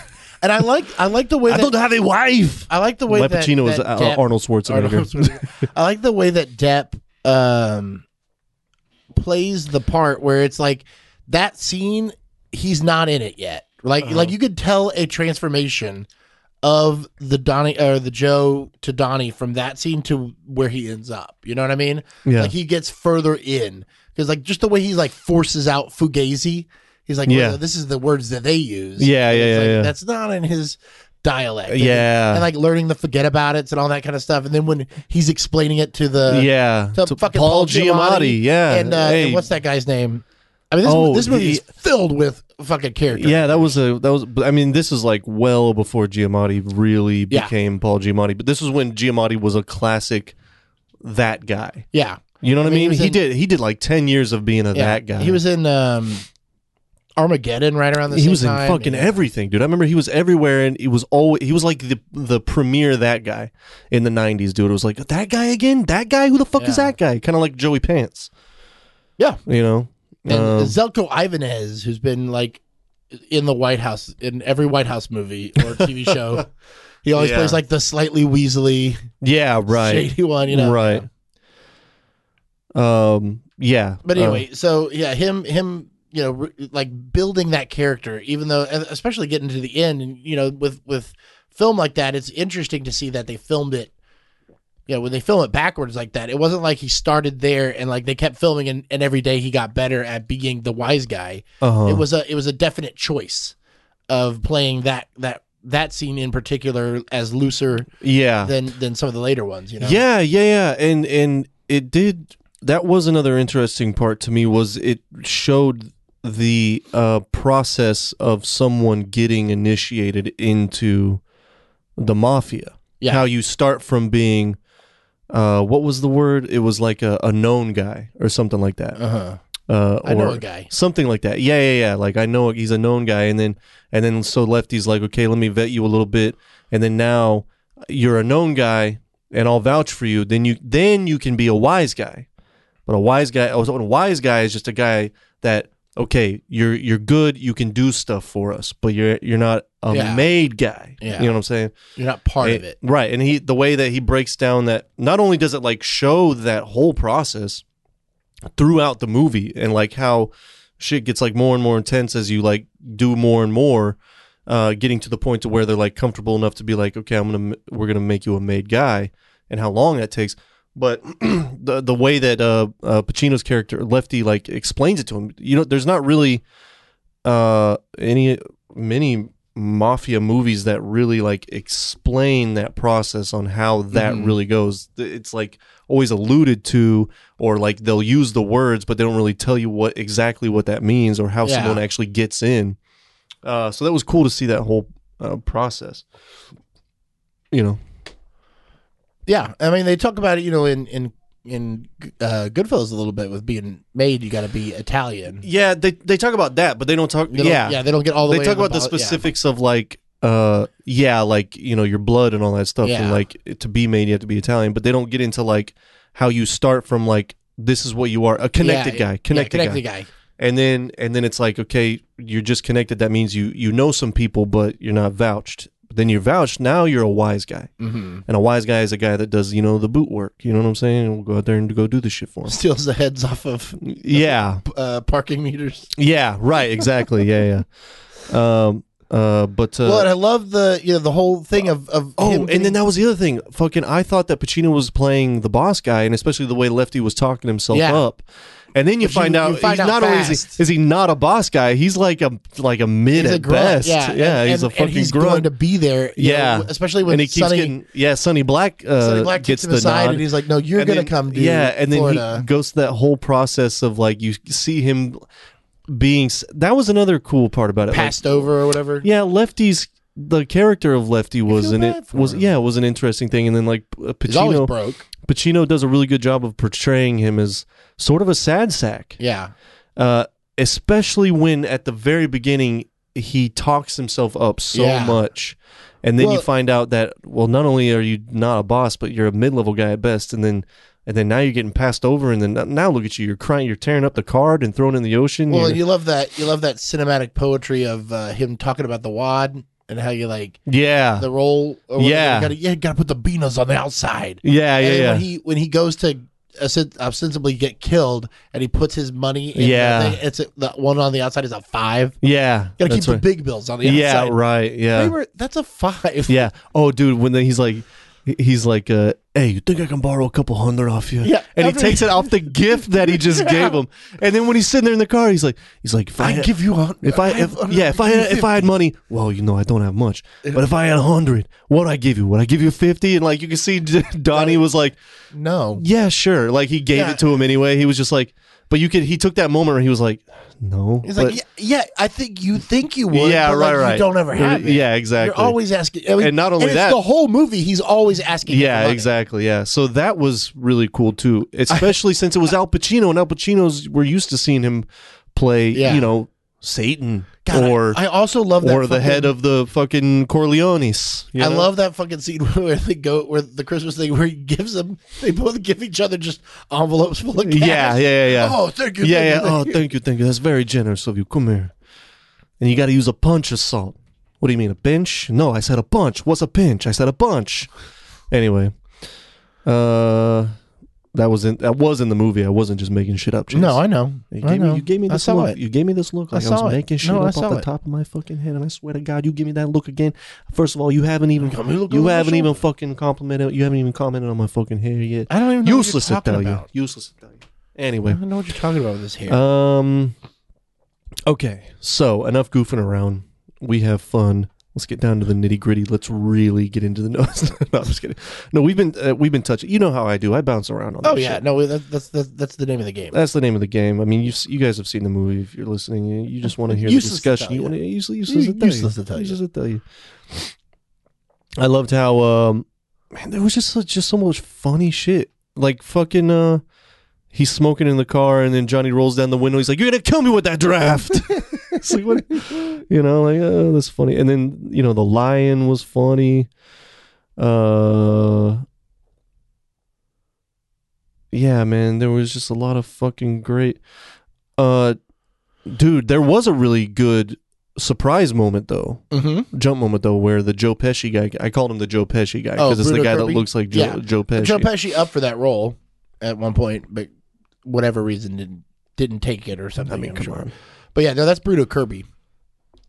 B: and I like I like the way
A: I
B: that
A: don't have a wife.
B: I like the way
A: My
B: that
A: Pacino is
B: that
A: uh,
B: Depp-
A: Arnold Schwarzenegger.
B: Arnold Schwarzenegger. I like the way that Depp um plays the part where it's like that scene he's not in it yet. Like
A: Uh-huh.
B: like you could tell a transformation of the Donnie or the Joe to Donnie from that scene to where he ends up. You know what I mean?
A: Yeah.
B: Like he gets further in because like just the way he like forces out Fugazi, he's like, well,
A: Yeah.
B: this is the words that they use.
A: Yeah,
B: And
A: yeah,
B: it's
A: yeah,
B: like,
A: yeah.
B: That's not in his dialect. And-
A: Yeah.
B: and like learning the forget about it's and all that kind of stuff. And then when he's explaining it to the
A: yeah,
B: uh, to, fucking Paul Giamatti,
A: yeah,
B: and, uh,
A: Hey,
B: and what's that guy's name? I mean, this,
A: Oh,
B: this movie is
A: the-
B: filled with fucking characters.
A: Yeah, that was a that was. but, I mean, this is like well before Giamatti really
B: Yeah.
A: became Paul Giamatti, but this was when Giamatti was a classic that guy.
B: yeah.
A: You know what I
B: mean, he
A: mean?
B: was
A: He
B: in-
A: did he did like ten years of being a
B: yeah.
A: that guy.
B: He was in um, Armageddon right around the
A: he
B: same
A: was in
B: time.
A: fucking
B: Yeah.
A: everything, dude. I remember he was everywhere, and he was always he was like the the premier that guy in the '90s, dude. It was like that guy again, that guy. Who the fuck is
B: Yeah.
A: that guy? Kind of like Joey Pants,
B: Yeah.
A: you know.
B: And
A: Um,
B: Zelko Ivanez, who's been like in the White House in every White House movie or TV show, he always
A: Yeah.
B: plays like the slightly weaselly,
A: yeah, right.
B: shady one, you know.
A: right um yeah
B: But
A: uh,
B: anyway, so yeah, him him you know re- like building that character, even though and especially getting to the end, and you know with with film like that, it's interesting to see that they filmed it you know, when they film it backwards like that, it wasn't like he started there and like they kept filming and, and every day he got better at being the wise guy.
A: Uh-huh.
B: It was a it was a definite choice of playing that that that scene in particular as looser
A: yeah.
B: than than some of the later ones, you know.
A: Yeah, yeah, yeah. And and it did that was another interesting part to me was it showed the uh process of someone getting initiated into the mafia.
B: Yeah.
A: How you start from being uh what was the word? It was like a, a known guy or something like that.
B: Uh-huh.
A: Uh
B: I know
A: or-
B: a guy.
A: something like that. Yeah, yeah, yeah. Like I know he's a known guy, and then and then so Lefty's like, okay, let me vet you a little bit, and then now you're a known guy, and I'll vouch for you. Then you then you can be a wise guy, but a wise guy, oh, so a wise guy is just a guy that okay, you're you're good, you can do stuff for us, but you're you're not a
B: Yeah.
A: made guy.
B: Yeah.
A: You know what I'm saying?
B: You're not part of
A: And-
B: it.
A: Right. And he the way that he breaks down that not only does it like show that whole process throughout the movie and like how shit gets like more and more intense as you like do more and more uh getting to the point to where they're like comfortable enough to be like okay, I'm going to we're going to make you a made guy and how long that takes. But the the way that uh, uh Pacino's character Lefty like explains it to him, you know, there's not really uh any many mafia movies that really like explain that process on how that
B: Mhm.
A: really goes Th- it's like always alluded to or like they'll use the words but they don't really tell you what exactly what that means or how
B: Yeah.
A: someone actually gets in uh, so that was cool to see that whole uh, process you know
B: Yeah, I mean they talk about it, you know, in in in uh, Goodfellas a little bit with being made, you got to be Italian.
A: yeah they they talk about that but they don't talk
B: They don't-
A: yeah,
B: yeah, they don't get all the
A: they
B: way.
A: talk
B: to
A: about the
B: poli- yeah.
A: specifics of like uh yeah like you know your blood and all that stuff and
B: Yeah.
A: like to be made you have to be italian but they don't get into like how you start from like this is what you are a connected
B: Yeah,
A: guy connected,
B: yeah,
A: guy.
B: connected guy.
A: and then and then it's like okay you're just connected that means you you know some people but you're not vouched but then you're vouched now you're a wise guy
B: Mm-hmm.
A: and a wise guy is a guy that does you know the boot work you know what i'm saying and we'll go out there and go do this shit for him
B: Steals the heads off of
A: yeah
B: uh, parking meters.
A: yeah right exactly yeah yeah um uh but uh
B: well, and I love the you know the whole thing of of
A: Oh,
B: him
A: and
B: getting-
A: then that was the other thing. Fucking, I thought that Pacino was playing the boss guy, and especially the way Lefty was talking himself
B: Yeah.
A: up. And then you
B: But you-
A: find
B: you
A: out he's
B: find out
A: not only is
B: fast.
A: he, is he not a boss guy, he's like a like a mid
B: he's a
A: at
B: grunt.
A: best.
B: Yeah, and-
A: he's
B: and-
A: a fucking
B: and he's going
A: grunt.
B: to be there. you
A: Yeah.
B: know, especially when
A: and he keeps
B: Sonny,
A: getting yeah. Sonny Black, uh,
B: Sonny Black
A: gets
B: kicks him
A: the
B: aside,
A: nod.
B: and he's like, "No, you're
A: And
B: gonna
A: then-
B: come, dude."
A: Yeah, and then
B: Florida.
A: he goes through that whole process of like you see him being. s- That was another cool part about it. like,
B: passed over or whatever.
A: yeah, Lefty's the character of Lefty was
B: feel
A: an
B: bad
A: it
B: for
A: was
B: him.
A: yeah was an interesting thing, and then like uh,
B: he's always
A: Pacino
B: broke.
A: Pacino does a really good job of portraying him as sort of a sad sack,
B: Yeah,
A: uh, especially when at the very beginning he talks himself up so
B: Yeah.
A: much, and then you
B: Well-
A: find out that well, not only are you not a boss, but you're a mid level guy at best, and then. And then now you're getting passed over, and then now look at you. You're crying. You're tearing up the card and throwing it in the ocean.
B: Well,
A: you're-
B: you love that. You love that cinematic poetry of uh, him talking about the wad and how you like
A: yeah,
B: the roll. Or whatever.
A: Yeah.
B: you gotta, yeah, you gotta put the beanos on the outside.
A: yeah,
B: and
A: yeah,
B: then
A: yeah.
B: When he when he goes to osten- ostensibly get killed, and he puts his money. in
A: Yeah.
B: the thing, it's a, the one on the outside is a five.
A: yeah,
B: You gotta
A: that's
B: keep
A: right.
B: the big bills on the
A: yeah,
B: outside.
A: right. Yeah.
B: They were- that's a five.
A: yeah. Oh, dude, when the, he's like, he's like, uh, hey, you think I can borrow a couple hundred off you?
B: Yeah,
A: And he
B: every-
A: takes it off the gift that he just
B: Yeah.
A: gave him. And then when he's sitting there in the car, he's like, he's like, if I,
B: I
A: had-
B: give you a hundred.
A: if I, if, yeah, if I had, if I had money, well, you know, I don't have much, but if I had a hundred, what'd I give you? Would I give you fifty? And like, you can see Donnie was like,
B: no,
A: yeah, sure. Like he gave
B: Yeah.
A: it to him anyway. He was just like, but you could, he took that moment where he was like, no.
B: he's
A: but-
B: like, yeah, yeah, I think you think you would.
A: Yeah,
B: but,
A: right,
B: like,
A: right.
B: You don't ever have it.
A: Yeah, exactly.
B: You're always asking, I mean,
A: And not only
B: it's
A: that-
B: the whole movie he's always asking. for
A: Yeah,
B: money.
A: exactly. Yeah. So that was really cool too, especially since it was Al Pacino, and Al Pacino's we're used to seeing him play,
B: Yeah.
A: you know, Satan
B: God, I-
A: or
B: I, also love that
A: or the
B: fucking-
A: head of the fucking Corleones. you
B: I
A: know?
B: love that fucking scene where they go, where the Christmas thing, where he gives them, they both give each other just envelopes full of cash.
A: Yeah, yeah, yeah, yeah.
B: Oh, thank you.
A: yeah, yeah.
B: thank you,
A: Oh,
B: thank you.
A: thank you, thank you. That's very generous of you. Come here. And you got to use a punch assault. What do you mean, a pinch? No, I said a punch. What's a pinch? I said a punch. Anyway, uh, That was in that was in the movie. I wasn't just making shit up. Chase.
B: No, I know.
A: You
B: I
A: gave,
B: know.
A: me, you gave me
B: I
A: this
B: saw
A: look.
B: it.
A: You gave me this look
B: I
A: like I,
B: saw
A: was
B: it.
A: making shit
B: No, I
A: up
B: saw
A: off the
B: it.
A: top of my fucking head, and I swear to God, you give me that look again. First of all, you haven't even
B: Come here, look
A: you
B: over my
A: haven't
B: shoulder.
A: even fucking complimented. You haven't even commented on my fucking hair yet.
B: I don't even know what
A: Useless
B: you're
A: to tell
B: talking about.
A: you. Useless to tell you.
B: I
A: Anyway,
B: don't know what you're talking about with this hair.
A: um, okay. So enough goofing around. We have fun. Let's get down to the nitty gritty. Let's really get into the nose. no, I'm just kidding. No, we've been uh, we've been touching. You know how I do. I bounce around on.
B: oh
A: this
B: yeah,
A: shit.
B: no, that's, that's that's that's the name of the game.
A: That's the name of the game. I mean, you you guys have seen the movie. If you're listening, you, you just want to hear the
B: Useless to
A: discussion.
B: tell
A: You
B: you.
A: want to useless,
B: Use-
A: useless, to tell
B: useless to tell you.
A: Useless to tell you. I loved how um, man, there was just such, just so much funny shit. Like fucking uh, he's smoking in the car, and then Johnny rolls down the window. He's like, "You're gonna kill me with that draft." It's like, what- you know, like oh, that's funny. And then you know, the lion was funny. Uh, yeah, man, there was just a lot of fucking great. Uh, dude, there was a really good surprise moment though,
B: Mm-hmm.
A: jump moment though, where the Joe Pesci guy. I called him the Joe Pesci guy
B: Oh,
A: because it's the
B: Bruno
A: guy
B: Kirby?
A: that looks like Joe,
B: Yeah.
A: Joe Pesci.
B: Joe Pesci up for that role at one point, but whatever reason didn't didn't take it or something.
A: I mean,
B: am
A: come
B: sure.
A: on.
B: But yeah, no, that's Bruno Kirby.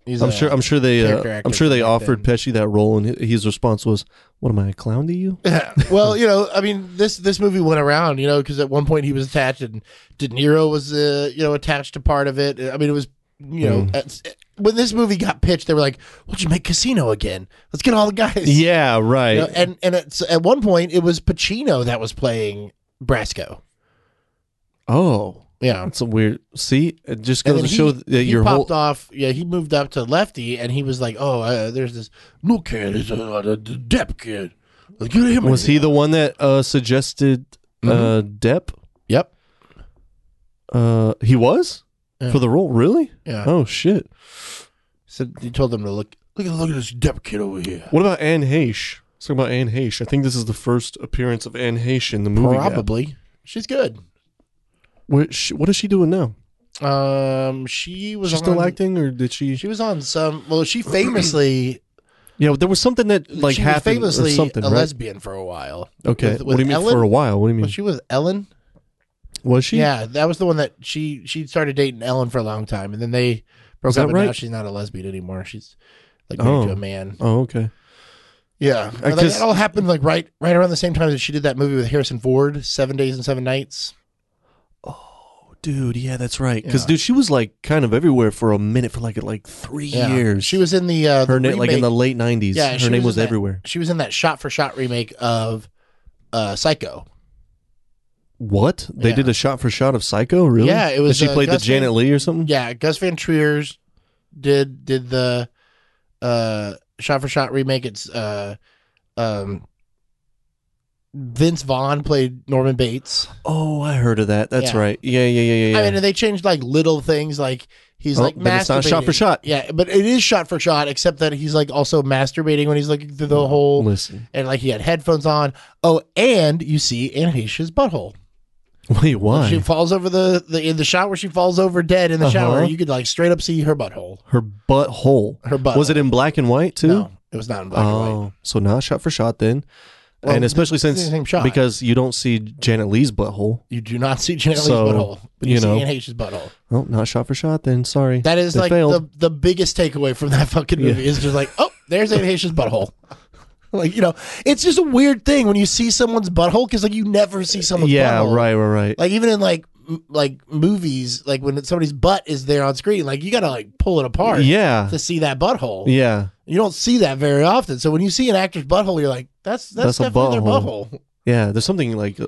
B: He's
A: I'm
B: a-
A: sure. I'm sure they.
B: character
A: Uh,
B: actor
A: I'm sure they
B: back
A: offered
B: then.
A: Pesci that role, and hi- his response was, "What am I, a clown to you?"
B: well, you know, I mean, this this movie went around, you know, because at one point he was attached, and De Niro was, uh, you know, attached to part of it. I mean, it was, you know,
A: Mm-hmm.
B: it's- when this movie got pitched, they were like, "We'll just make Casino again. Let's get all the guys."
A: yeah, right.
B: You know, and and it's, at one point it was Pacino that was playing Brasco.
A: oh,
B: Yeah,
A: that's a weird. See, it just goes
B: then
A: to show that
B: he
A: your whole
B: popped off. Yeah, he moved up to lefty, and he was like, "Oh, uh, there's this new kid. He's a, a, a Depp kid. Let's get him." in
A: was he
B: here."
A: the one that uh, suggested uh,
B: Mm-hmm.
A: Depp?
B: Yep.
A: Uh, he was
B: Yeah.
A: for the role, really?
B: Yeah.
A: Oh shit!
B: So he told them to look. Look at look at this Depp kid over here.
A: What about Anne Heche? Let's talk about Anne Heche. I think this is the first appearance of Anne Heche in the movie. Gap.
B: Probably. She's good.
A: Where she- what is she doing now?
B: Um, she was
A: She's
B: on,
A: still acting, or did she?
B: She was on some. Well, she famously
A: Yeah, there was something that like
B: she was
A: happened
B: famously
A: or something,
B: a
A: right?
B: lesbian for a while.
A: okay,
B: with-
A: what do you
B: with
A: mean for
B: Ellen?
A: a while? What do you mean?
B: Well, she was Ellen.
A: was she?
B: yeah, that was the one that she she started dating Ellen for a long time, and then they broke
A: that
B: up. And now
A: right?
B: she's not a lesbian anymore. She's like married
A: Oh.
B: to a man.
A: Oh, okay.
B: Yeah,
A: I
B: Like,
A: guess-
B: that all happened like right right around the same time that she did that movie with Harrison Ford, Seven Days and Seven Nights.
A: Oh, Dude, yeah, that's right. Because
B: Yeah.
A: dude, she was like kind of everywhere for a minute, for like like three
B: Yeah,
A: years.
B: she was in the uh,
A: her
B: the
A: name, like in
B: remake-
A: the late '90s.
B: Yeah, she
A: her name
B: was
A: was,
B: in that-
A: everywhere.
B: she was in that shot for shot remake of uh, Psycho.
A: What? They
B: Yeah.
A: did a shot for shot of Psycho? Really?
B: Yeah, it
A: And
B: was,
A: she
B: uh,
A: played the
B: Gus
A: Janet
B: Van-
A: Lee or something.
B: Yeah, Gus Van Trier's did did the uh, shot for shot remake. It's uh, um, Vince Vaughn played Norman Bates.
A: Oh, I heard of that. That's
B: Yeah.
A: right. Yeah, yeah, yeah, yeah. yeah.
B: I mean, and they changed like little things, like he's
A: Oh,
B: like
A: but it's not shot for
B: masturbating.
A: shot.
B: Yeah, but it is shot for shot, except that he's like also masturbating when he's looking through the hole,
A: Listen.
B: and like he had headphones on. Oh, and you see Anne Heche's butthole.
A: Wait, why?
B: She falls over the, the in the shot where she falls over dead in the
A: Oh, Uh-huh.
B: shower. You could like straight up see her butthole.
A: Her butthole.
B: Her butt.
A: Was it in black and white too?
B: No, it was not in black and
A: oh,
B: white.
A: so not shot for shot then,
B: Well,
A: and especially
B: it's the
A: since
B: same shot.
A: because you don't see Janet Lee's butthole.
B: You do not see Janet Lee's
A: So,
B: butthole, but you,
A: you know.
B: see Anne H's butthole.
A: Oh, not shot for shot then. Sorry.
B: That is
A: They
B: like
A: failed.
B: the the biggest takeaway from that fucking movie is just like, oh, there's Anne H's butthole. like you know, it's just a weird thing when you see someone's butthole because like you never see someone's
A: yeah,
B: butthole.
A: right, right, right.
B: Like even in like m- like movies, like when somebody's butt is there on screen, like you gotta like pull it apart
A: yeah,
B: to see that butthole.
A: yeah,
B: You don't see that very often. So when you see an actor's butthole, you're like, that's that's,
A: That's a
B: definitely
A: butthole.
B: their butthole.
A: yeah. There's something like uh,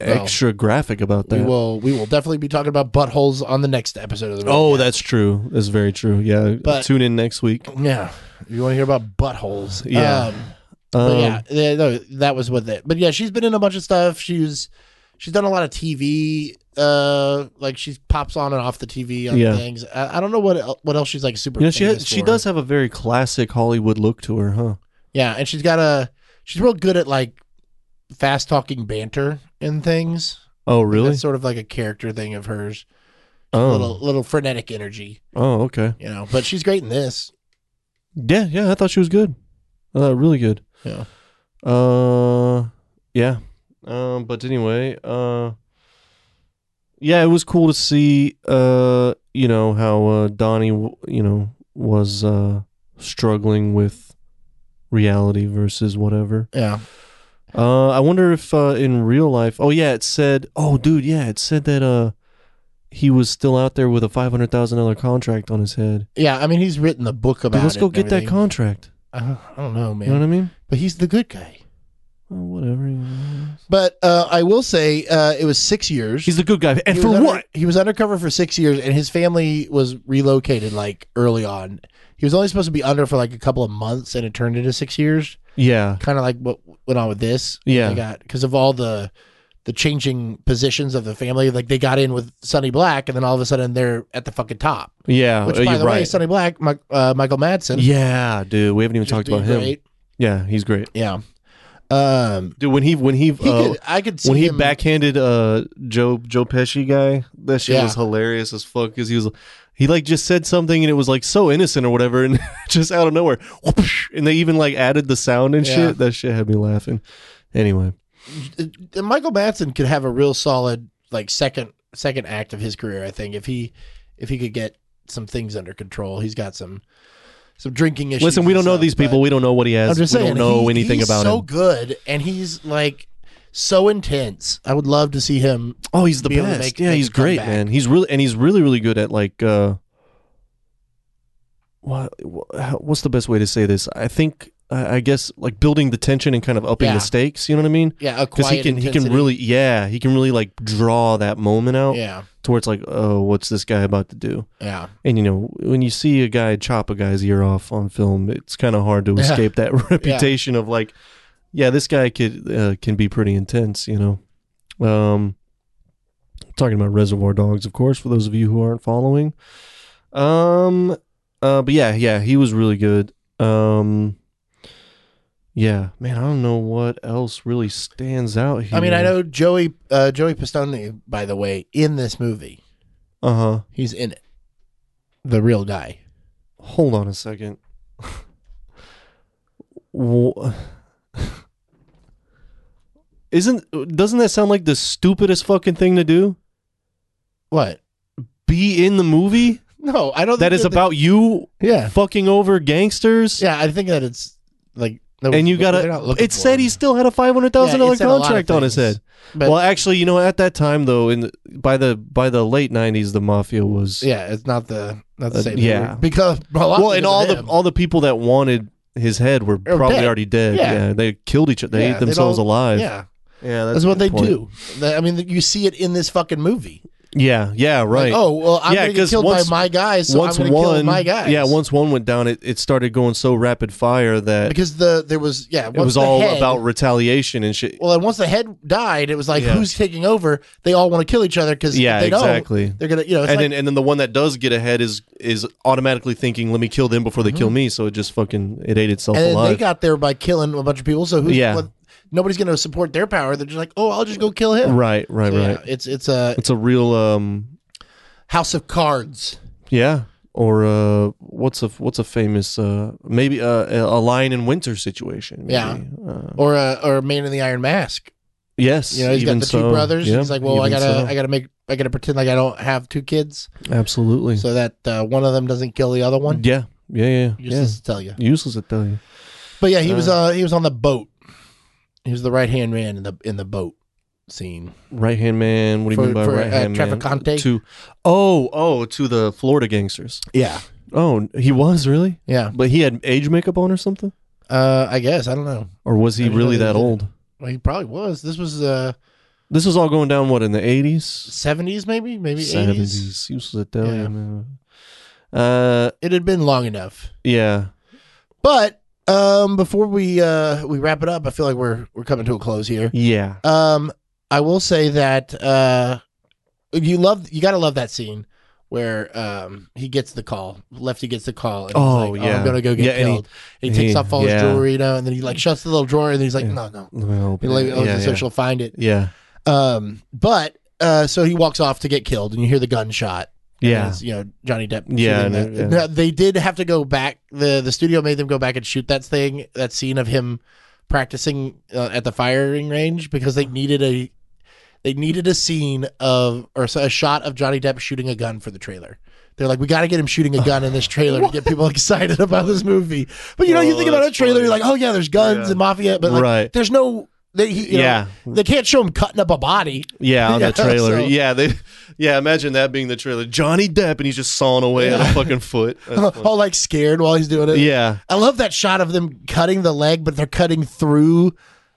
A: extra graphic about
B: We
A: that.
B: will we will definitely be talking about buttholes on the next episode of the
A: Oh,
B: Roadcast.
A: that's true. That's very true. Yeah,
B: But-
A: tune in next week.
B: yeah. If you want to hear about buttholes,
A: Yeah.
B: Um,
A: Um,
B: but yeah, yeah, no, that was with it. But yeah, she's been in a bunch of stuff. She's she's done a lot of TV. Uh, like she pops on and off the TV on
A: Yeah.
B: things. I, I don't know what el- what else she's like super.
A: You know, she
B: famous
A: has, she
B: for.
A: does have a very classic Hollywood look to her, huh?
B: Yeah, and she's got a she's real good at like fast talking banter and things.
A: Oh, really?
B: That's sort of like a character thing of hers.
A: Oh,
B: Little little frenetic energy,
A: oh, okay.
B: you know. But she's great in this.
A: Yeah, yeah. I thought she was good. Uh, really good.
B: Yeah.
A: Uh, yeah. Um, but anyway, uh, yeah, it was cool to see, uh, you know, how uh, Donnie, w- you know, was uh, struggling with reality versus whatever.
B: Yeah.
A: Uh, I wonder if uh, in real life. Oh yeah, it said. Oh dude, yeah, it said that uh, he was still out there with a five hundred thousand dollar contract on his head.
B: Yeah. I mean, he's written the book about
A: Dude, let's
B: it
A: go
B: and
A: get that
B: everything.
A: contract.
B: I don't, I don't know, man.
A: You know what I mean?
B: But he's the good guy.
A: Well, whatever. you know.
B: But uh, I will say uh, it was six years.
A: He's the good guy, and
B: He
A: for
B: was under-
A: what?
B: He was undercover for six years, and his family was relocated like early on. He was only supposed to be under for like a couple of months, and it turned into six years.
A: Yeah,
B: Kind of like what went on with this.
A: Yeah.
B: they got because of all the the changing positions of the family. Like they got in with Sonny Black, and then all of a sudden they're at the fucking top.
A: yeah.
B: Which,
A: uh,
B: by
A: you're
B: the way,
A: right.
B: Sonny Black, Mi- uh, Michael Madsen,
A: Yeah, dude, we haven't even
B: just
A: talked about
B: being
A: him.
B: great.
A: Yeah, he's great,
B: Yeah, um,
A: dude. When he when he,
B: he
A: uh,
B: could. I could see
A: when he
B: him,
A: backhanded uh Joe Joe Pesci guy, that shit
B: Yeah.
A: was hilarious as fuck. Cause he was he like just said something and it was like so innocent or whatever, and just out of nowhere, whoopsh, and they even like added the sound and
B: Yeah.
A: shit. That shit had me laughing. Anyway,
B: uh, Michael Madsen could have a real solid like second second act of his career. I think if he if he could get some things under control, he's got some some drinking issues.
A: listen, we
B: and
A: don't know
B: stuff,
A: these people.
B: but
A: We don't know what he has.
B: I'm just
A: we
B: saying,
A: don't know
B: he-
A: anything
B: he's
A: about
B: so
A: him.
B: good, and he's like so intense. I would love to see him.
A: Oh, he's the
B: be able to
A: best.
B: make-
A: yeah,
B: make
A: he's
B: a comeback.
A: great, man. He's really and he's really really good at like uh what wh- what's the best way to say this? I think I I guess like building the tension and kind of upping
B: Yeah.
A: the stakes, you know what I mean?
B: Yeah, a
A: Cuz
B: quiet
A: he can he
B: intensity.
A: can really yeah, he can really like draw that moment out
B: yeah
A: to where it's like, "Oh, what's this guy about to do?"
B: yeah
A: And you know, when you see a guy chop a guy's ear off on film, it's kind of hard to
B: Yeah.
A: escape that reputation of like, yeah, this guy could uh, can be pretty intense, you know. Um, talking about Reservoir Dogs, of course, for those of you who aren't following. Um, uh, but yeah, yeah, he was really good. Um, yeah, man, I don't know what else really stands out here.
B: I mean, I know Joey uh, Joey Pistone, by the way, in this movie,
A: Uh huh.
B: he's in it. The real guy.
A: Hold on a second. Wha- Isn't doesn't that sound like the stupidest fucking thing to do?
B: What?
A: Be in the movie
B: No, I don't.
A: that
B: think
A: is about you
B: Yeah,
A: fucking over gangsters,
B: yeah. I think that it's like no,
A: and you
B: they're
A: gotta.
B: not looking
A: It
B: for
A: said
B: him.
A: he still had a five hundred thousand
B: Yeah,
A: dollar
B: it said a lot of
A: contract on his
B: things,
A: head.
B: But
A: well, actually, you know, at that time though, in the, by the by the late nineties, the mafia was
B: yeah, it's not the not the
A: Uh,
B: same.
A: yeah.
B: movie. because a lot
A: well,
B: because
A: and
B: of
A: all the
B: him.
A: all the people that wanted his head were
B: They were
A: probably
B: dead.
A: already dead.
B: Yeah.
A: Yeah. they killed each other. They
B: Yeah,
A: ate
B: they'd
A: themselves
B: all-
A: alive.
B: yeah,
A: yeah,
B: that's,
A: a
B: what
A: good
B: they
A: point.
B: do. That- I mean, you see it in this fucking movie.
A: Yeah, yeah, right.
B: Like, oh well, I'm
A: Yeah,
B: gonna get
A: 'cause
B: killed
A: once-
B: by my guys, so
A: once
B: I'm gonna
A: one,
B: kill my guys.
A: yeah, once one went down, it, it started going so rapid fire that
B: because the there was yeah,
A: it
B: once
A: was
B: the
A: all
B: head-
A: about retaliation and shit.
B: Well, and once the head died, it was like
A: Yeah.
B: who's taking over? They all want to kill each other because
A: yeah,
B: they
A: exactly.
B: don't, they're gonna you know. It's
A: And
B: like,
A: then and then the one that does get ahead is is automatically thinking, let me kill them before they kill me. So it just fucking it ate itself
B: Mm-hmm. and then they
A: alive.
B: got there by killing a bunch of people. So who's
A: Yeah.
B: what- nobody's gonna support their power. They're just like, oh, I'll just go kill him.
A: right, right,
B: So, yeah,
A: right.
B: it's it's a
A: It's a real um
B: House of Cards.
A: Yeah. Or uh, what's a what's a famous uh, maybe uh, a lion in winter situation? Maybe.
B: Yeah.
A: Uh,
B: or a or a man in the iron mask.
A: yes.
B: You know, he's
A: even
B: got the
A: so,
B: two brothers.
A: yeah,
B: he's like, well, I
A: even
B: gotta,
A: so.
B: I gotta make, I gotta pretend like I don't have two kids,
A: absolutely.
B: so that uh, one of them doesn't kill the other one.
A: Yeah. Yeah. Yeah. yeah.
B: Useless to tell you.
A: Useless, I tell you.
B: But yeah, he was,
A: Uh.
B: uh, he was on the boat. He was the right hand man in the in the boat scene.
A: Right hand man. What do you
B: For-
A: mean by
B: for, uh,
A: right hand man?
B: Traficante?
A: To oh oh to the Florida gangsters.
B: Yeah,
A: Oh, he was really,
B: yeah.
A: but he had age makeup on or something,
B: Uh, I guess I don't know.
A: or was
B: I
A: he
B: didn't know
A: really
B: they
A: that
B: did.
A: old?
B: Well, he probably was. This was uh
A: This was all going down what in the eighties,
B: seventies, maybe, maybe eighties.
A: seventies. Useless, I tell
B: Yeah.
A: you, man. Uh,
B: It had been long enough.
A: yeah.
B: But um, before we uh we wrap it up, I feel like we're we're coming to a close here.
A: Yeah.
B: Um, I will say that uh, you love you got to love that scene where um he gets the call. Lefty gets the call. And he's
A: Oh,
B: like,
A: yeah.
B: I'm gonna go get
A: Yeah, and he-
B: killed. And he, takes
A: he-
B: off all
A: yeah.
B: his jewelry, you know, and then he like shuts the little drawer, and then he's like,
A: Yeah.
B: no, no.
A: Let me
B: He
A: open
B: like, oh,
A: it.
B: opens
A: yeah,
B: it so she'll find it.
A: yeah.
B: Um, but uh, so he walks off to get killed, and you hear the gunshot. And
A: Yeah.
B: it's, you know Johnny Depp.
A: Yeah,
B: shooting
A: I
B: that.
A: know, yeah.
B: Now, they did have to go back. the The studio made them go back and shoot that thing, that scene of him practicing uh, at the firing range because they needed a they needed a scene of or a shot of Johnny Depp shooting a gun for the trailer. They're like, we got to get him shooting a gun in this trailer to get people excited about this movie. But you know, you
A: Oh,
B: think about a
A: that's
B: trailer, you're
A: funny.
B: like, oh yeah, there's guns
A: Yeah.
B: and mafia, but like,
A: Right.
B: there's no. They, he, you know,
A: Yeah.
B: they can't show him cutting up a body.
A: Yeah, on
B: Yeah,
A: the trailer.
B: so-
A: Yeah, they. Yeah, imagine that being the trailer. Johnny Depp and he's just sawing away at a fucking foot. That's funny.
B: all like scared while he's doing it.
A: yeah,
B: I love that shot of them cutting the leg, but they're cutting through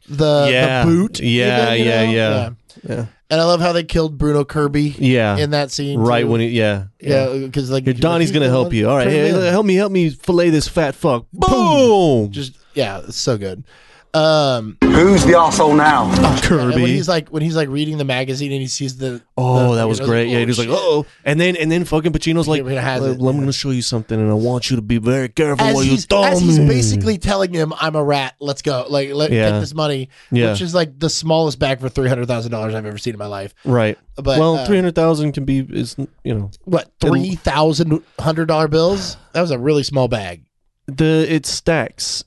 B: the,
A: Yeah.
B: the boot.
A: Yeah,
B: even, you
A: yeah,
B: know?
A: yeah. Yeah.
B: And I love how they killed Bruno Kirby
A: yeah.
B: in that scene.
A: right
B: too.
A: when he, yeah,
B: yeah, because like
A: Here, Donnie's gonna help you. All right,
B: Turn
A: hey,
B: him in.
A: help me, help me fillet this fat fuck. Boom.
B: Just yeah, it's so good. Um,
D: Who's the asshole now?
B: and when
A: Kirby.
B: he's like when he's like reading the magazine and he sees the
A: Oh,
B: the-
A: that was
B: you know,
A: great. Yeah, he was like,
B: shit.
A: oh, and then and then fucking Pacino's like,
B: Yeah, it has
A: "Well,
B: it,
A: I'm gonna show you something, and I want you to be very careful
B: As
A: what you
B: he's, as
A: do.
B: he's basically telling him, "I'm a rat. Let's go. Like, let
A: Yeah.
B: take this money,"
A: Yeah.
B: which is like the smallest bag for three hundred thousand dollars I've ever seen in my life.
A: right.
B: But
A: well,
B: uh,
A: three hundred thousand can be is you know
B: what three thousand hundred dollar bills? That was a really small bag.
A: the it stacks,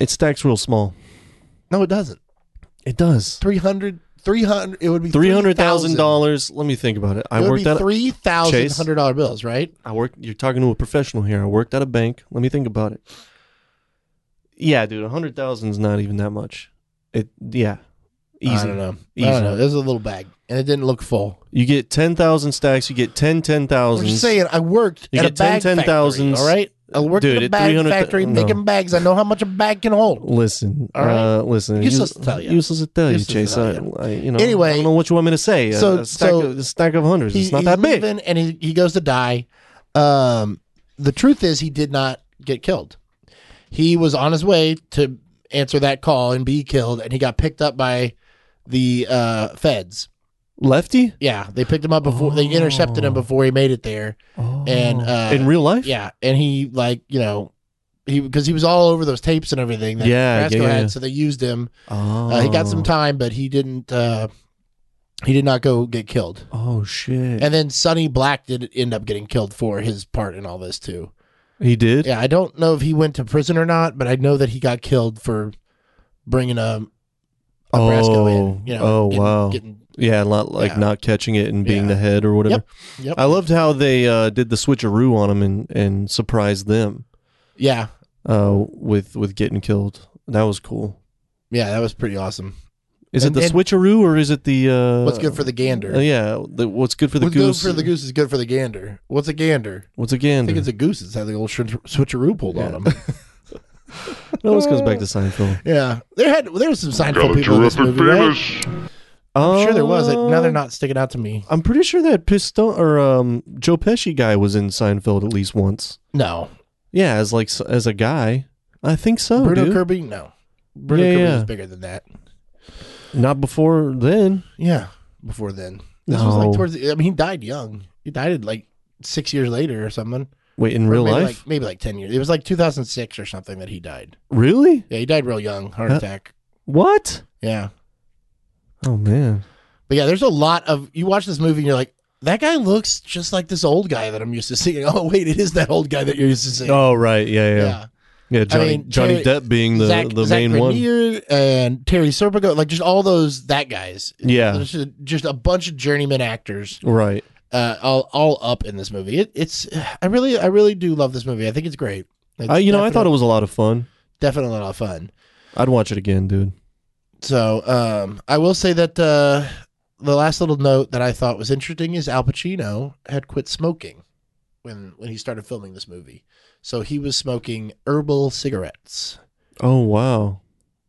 A: it stacks real small.
B: No, it doesn't.
A: It does.
B: 300 300 It would be
A: Three hundred thousand dollars. Let me think about it. I
B: It would
A: worked
B: be
A: at
B: three thousand
A: Chase?
B: hundred dollar bills, right?
A: I work. You're talking to a professional here. I worked at a bank. Let me think about it. Yeah, dude, a hundred thousand is not even that much. It yeah, easy.
B: I don't know.
A: Easy.
B: I don't know. It was a little bag, and it didn't look full.
A: You get ten thousand stacks. You get ten ten
B: I'm just
A: thousands.
B: saying, I worked
A: You
B: at a
A: get 10
B: bag 10,
A: 10,000s.
B: All right, I worked
A: Dude,
B: at a
A: at
B: bag
A: 300
B: factory
A: no.
B: making bags. I know how much a bag can hold.
A: Listen,
B: All right.
A: uh, listen.
B: Useless
A: use-
B: to tell you.
A: Useless to tell
B: Useless to
A: you, Chase.
B: tell
A: I,
B: you.
A: I, you know.
B: Anyway,
A: I don't know what you want me to say.
B: so-
A: So, a, stack
B: so
A: of, a stack of hundreds.
B: He-
A: it's not
B: he's
A: that big.
B: leaving, and he, he goes to die. Um, the truth is, he did not get killed. He was on his way to answer that call and be killed, and he got picked up by the uh, feds.
A: Lefty.
B: Yeah, they picked him up before they intercepted him
A: Oh.
B: before he made it there.
A: Oh.
B: And, uh,
A: in real life.
B: Yeah, and he like you know he because he was all over those tapes and everything. That
A: Yeah,
B: Carrasco
A: yeah, yeah,
B: had,
A: yeah.
B: so they used him.
A: Oh.
B: Uh, he got some time, but he didn't. Uh, he did not go get killed.
A: Oh shit.
B: And then Sonny Black did end up getting killed for his part in all this too.
A: he did.
B: Yeah, I don't know if he went to prison or not, but I know that he got killed for bringing a, a Brasco in.
A: Oh.
B: You know,
A: Oh,
B: getting-
A: wow.
B: getting-
A: Yeah, not like
B: Yeah.
A: not catching it and being
B: Yeah.
A: the head or whatever.
B: yep.
A: I loved how they uh, did the switcheroo on him and, and surprised them
B: yeah,
A: uh, with with getting killed. That was cool.
B: yeah, that was pretty awesome.
A: Is
B: And-
A: it the
B: and-
A: switcheroo or is it the uh,
B: What's good for the gander?
A: Uh, yeah, the, what's good for the
B: What's
A: goose?
B: good for the goose is good for the gander. What's a gander?
A: What's a
B: I
A: gander?
B: think it's a goose. It's had the old sh- switcheroo pulled
A: Yeah.
B: on him.
A: it always goes back to Seinfeld.
B: Yeah, there had there was some Seinfeld people in this movie, right? I'm sure there was. Like, now
A: Uh.
B: they're not sticking out to me.
A: I'm pretty sure that Piston or um, Joe Pesci guy was in Seinfeld at least once.
B: No,
A: Yeah, as like s- as a guy, I think so.
B: Bruno
A: Oh, dude.
B: Kirby. No, Bruno
A: Yeah,
B: Kirby
A: yeah.
B: was bigger than that.
A: Not before then.
B: Yeah, before then, this was like
A: No.
B: towards. The, I mean, he died young. He died at, like six years later or something.
A: Wait, in
B: Or
A: real
B: maybe
A: life,
B: like, maybe like ten years. It was like 2006 or something that he died.
A: really?
B: Yeah, he died real young, heart
A: Huh?
B: attack.
A: What?
B: Yeah,
A: Oh man.
B: but yeah, there's a lot of you watch this movie and you're like. That guy looks just like this old guy that I'm used to seeing. Oh wait, it is that old guy that you're used to seeing.
A: Oh right, yeah, yeah, yeah. Johnny
B: mean,
A: Johnny
B: Terry-
A: Depp being the
B: Zach,
A: the
B: Zach
A: main one.
B: Grenier and Terry Serpico, like just all those that guys.
A: Yeah,
B: There's just, just a bunch of journeyman actors,
A: right.
B: uh, all all up in this movie. It, it's I really I really do love this movie. I think it's great. It's
A: I, Uh, you know, I thought it
B: definite-
A: was a lot of fun.
B: definitely a lot of fun.
A: I'd watch it again, dude.
B: So um, I will say that uh, the last little note that I thought was interesting is Al Pacino had quit smoking when when he started filming this movie. So he was smoking herbal cigarettes,
A: Oh wow,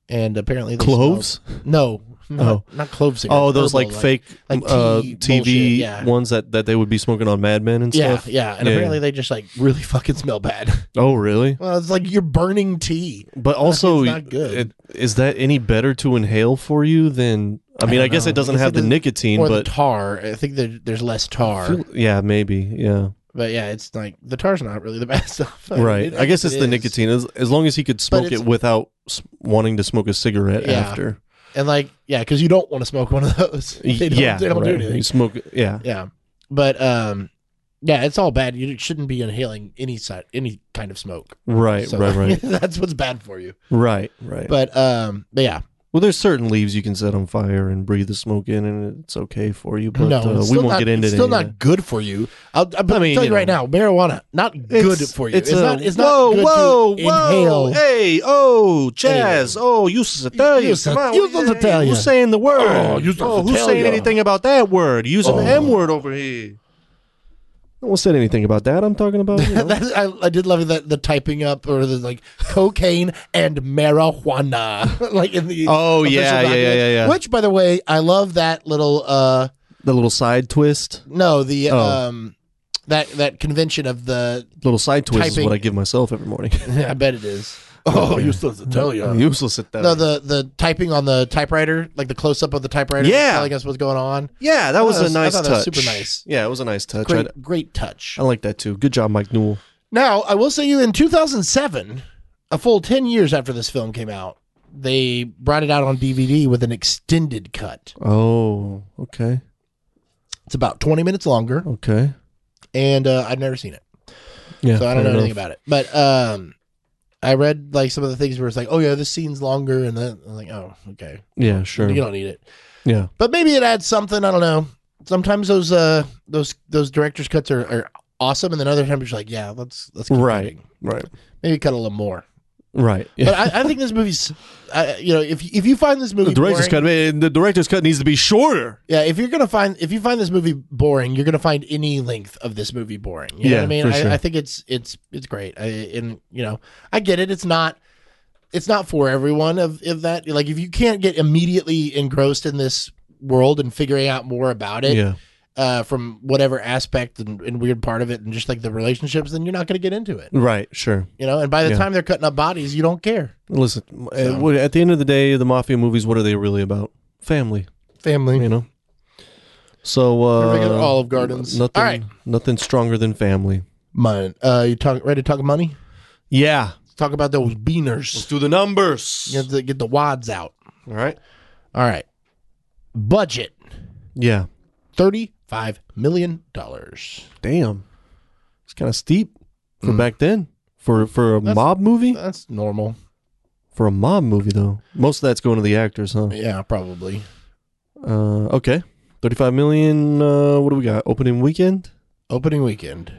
B: and apparently they
A: cloves.
B: smell- No. No, not clove cigarettes.
A: Oh, those
B: herbal,
A: like fake
B: like
A: uh,
B: tea bullshit,
A: TV
B: yeah.
A: ones that, that they would be smoking on Mad Men and
B: Yeah,
A: stuff.
B: yeah. And
A: Yeah,
B: apparently they just like really fucking smell bad.
A: Oh, really?
B: well, it's like you're burning tea.
A: But also,
B: not good.
A: it- is that any better to inhale for you than? I mean, I,
B: don't
A: guess
B: know.
A: it doesn't
B: I guess
A: have
B: it
A: the
B: doesn't-
A: nicotine,
B: Or
A: but
B: the tar. I think there, there's less tar.
A: yeah, maybe, yeah,
B: but yeah, it's like the tar's not really the best stuff. I mean,
A: right.
B: it-
A: I guess it's
B: it
A: the
B: is.
A: nicotine. As, as long as he could smoke
B: it's-
A: it without s- wanting to smoke a cigarette
B: Yeah.
A: after.
B: And like, yeah, because you don't want to smoke one of those. They don't,
A: yeah,
B: they don't
A: right.
B: do anything.
A: You smoke, yeah,
B: Yeah. But um Yeah, it's all bad. You shouldn't be inhaling any side, any kind of smoke.
A: Right,
B: So,
A: right, right,
B: that's what's bad for you.
A: right, right.
B: But um, but yeah,
A: well, there's certain leaves you can set on fire and breathe the smoke in, and it's okay for you. But
B: no,
A: uh,
B: it's
A: we
B: still
A: won't
B: not,
A: get into
B: it's still
A: any of
B: not good for you. I'll, I'll,
A: I mean,
B: tell you,
A: you
B: right
A: know.
B: now, marijuana not
A: that.
B: good for you. It's,
A: a-
B: not. It's not
A: whoa,
B: good
A: whoa,
B: to
A: whoa!
B: inhale.
A: Hey, oh, Chaz! Oh, you to tell you,
B: Useless to-
A: come on,
B: useless to tell ya.
A: who's saying the word?
B: Oh, useless to
A: who's
B: tell
A: saying
B: ya.
A: anything about that word? Using
B: Oh.
A: the M word over here. No one said anything about that. I'm talking about. You know.
B: That's, I, I did love that the typing up or the like cocaine and marijuana like in the
A: Oh,
B: official
A: yeah, yeah, yeah,
B: document.
A: yeah, yeah.
B: which by the way I love that little uh
A: the little side twist,
B: no the
A: Oh.
B: um that that convention of the
A: little side twist is
B: Typing.
A: what I give myself every morning.
B: I bet it is oh you're supposed to tell you
A: Useless at that.
B: no the the typing on the typewriter like the close up of the typewriter
A: Yeah.
B: telling us what's going on
A: yeah, that was
B: that
A: a
B: was- I
A: nice
B: thought
A: touch.
B: that was super nice.
A: Yeah, it was a nice touch.
B: great
A: I,
B: great touch
A: I like that too. Good job, Mike Newell.
B: Now, I will say you in 2007, a full 10 years after this film came out, they brought it out on DVD with an extended cut.
A: Oh, okay,
B: It's about 20 minutes longer,
A: okay.
B: and uh, I've never seen it.
A: Yeah,
B: so I don't know
A: fair enough.
B: anything about it. But um, I read like some of the things where it's like, oh, yeah, this scene's longer. And then I'm like, oh, okay.
A: Yeah, sure.
B: You don't need it.
A: Yeah,
B: But maybe it adds something. I don't know. Sometimes those uh those those director's cuts are, are awesome, and then other times you're like, yeah, let's let's keep
A: Right.
B: moving.
A: right,
B: Maybe cut a little more.
A: right.
B: But I, I think this movie's, I, you know, if if you find this movie
A: the director's cut.
B: boring,
A: man, The director's cut needs to be shorter.
B: yeah, if you're gonna find if you find this movie boring, you're gonna find any length of this movie boring. You know
A: Yeah,
B: what I mean,
A: for
B: I,
A: sure.
B: I think it's it's it's great, I, and you know, I get it. It's not it's not for everyone of of that. Like if you can't get immediately engrossed in this world and figuring out more about it
A: yeah,
B: uh, from whatever aspect and, and weird part of it, and just like the relationships, then you're not gonna get into it.
A: right, sure.
B: You know, and by the
A: Yeah.
B: time they're cutting up bodies, you don't care.
A: Listen,
B: So-
A: uh, what- at the end of the day, the mafia movies. What are they really about? Family,
B: Family.
A: you know. So uh,
B: regular Olive Gardens.
A: Nothing,
B: All right.
A: nothing stronger than family.
B: Mine. Uh, you talk ready to talk money?
A: Yeah,
B: Talk about those beaners.
A: let's do the numbers.
B: You have to get the wads out.
A: All right.
B: All right. Budget
A: Yeah.
B: thirty-five million dollars.
A: Damn. It's kind of steep for back then. For for a mob movie?
B: Hmm. That's normal.
A: For a mob movie though. Most of that's going to the actors, huh?
B: Yeah, probably.
A: Uh okay. 35 million uh what do we got? Opening weekend?
B: Opening weekend,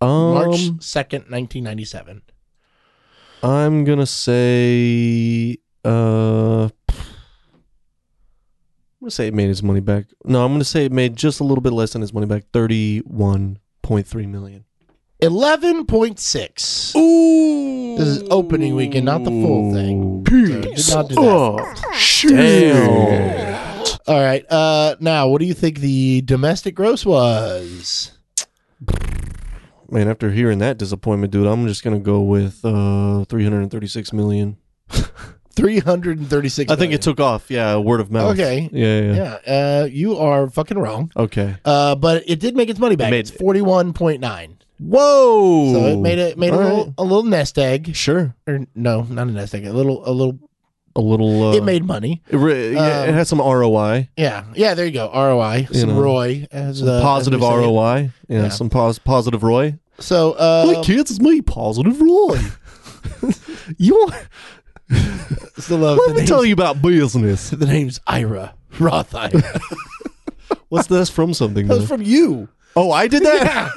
A: Um
B: March second, nineteen ninety-seven.
A: I'm going to say uh I'm gonna say it made his money back. No, I'm gonna say it made just a little bit less than his money back, thirty-one point three million.
B: Eleven point six.
A: Ooh,
B: This is opening weekend, not the full thing. So did not do that.
A: Damn.
B: All right. Uh, now, what do you think the domestic gross was?
A: Man, after hearing that disappointment, dude, I'm just gonna go with uh, 336 million.
B: Three hundred and thirty-six.
A: I think it took off. Yeah, word of mouth.
B: Okay.
A: Yeah, yeah. yeah.
B: Yeah. Uh, you are fucking wrong.
A: Okay.
B: Uh, but it did make its money back.
A: made-
B: it's forty one point nine.
A: Whoa.
B: So it made it made a
A: All
B: little,
A: right.
B: a little nest egg.
A: Sure.
B: Or no, not a nest egg. A little a little.
A: A little. Uh,
B: it made money.
A: It, re- yeah, it
B: um,
A: had some ROI,
B: Yeah, yeah. There you go. ROI.
A: You
B: Some
A: know,
B: Roy. As,
A: some
B: uh, as
A: positive
B: we say.
A: ROI. Yeah,
B: Yeah.
A: some pos- positive Roy.
B: So uh,
A: hey kids, it's me, positive Roy. you want,
B: still love
A: let
B: the
A: me
B: name's,
A: tell you about business.
B: The name's Ira Roth. Ira. that
A: What's this from something?
B: was
A: though?
B: from you.
A: oh, I did that.
B: Yeah.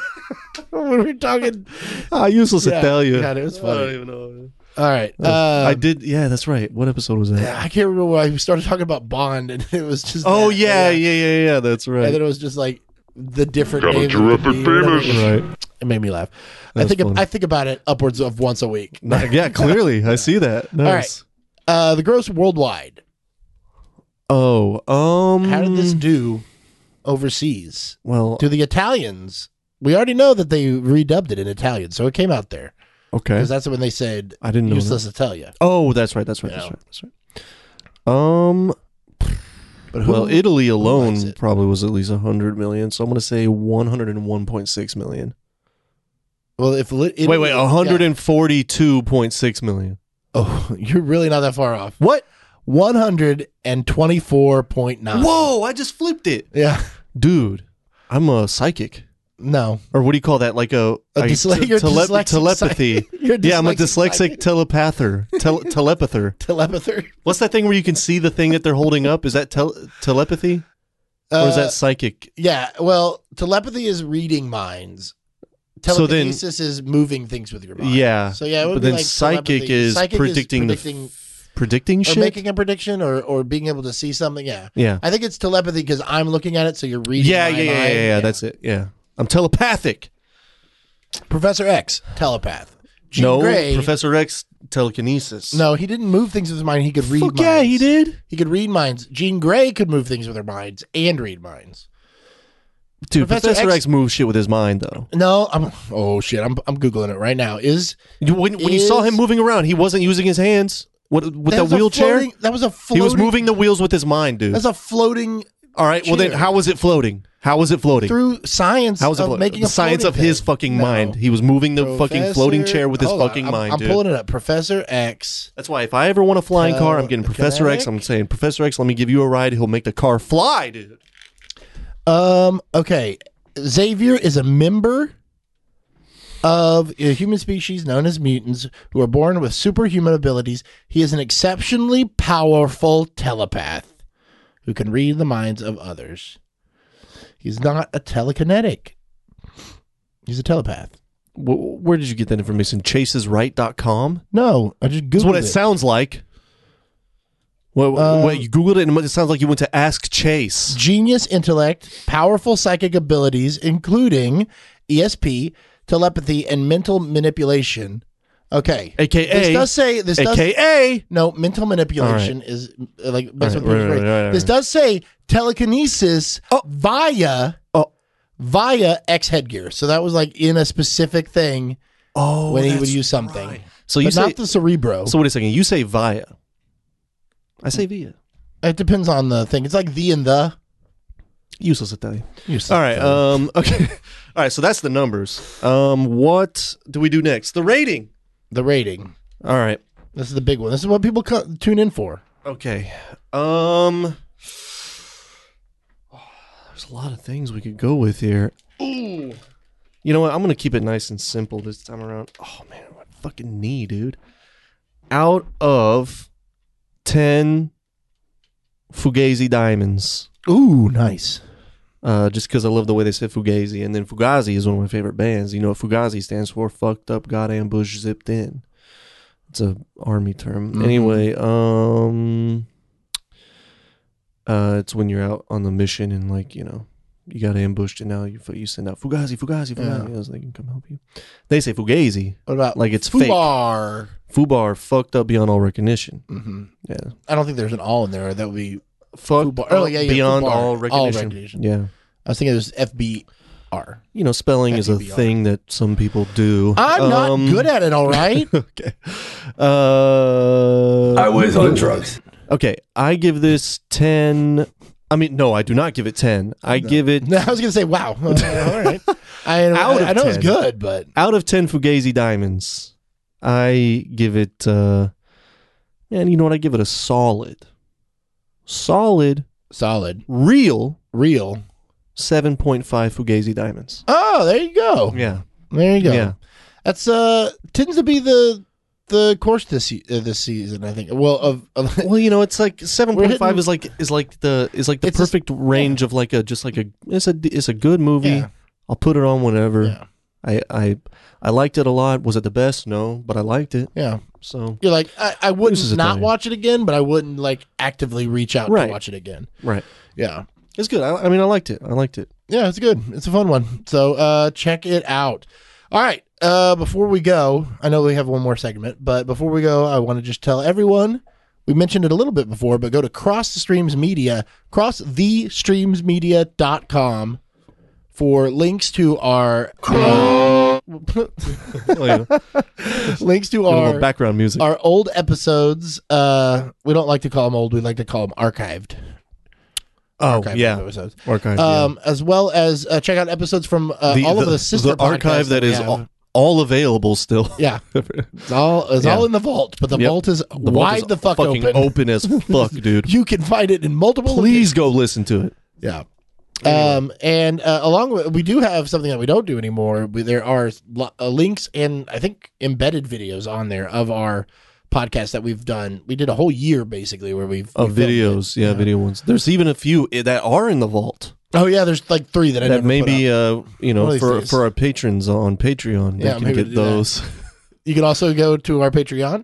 B: when we were talking.
A: I useless to
B: Yeah.
A: tell you.
B: God, it was
A: I don't
B: funny.
A: even know.
B: All right.
A: I
B: Uh,
A: did. Yeah, that's right. What episode was that?
B: I can't remember why we started talking about Bond, and it was just.
A: Oh
B: that.
A: yeah, yeah, yeah, yeah, That's
B: And then
A: right.
B: it was just like the different.
C: Got a
B: names it could
C: terrific
B: be, whatever.
C: penis.
A: Right.
B: It made me laugh. I
A: That's
B: think
A: funny.
B: I think about it upwards of once a week.
A: Not- yeah, clearly I see that. Nice.
B: Uh, the gross worldwide.
A: Oh, um,
B: How did this do overseas?
A: Well,
B: To the Italians, we already know that they redubbed it in Italian, so it came out there
A: okay. Mm-hmm.
B: because that's when they said
A: I didn't know.
B: useless
A: That.
B: to tell you.
A: Oh, that's right. That's right.
B: Yeah.
A: That's right. That's right. Um.
B: But who,
A: Well, Italy alone
B: likes it?
A: probably was at least hundred million. So I'm gonna say one hundred and one point six million.
B: well, if li- Italy,
A: Wait, wait,
B: yeah.
A: one hundred and forty-two point six million.
B: oh, you're really not that far off.
A: What?
B: One hundred and twenty-four point nine.
A: Whoa! I just flipped it,
B: Yeah.
A: dude. I'm a psychic.
B: No.
A: or what do you call that? Like a,
B: A
A: I-
B: dysle- you're
A: telep-
B: dyslexic
A: telepathy.
B: sci- you're
A: yeah, I'm a
B: dyslexic
A: dyslexic telepather. Tele- telepather.
B: Telepather.
A: What's that thing where you can see the thing that they're holding up? Is that tel- telepathy or is
B: Uh,
A: that psychic?
B: Yeah, well, telepathy is reading minds.
A: So then-
B: Telekinesis is moving things with your mind.
A: Yeah,
B: So yeah, it would
A: but
B: be
A: then
B: like
A: psychic
B: telepathy.
A: is
B: Psychic
A: predicting the f-
B: predicting
A: Predicting
B: or
A: shit.
B: making a prediction or or being able to see something. Yeah,
A: yeah.
B: I think it's telepathy because I'm looking at it, so you're reading.
A: Yeah,
B: my
A: yeah, yeah, yeah,
B: mind.
A: yeah, That's it. Yeah, I'm telepathic.
B: Professor X, telepath. Jean
A: no,
B: Grey-
A: Professor X telekinesis.
B: No, he didn't move things with his mind. He could read.
A: Fuck
B: minds.
A: yeah, he did,
B: He could read minds. Jean Grey could move things with her minds and read minds.
A: dude.
B: Professor
A: Professor,
B: X-
A: X, moves shit with his mind though.
B: No, I'm. Oh shit, I'm I'm googling it right now. Is
A: You- When, when you saw
B: Is-
A: him moving around, he wasn't using his hands. What with
B: was
A: that
B: a
A: wheelchair?
B: floating- that was a
A: He
B: floating.
A: was moving the wheels with his mind, dude.
B: That's a floating
A: All right. Well, then,
B: chair.
A: how was it floating? How was it floating?
B: through science
A: how was it
B: of
A: floating?
B: making
A: the
B: a
A: science of
B: floating
A: his
B: thing.
A: fucking
B: No.
A: mind. He was moving the fucking floating
B: Professor-
A: chair with his
B: hold on,
A: fucking
B: I'm-
A: mind,
B: I'm
A: dude.
B: pulling it up. Professor X.
A: That's why if I ever want a flying car, I'm getting Professor X. I'm
B: Telekinetic?
A: saying Professor X, let me give you a ride. He'll make the car fly, dude.
B: Um. Okay. Xavier is a member of a human species known as mutants who are born with superhuman abilities. He is an exceptionally powerful telepath who can read the minds of others. He's not a telekinetic. He's a telepath.
A: W- where did you get that information? Chasesright.com.
B: No, I just googled
A: That's what it,
B: it.
A: sounds like. What, what-
B: Um,
A: what, you googled it and it sounds like you went to Ask Chase.
B: genius intellect, powerful psychic abilities, including ESP, telepathy, and mental manipulation. Okay. This
A: AKA
B: does say this does
A: AKA
B: no mental manipulation is uh, like that's
A: All right,
B: what things
A: right, right,
B: right.
A: right, right,
B: This
A: right.
B: does say telekinesis via
A: Oh.
B: via X headgear. So that was like in a specific thing
A: Oh
B: when he
A: that's
B: would use something.
A: right. So you
B: But
A: say
B: not the cerebro.
A: So wait a second, you say via. I say via.
B: it depends on the thing. It's like the and the.
A: Useless Italian.
B: You're
A: All right. Um. Okay. All right. So that's the numbers. Um. What do we do next? The rating.
B: the rating.
A: All right.
B: This is the big one. This is what people co- tune in for.
A: Okay. Um. There's a lot of things we could go with here. Ooh. You know what? I'm gonna keep it nice and simple this time around. Oh man, my fucking knee, dude. Out of ten Fugazi diamonds.
B: Ooh, nice.
A: uh, just because I love the way they said Fugazi. And then Fugazi is one of my favorite bands. You know what Fugazi stands for? Fucked up, got ambushed, zipped in. It's a army term.
B: Mhm.
A: Anyway, um, uh, it's when you're out on the mission and like you know you got ambushed and now you you send out Fugazi, Fugazi,
B: Yeah.
A: Fugazi. So they can come help you. They say Fugazi,
B: What about
A: like it's fake.
B: Fubar?
A: Fubar, fucked up beyond all recognition.
B: Mm-hmm.
A: Yeah,
B: I don't think there's an all in there. That would be.
A: fucked
B: Fubar.
A: up
B: Oh, yeah, yeah,
A: beyond
B: Fubar.
A: all
B: All
A: recognition.
B: recognition.
A: Yeah,
B: I was thinking it was FBR.
A: you know spelling is a
B: FDBR.
A: thing that some people do.
B: I'm
A: Um,
B: not good at it. All right.
A: okay. Uh,
C: I was on drugs.
A: okay. I give this ten. I mean, no, I do not give it ten. I give it
B: I was gonna say wow. Uh, all right. I,
A: Out
B: I, I
A: of
B: know it's
A: 10.
B: good, but
A: out of ten Fugazi diamonds. I give it. uh Man, you know what? I give it a solid, solid,
B: solid,
A: real
B: real.
A: seven point five Fugazi diamonds.
B: Oh, there you go.
A: Yeah,
B: There you go.
A: yeah.
B: That's uh tends to be the the course this se- uh, this season. I think. Well, of, of
A: Well, you know, it's like seven point five
B: hitting-
A: is like is like the is like the
B: It's a s-
A: perfect range of like a just like a it's a it's a good movie.
B: Yeah.
A: I'll put it on whenever.
B: yeah,
A: I I I liked it a lot. Was it the best? No, but I liked it.
B: yeah.
A: So
B: You're like I, I
A: This
B: wouldn't
A: is a
B: not
A: thing.
B: watch it again, but I wouldn't like actively reach out
A: Right.
B: to watch it again.
A: right,
B: Yeah.
A: it's good. I, I mean, I liked it. I liked it.
B: yeah, it's good. It's a fun one. So uh, check it out. All right. Uh, before we go, I know we have one more segment, but before we go, I want to just tell everyone we mentioned it a little bit before, but go to Cross the Streams Media, crossthe-streams-media.com for links to our
A: Oh, yeah. Give
B: links to
A: it a little
B: our
A: background music.
B: our old episodes. Uh, we don't like to call them old; we like to call them archived.
A: oh
B: Archived
A: yeah,
B: episodes.
A: archive.
B: um, as well as uh, check out episodes from uh,
A: yeah.
B: all of the sister
A: the archive
B: podcasts
A: that
B: we
A: is
B: have.
A: all, all available still.
B: yeah, it's all it's
A: Yeah.
B: all in the vault, but the
A: Yep.
B: vault is
A: The vault
B: wide
A: is
B: the fuck
A: fucking
B: open.
A: open as fuck, dude.
B: You can find it in multiple.
A: Please go listen to it.
B: loca- yeah. Um, and uh, along with, we do have something that we don't do anymore. We, there are lo- uh, links and I think embedded videos on there of our podcast that we've done. We did a whole year basically where we've
A: Of
B: we filmed it.
A: videos, yeah,
B: Yeah.
A: video ones. There's even a few i- that are in the vault
B: Oh yeah, there's like three that I
A: that
B: never put up.
A: maybe uh you
B: One of
A: know
B: these
A: for
B: days.
A: for our patrons on Patreon they
B: Yeah,
A: can
B: maybe
A: get
B: do that.
A: those.
B: You can also go to our Patreon.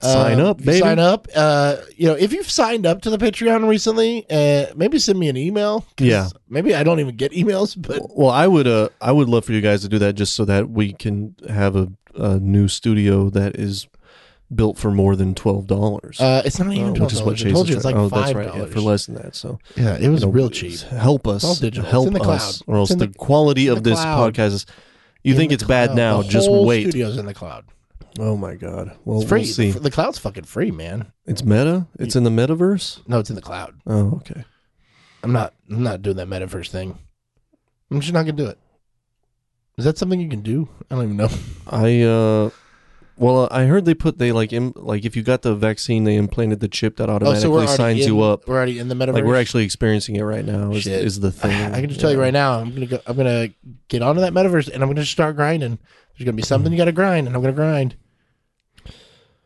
A: Sign up,
B: you can
A: baby.
B: Sign up. Uh, you know, if you've signed up to the Patreon recently, uh, maybe send me an email. 'cause
A: Yeah.
B: Maybe I don't even get emails, but
A: Well, I would uh I would love for you guys to do that just so that we can have a, a new studio that is built for more than twelve dollars.
B: uh, it's not even twelve
A: Oh, which is what
B: dollars. I
A: Chase
B: told
A: is
B: you it's
A: trying-
B: like
A: oh,
B: five
A: that's right,
B: dollars.
A: yeah, for less than that. So
B: Yeah, it was
A: you know,
B: real cheap.
A: Help us.
B: It's all digital. It's
A: Help
B: in the
A: us,
B: cloud.
A: or else
B: It's in
A: the,
B: the-
A: quality
B: in
A: of
B: the
A: this
B: cloud.
A: podcast is. You
B: In
A: think
B: the
A: it's bad
B: cloud.
A: now?
B: The
A: Just
B: whole
A: wait.
B: Studio's in the cloud.
A: Oh my god. Well,
B: It's free.
A: we'll see.
B: The, the cloud's fucking free, man.
A: It's meta. It's in the metaverse.
B: No, it's in the cloud.
A: Oh, okay.
B: I'm not. I'm not doing that metaverse thing. I'm just not gonna do it. Is that something you can do? I don't even know.
A: I uh, well, I heard they put they like Im- like if you got the vaccine, they implanted the chip that
B: Oh, so we're
A: automatically
B: already
A: signs
B: in,
A: you up.
B: We're already in the metaverse.
A: Like we're actually experiencing it right now. Is,
B: Shit.
A: is the thing?
B: I can just tell you right now, I'm gonna go. I'm gonna get onto that metaverse, and I'm gonna start grinding. There's gonna be something you gotta grind, and I'm gonna grind.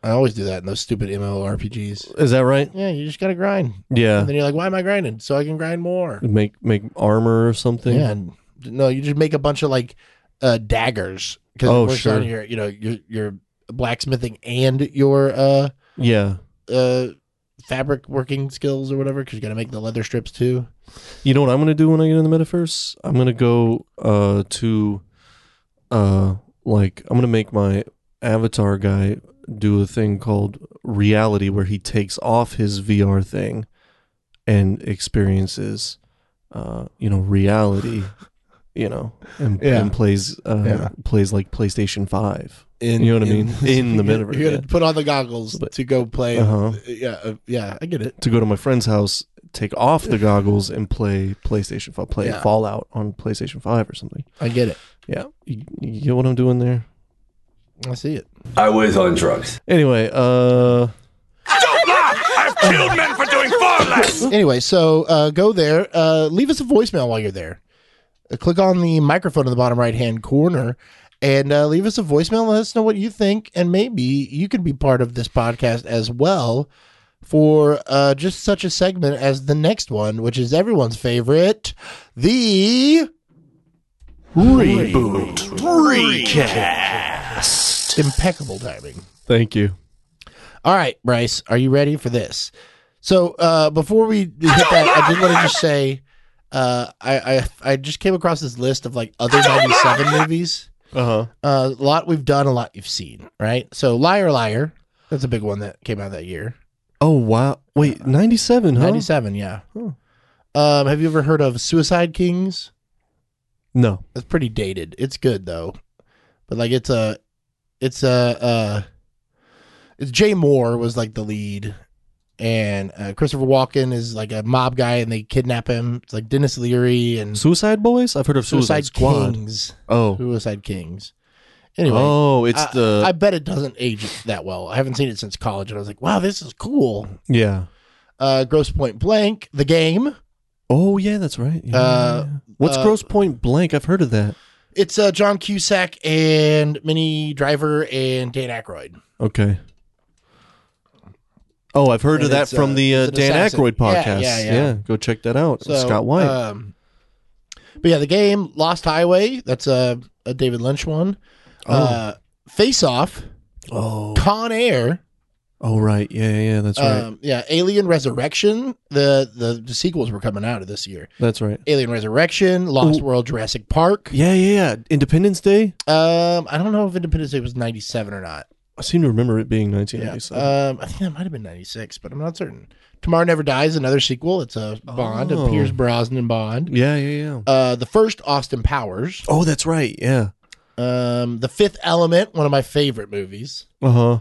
B: I always do that in those stupid MMORPGs.
A: Is that right?
B: Yeah, you just gotta grind,
A: Yeah.
B: and then you're like, "Why am I grinding? So I can grind more."
A: Make make armor or something.
B: Yeah, and, no, you just make a bunch of like uh, daggers because
A: Oh,
B: it works
A: sure.
B: on your, you know, your your blacksmithing and your uh
A: Yeah.
B: uh fabric working skills or whatever. Because you gotta make the leather strips too.
A: You know what I'm gonna do when I get in the metaverse? I'm gonna go uh to uh like I'm gonna make my avatar guy do a thing called reality where he takes off his VR thing and experiences uh you know reality you know and,
B: Yeah.
A: and plays uh
B: Yeah.
A: plays like PlayStation 5
B: In,
A: You know what I mean? In the metaverse,
B: you gotta
A: yeah.
B: put on the goggles
A: But-
B: to go play.
A: Uh-huh.
B: Yeah, uh, yeah, I get it.
A: to go to my friend's house take off the goggles and play PlayStation 5 play
B: Yeah.
A: Fallout on PlayStation 5 or something
B: I get it.
A: yeah you, you get what I'm doing there
B: I see it.
D: I was on drugs.
A: Anyway, uh,
C: Don't laugh! I've killed men for doing far less!
B: Anyway, so uh, go there. Uh, leave us a voicemail while you're there. Uh, click on the microphone in the bottom right hand corner and uh, leave us a voicemail. Let us know what you think, and maybe you could be part of this podcast as well for uh, just such a segment as the next one, which is everyone's favorite, the impeccable timing.
A: thank you.
B: All right, Bryce, are you ready for this? So uh, before we hit that, I did want to just say uh, I, I I just came across this list of like other '97 movies.
A: Uh huh.
B: Uh, a lot we've done, a lot you've seen, right? So Liar Liar, that's a big one that came out that year,
A: Oh wow! Wait, ninety-seven, huh?
B: '97. Yeah.
A: Huh.
B: Um, have you ever heard of Suicide Kings?
A: No.
B: That's pretty dated. It's good though, but like it's a, it's a, uh, it's Jay Moore was like the lead, and uh, Christopher Walken is like a mob guy, and they kidnap him. It's like Dennis Leary and
A: Suicide Boys. I've heard of Suicide,
B: Suicide
A: Squad.
B: Kings.
A: Oh.
B: Suicide Kings. Anyway,
A: oh, it's
B: I-
A: the
B: I bet it doesn't age that well. I haven't seen it since college, and I was like, wow, this is cool.
A: yeah.
B: Uh, Gross Point Blank, The Game.
A: Oh yeah, that's right. Yeah,
B: Uh,
A: yeah, yeah. What's
B: uh,
A: Gross Point Blank? I've heard of that.
B: It's uh, John Cusack and Minnie Driver and Dan Aykroyd.
A: Okay. Oh, I've heard of
B: And
A: that
B: it's,
A: from
B: uh,
A: the uh,
B: it's an
A: Dan
B: assassin.
A: Aykroyd
B: Yeah,
A: podcast.
B: yeah, yeah.
A: go check that out.
B: So,
A: Scott White.
B: Um, but yeah, the game Lost Highway. That's a, a David Lynch one.
A: Oh.
B: Uh, Face Off,
A: oh.
B: Con Air.
A: Oh right. Yeah, yeah, yeah. That's right.
B: Um, yeah, Alien Resurrection. The, the the sequels were coming out of this year.
A: that's right.
B: Alien Resurrection, Lost
A: Ooh.
B: World, Jurassic Park.
A: Yeah, yeah, yeah. Independence Day.
B: Um, I don't know if Independence Day was ninety seven or not.
A: I seem to remember it being nineteen
B: Yeah. uh,
A: ninety-seven.
B: Um, I think that might have been 96, but I'm not certain. Tomorrow Never Dies, another sequel. It's a Bond,
A: Oh.
B: a Pierce Brosnan Bond.
A: yeah, yeah, yeah.
B: Uh, the first Austin Powers.
A: Oh, that's right. Yeah.
B: Um, the Fifth Element, one of my favorite movies.
A: Uh huh.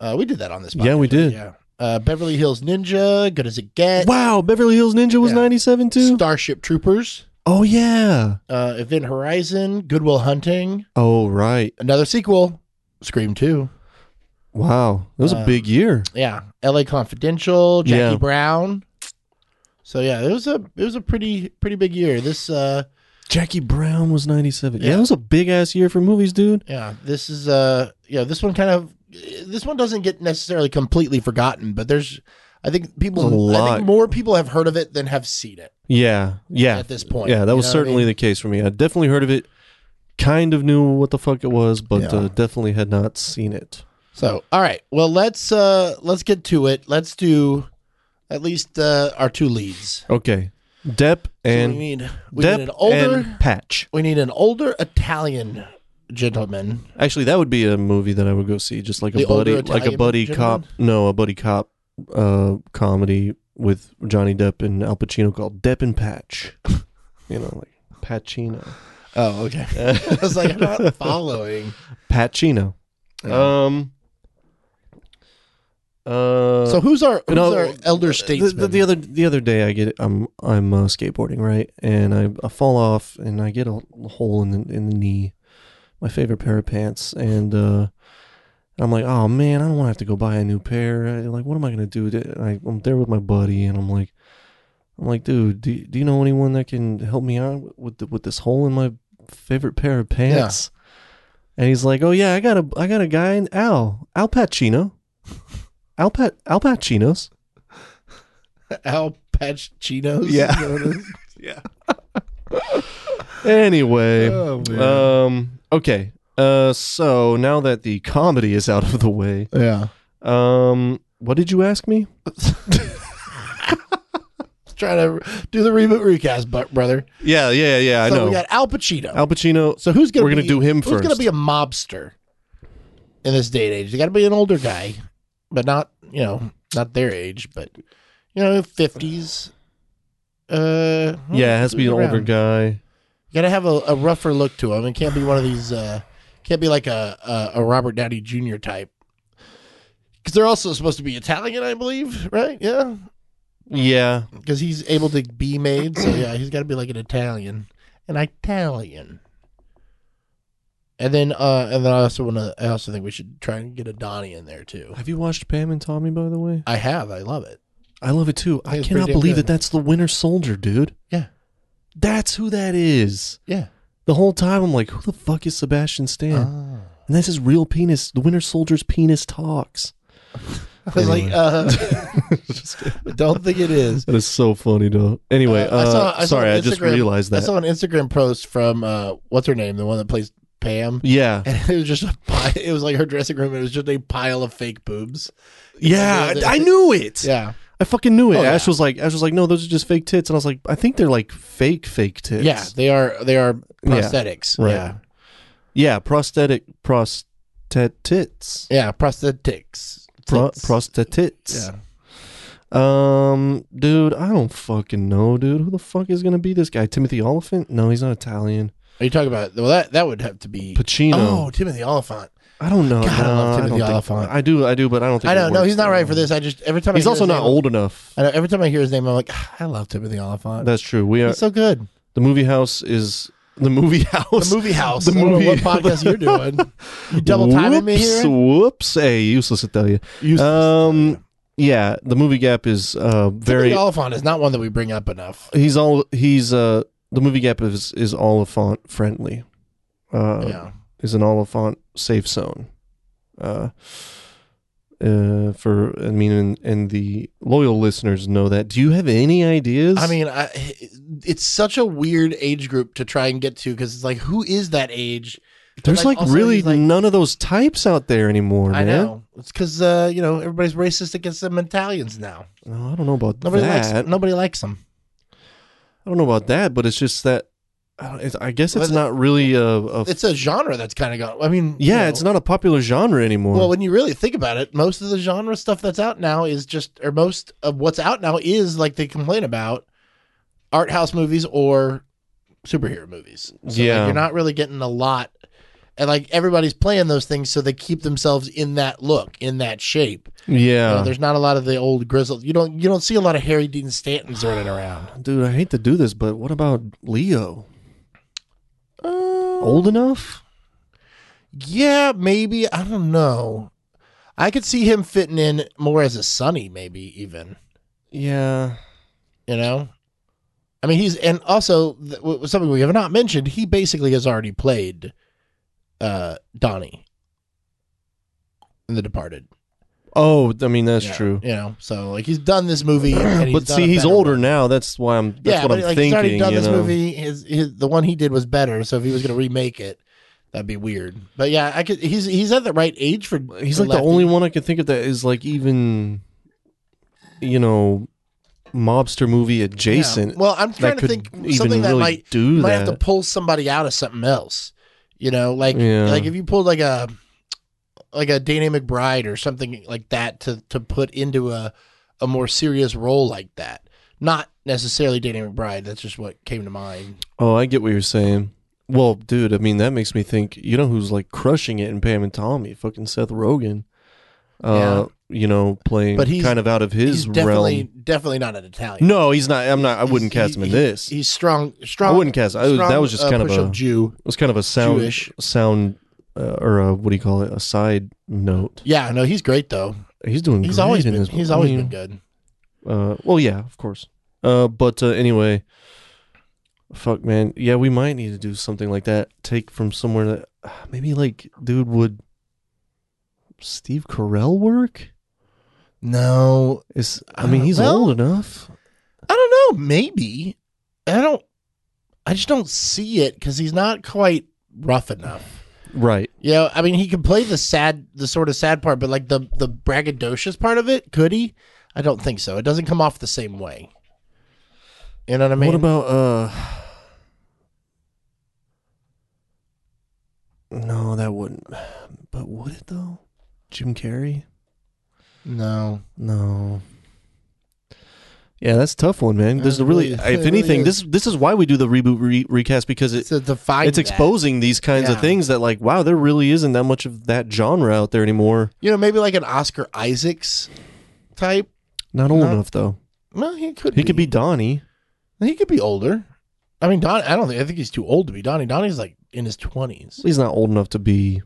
B: Uh, we did that on this podcast.
A: Yeah, we did.
B: Yeah. Uh, Beverly Hills Ninja, Good as It Gets.
A: Wow, Beverly Hills Ninja was
B: Yeah.
A: 97 too?
B: Starship Troopers,
A: oh, yeah.
B: uh, Event Horizon, Goodwill Hunting,
A: Oh, right.
B: another sequel, Scream 2.
A: Wow. That was a
B: Um,
A: big year.
B: Yeah. LA Confidential, Jackie
A: Yeah.
B: Brown, So yeah, it was a it was a pretty pretty big year. This uh
A: Jackie Brown was 97. Yeah,
B: Yeah.
A: that was a big ass year for movies, dude.
B: yeah, this is uh yeah, this one kind of this one doesn't get necessarily completely forgotten, but there's I think people
A: There's a
B: I
A: lot.
B: think more people have heard of it than have seen it
A: Yeah, yeah,
B: at this point.
A: yeah. That
B: You
A: was
B: know what I
A: certainly
B: mean?
A: the case for me. I definitely heard of it, kind of knew what the fuck it was, but
B: Yeah.
A: uh, definitely had not seen it.
B: So, all right. Well, let's uh let's get to it. Let's do at least uh our two leads.
A: Okay, Depp and
B: so we need we
A: Depp
B: need an older
A: and Patch.
B: we need an older Italian gentleman.
A: Actually, that would be a movie that I would go see, just like a
B: The older
A: buddy, like a
B: Italian
A: buddy
B: gentleman?
A: cop. No, a buddy cop uh, comedy with Johnny Depp and Al Pacino called Depp and Patch. you know, like Pacino,
B: Oh, okay. I was like, I'm not following.
A: Pacino. Um. Uh,
B: So who's our who's
A: you know,
B: our elder
A: the,
B: statesman?
A: the, the other the other day I get I'm I'm uh, skateboarding right and I, I fall off and I get a hole in the in the knee, my favorite pair of pants and uh, I'm like oh man I don't want to have to go buy a new pair I, like what am I gonna do And I, I'm there with my buddy and I'm like I'm like dude do, do you know anyone that can help me out with the, with this hole in my favorite pair of pants and he's like oh yeah I got a I got a guy in Al Al Pacino. Al, Pat, Al Pacino's.
B: Al Pacino.
A: Yeah. Anyway,
B: Oh, man.
A: um, okay. Uh, so now that the comedy is out of the way,
B: yeah.
A: um, what did you ask me?
B: Try to do the reboot recast, but brother.
A: Yeah, yeah, yeah.
B: so
A: I know.
B: we got Al Pacino.
A: Al Pacino.
B: so who's gonna
A: we're gonna
B: be-
A: do him
B: Who's gonna
A: first.
B: be a mobster in this day and age? You got to be an older guy, but not you know not their age, but you know fifties. Uh,
A: yeah, it has to be an older
B: around.
A: guy.
B: You gotta have a, a rougher look to him. It can't be one of these. Uh, can't be like a, a a Robert Downey Jr. type. Because they're also supposed to be Italian, I believe, right? Yeah,
A: Yeah,
B: because he's able to be made. So yeah, he's got to be like an Italian, an Italian. And then, uh, and then I also want to. I also think we should try and get a Donnie in there too.
A: have you watched Pam and Tommy? By the way,
B: I have. I love it.
A: I love it too. I
B: Yeah, it's
A: cannot
B: pretty damn
A: believe that
B: good.
A: that's the Winter Soldier, dude.
B: Yeah.
A: that's who that is.
B: Yeah.
A: The whole time I'm like, who the fuck is Sebastian Stan?
B: Ah.
A: and that's his real penis. The Winter Soldier's penis talks.
B: I was like, uh, don't think it is.
A: That is so funny, though. Anyway, uh, sorry,
B: an
A: I just
B: Instagram-
A: realized
B: I
A: that.
B: saw an Instagram post from uh, what's her name, the one that plays Pam,
A: yeah,
B: and it was just a pile, it was like her dressing room. It was just a pile of fake boobs.
A: yeah,
B: Yeah,
A: I knew it.
B: Yeah,
A: I fucking knew it.
B: Oh,
A: Ash
B: yeah.
A: was like, Ash was like, no, those are just fake tits, and I was like, I think they're like fake, fake tits.
B: yeah, they are they are
A: Yeah,
B: prosthetics.
A: right.
B: Yeah,
A: yeah, prosthetic, prostet tits,
B: yeah, prosthetics.
A: Pro-
B: Tits.
A: prostetits.
B: Yeah.
A: Um, dude, I don't fucking know, dude. Who the fuck is gonna be this guy? Timothy Oliphant? No, he's not Italian.
B: Are you talking about? Well, that that would have to be.
A: Pacino?
B: Oh, Timothy Oliphant.
A: I don't know.
B: God, I love
A: Nah,
B: Timothy
A: don't think-
B: Oliphant.
A: I do, I do, but I don't think
B: I
A: it
B: don't know.
A: works.
B: He's not right for this. I just every time
A: He's
B: I hear
A: also
B: his
A: not
B: name,
A: old enough.
B: I know. Every time I hear his name, I'm like, "Ah, I love Timothy Oliphant.
A: That's true. We are
B: He's so good.
A: the movie house is the movie house.
B: The movie house.
A: The
B: I don't know
A: movie.
B: what podcast you're doing? You double timing me
A: Whoops,
B: here?
A: Whoops. Hey, useless to tell you.
B: Useless.
A: Um, yeah, the movie gap is uh very.
B: Timothy Oliphant is not one that we bring up enough.
A: he's all he's uh the movie gap is is Oliphant friendly. Uh,
B: yeah.
A: is an Oliphant safe zone. Uh, uh, for I mean, and, and the loyal listeners know that. Do you have any ideas?
B: I mean, I, it's such a weird age group to try and get to because it's like, who is that age? But,
A: there's like,
B: also
A: really
B: he's, like-
A: none of those types out there anymore,
B: I
A: man.
B: know. It's because, uh, you know, everybody's racist against them Italians now.
A: No, I don't know about
B: Nobody
A: that.
B: likes Nobody likes them.
A: I don't know about that, but it's just that I, don't, it's, I guess it's
B: Well,
A: not really a, a
B: It's a genre that's kind of gone. I mean, you
A: yeah,
B: know,
A: it's not a popular genre anymore.
B: Well, when you really think about it, most of the genre stuff that's out now is just, or most of what's out now is like they complain about art house movies or superhero movies. So like,
A: Yeah.
B: you're not really getting a lot. And like everybody's playing those things, so they keep themselves in that look, in that shape. You know,
A: yeah,
B: there's not a lot of the old grizzled. You don't you don't see a lot of Harry Dean Stanton's running around.
A: dude, I hate to do this, but what about Leo?
B: Uh,
A: Old enough?
B: Yeah, maybe I don't know. I could see him fitting in more as a Sonny, maybe even.
A: Yeah,
B: You know, I mean, he's and also th- w- w- something we have not mentioned. He basically has already played uh, Donnie in The Departed.
A: Oh, I mean that's
B: Yeah,
A: true.
B: You know, so like he's done this movie, and he's
A: but
B: done
A: see,
B: a
A: he's
B: better
A: older
B: one.
A: now. That's why I'm. That's
B: yeah,
A: what
B: but
A: I'm
B: like he's
A: thinking.
B: already done
A: you
B: this
A: know?
B: movie. His, his the one he did was better. So if he was going to remake it, that'd be weird. But yeah, I could. He's he's at the right age for.
A: He's
B: for
A: like the
B: Lefty.
A: only one I can think of that is like even, you know, mobster movie
B: Yeah.
A: adjacent.
B: Well, I'm
A: that
B: trying to
A: could
B: think
A: even
B: something that
A: really
B: might
A: do
B: might
A: that.
B: have to pull somebody out of something else. You know, like
A: Yeah.
B: like if you pulled like a like a Danny McBride or something like that to to put into a a more serious role like that. Not necessarily Danny McBride. That's just what came to mind.
A: oh, I get what you're saying. Well, dude, I mean that makes me think. You know who's like crushing it in Pam and Tommy? Fucking Seth Rogen. Uh, You know, playing
B: But he's-
A: kind of out of his
B: He's definitely
A: realm.
B: definitely not an Italian.
A: No, he's not. I'm not. I wouldn't
B: He's-
A: cast him in
B: he-
A: this.
B: He's strong. Strong.
A: I wouldn't cast. I was,
B: strong,
A: that was just
B: uh,
A: kind of
B: push
A: a.
B: Jew.
A: It was kind of a sound
B: Jewish.
A: sound uh, or a, what do you call it? A side note.
B: Yeah, no, he's great though.
A: He's doing.
B: He's
A: great
B: always
A: in
B: been.
A: this.
B: He's
A: I
B: always
A: mean,
B: been good.
A: Uh, well, yeah, of course. Uh, but uh, anyway, fuck, man. Yeah, we might need to do something like that. Take from somewhere that uh, maybe like, dude, would Steve Carell work?
B: No,
A: Is I mean, he's
B: Well-
A: old enough.
B: I don't know. Maybe I don't. I just don't see it because he's not quite rough enough.
A: Right.
B: You know, I mean, he can play the sad, the sort of sad part, but like the the braggadocious part of it, could he? I don't think so. It doesn't come off the same way. You know what I mean?
A: what about uh? No, that wouldn't. But would it though? Jim Carrey?
B: no?
A: No. Yeah, that's a tough one, man. There's
B: It
A: really,
B: really- it
A: if
B: really
A: anything,
B: is.
A: this this is why we do the reboot re- recast because it,
B: It's a define.
A: it's
B: that.
A: exposing these kinds
B: Yeah.
A: of things that like, wow, there really isn't that much of that genre out there anymore.
B: You know, maybe like an Oscar Isaacs type.
A: Not old
B: No.
A: enough though.
B: Well, he could.
A: He could be Donnie.
B: He could be older. I mean, Don. I don't think. I think he's too old to be Donnie. Donnie's like in his twenties.
A: He's not old enough to be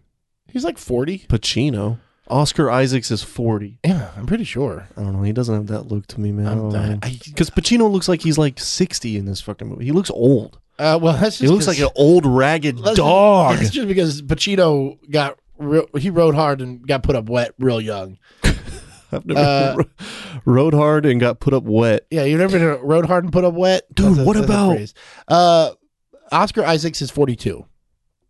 B: He's like forty.
A: Pacino. Oscar Isaacs is forty.
B: Yeah, I'm pretty sure.
A: I don't know. He doesn't have that look to me, man. I
B: I'm-
A: don't
B: I-
A: know.
B: I-
A: Because Pacino looks like he's like 60 in this fucking movie. He looks old.
B: Uh, well, that's just
A: He looks
B: 'cause-
A: like an old ragged
B: that's just-
A: dog.
B: That's just because Pacino got real, he rode hard and got put up wet real young.
A: I've never
B: uh,
A: rode hard and got put up wet.
B: Yeah, you never been rode hard and put up wet,
A: Eh. Dude,
B: That's a-
A: what
B: that's a
A: about-
B: phrase. uh, Oscar Isaacs is 42.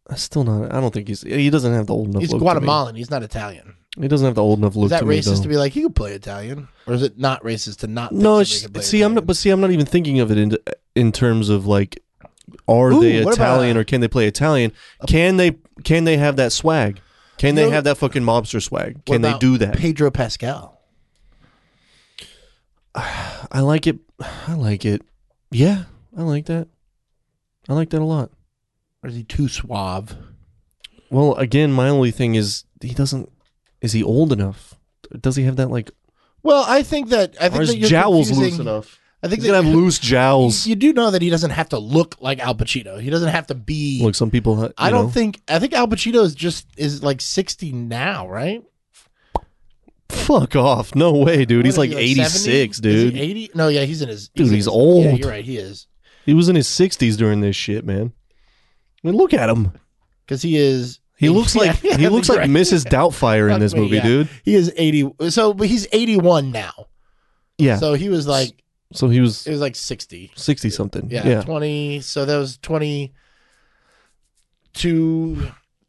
A: That's still not. I don't think he's. He doesn't have the old enough.
B: He's
A: look to me.
B: Guatemalan. He's not Italian.
A: He doesn't have the old enough look.
B: Is that
A: to
B: racist
A: me, though.
B: to be like he could play Italian, or is it not racist to not? think
A: No,
B: somebody
A: it's,
B: could play
A: see, I'm not.
B: Italian?
A: But see, I'm not even thinking of it in in terms of like, are
B: Ooh,
A: they
B: what about
A: Italian
B: a-
A: or can they play Italian? Can they can they have that swag? Can they
B: No.
A: have that fucking mobster swag?
B: What
A: Can they
B: about
A: do that?
B: Pedro Pascal.
A: I like it. I like it. Yeah, I like that. I like that a lot.
B: Or is he too suave?
A: Well, again, my only thing is he doesn't. Is he old enough? Does he have that like?
B: Well, I think that I
A: Are
B: think
A: his
B: that you're
A: jowls
B: confusing-
A: loose enough?
B: I think
A: He's gonna
B: that
A: have
B: you,
A: loose jowls.
B: you do know that he doesn't have to look like Al Pacino. He doesn't have to be.
A: Look, some people. ha-
B: I
A: you
B: don't
A: know.
B: think. I think Al Pacino is just is like sixty now, right?
A: Fuck off! No way, dude. He's
B: What
A: like
B: is he,
A: 86,
B: 70? Is he
A: dude. He,
B: Eighty? No, yeah, he's in his.
A: Dude,
B: in
A: he's
B: his-
A: old.
B: Yeah, you're right. He is
A: was in his 60s during this shit, man. I mean, look at him.
B: because he is.
A: He looks
B: Yeah,
A: like
B: yeah,
A: he looks
B: you're
A: like
B: right.
A: Mrs. Doubtfire
B: Fuck
A: in this
B: me,
A: movie,
B: yeah.
A: dude.
B: He is eighty. So, but he's eighty-one now.
A: Yeah. So,
B: So he was like
A: he was
B: it was like sixty.
A: 60 something.
B: yeah, 20 so that was 22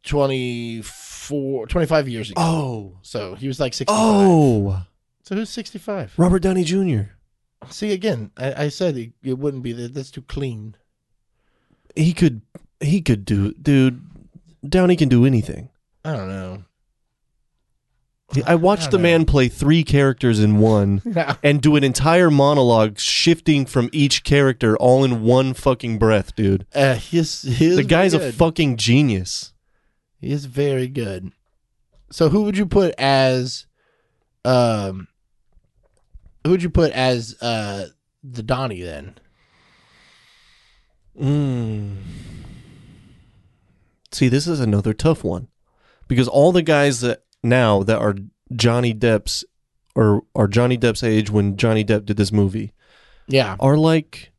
B: 24 25 years ago
A: Oh.
B: so he was like 65
A: Oh.
B: so who's 65
A: Robert Downey Jr.
B: see again i, I said it, it wouldn't be that that's too clean
A: He could he could do dude. Downey can do anything.
B: i don't know
A: I watched
B: I
A: the
B: don't
A: man play three characters in one.
B: yeah
A: and do an entire monologue shifting from each character all in one fucking breath, dude.
B: uh, he's, he's
A: the guy's
B: very
A: a
B: good.
A: fucking genius.
B: he is very good so who would you put as um who would you put as uh the donnie then
A: Mm. See, this is another tough one because all the guys that now that are Johnny Depp's or are Johnny Depp's age when Johnny Depp did this movie
B: Yeah.
A: are like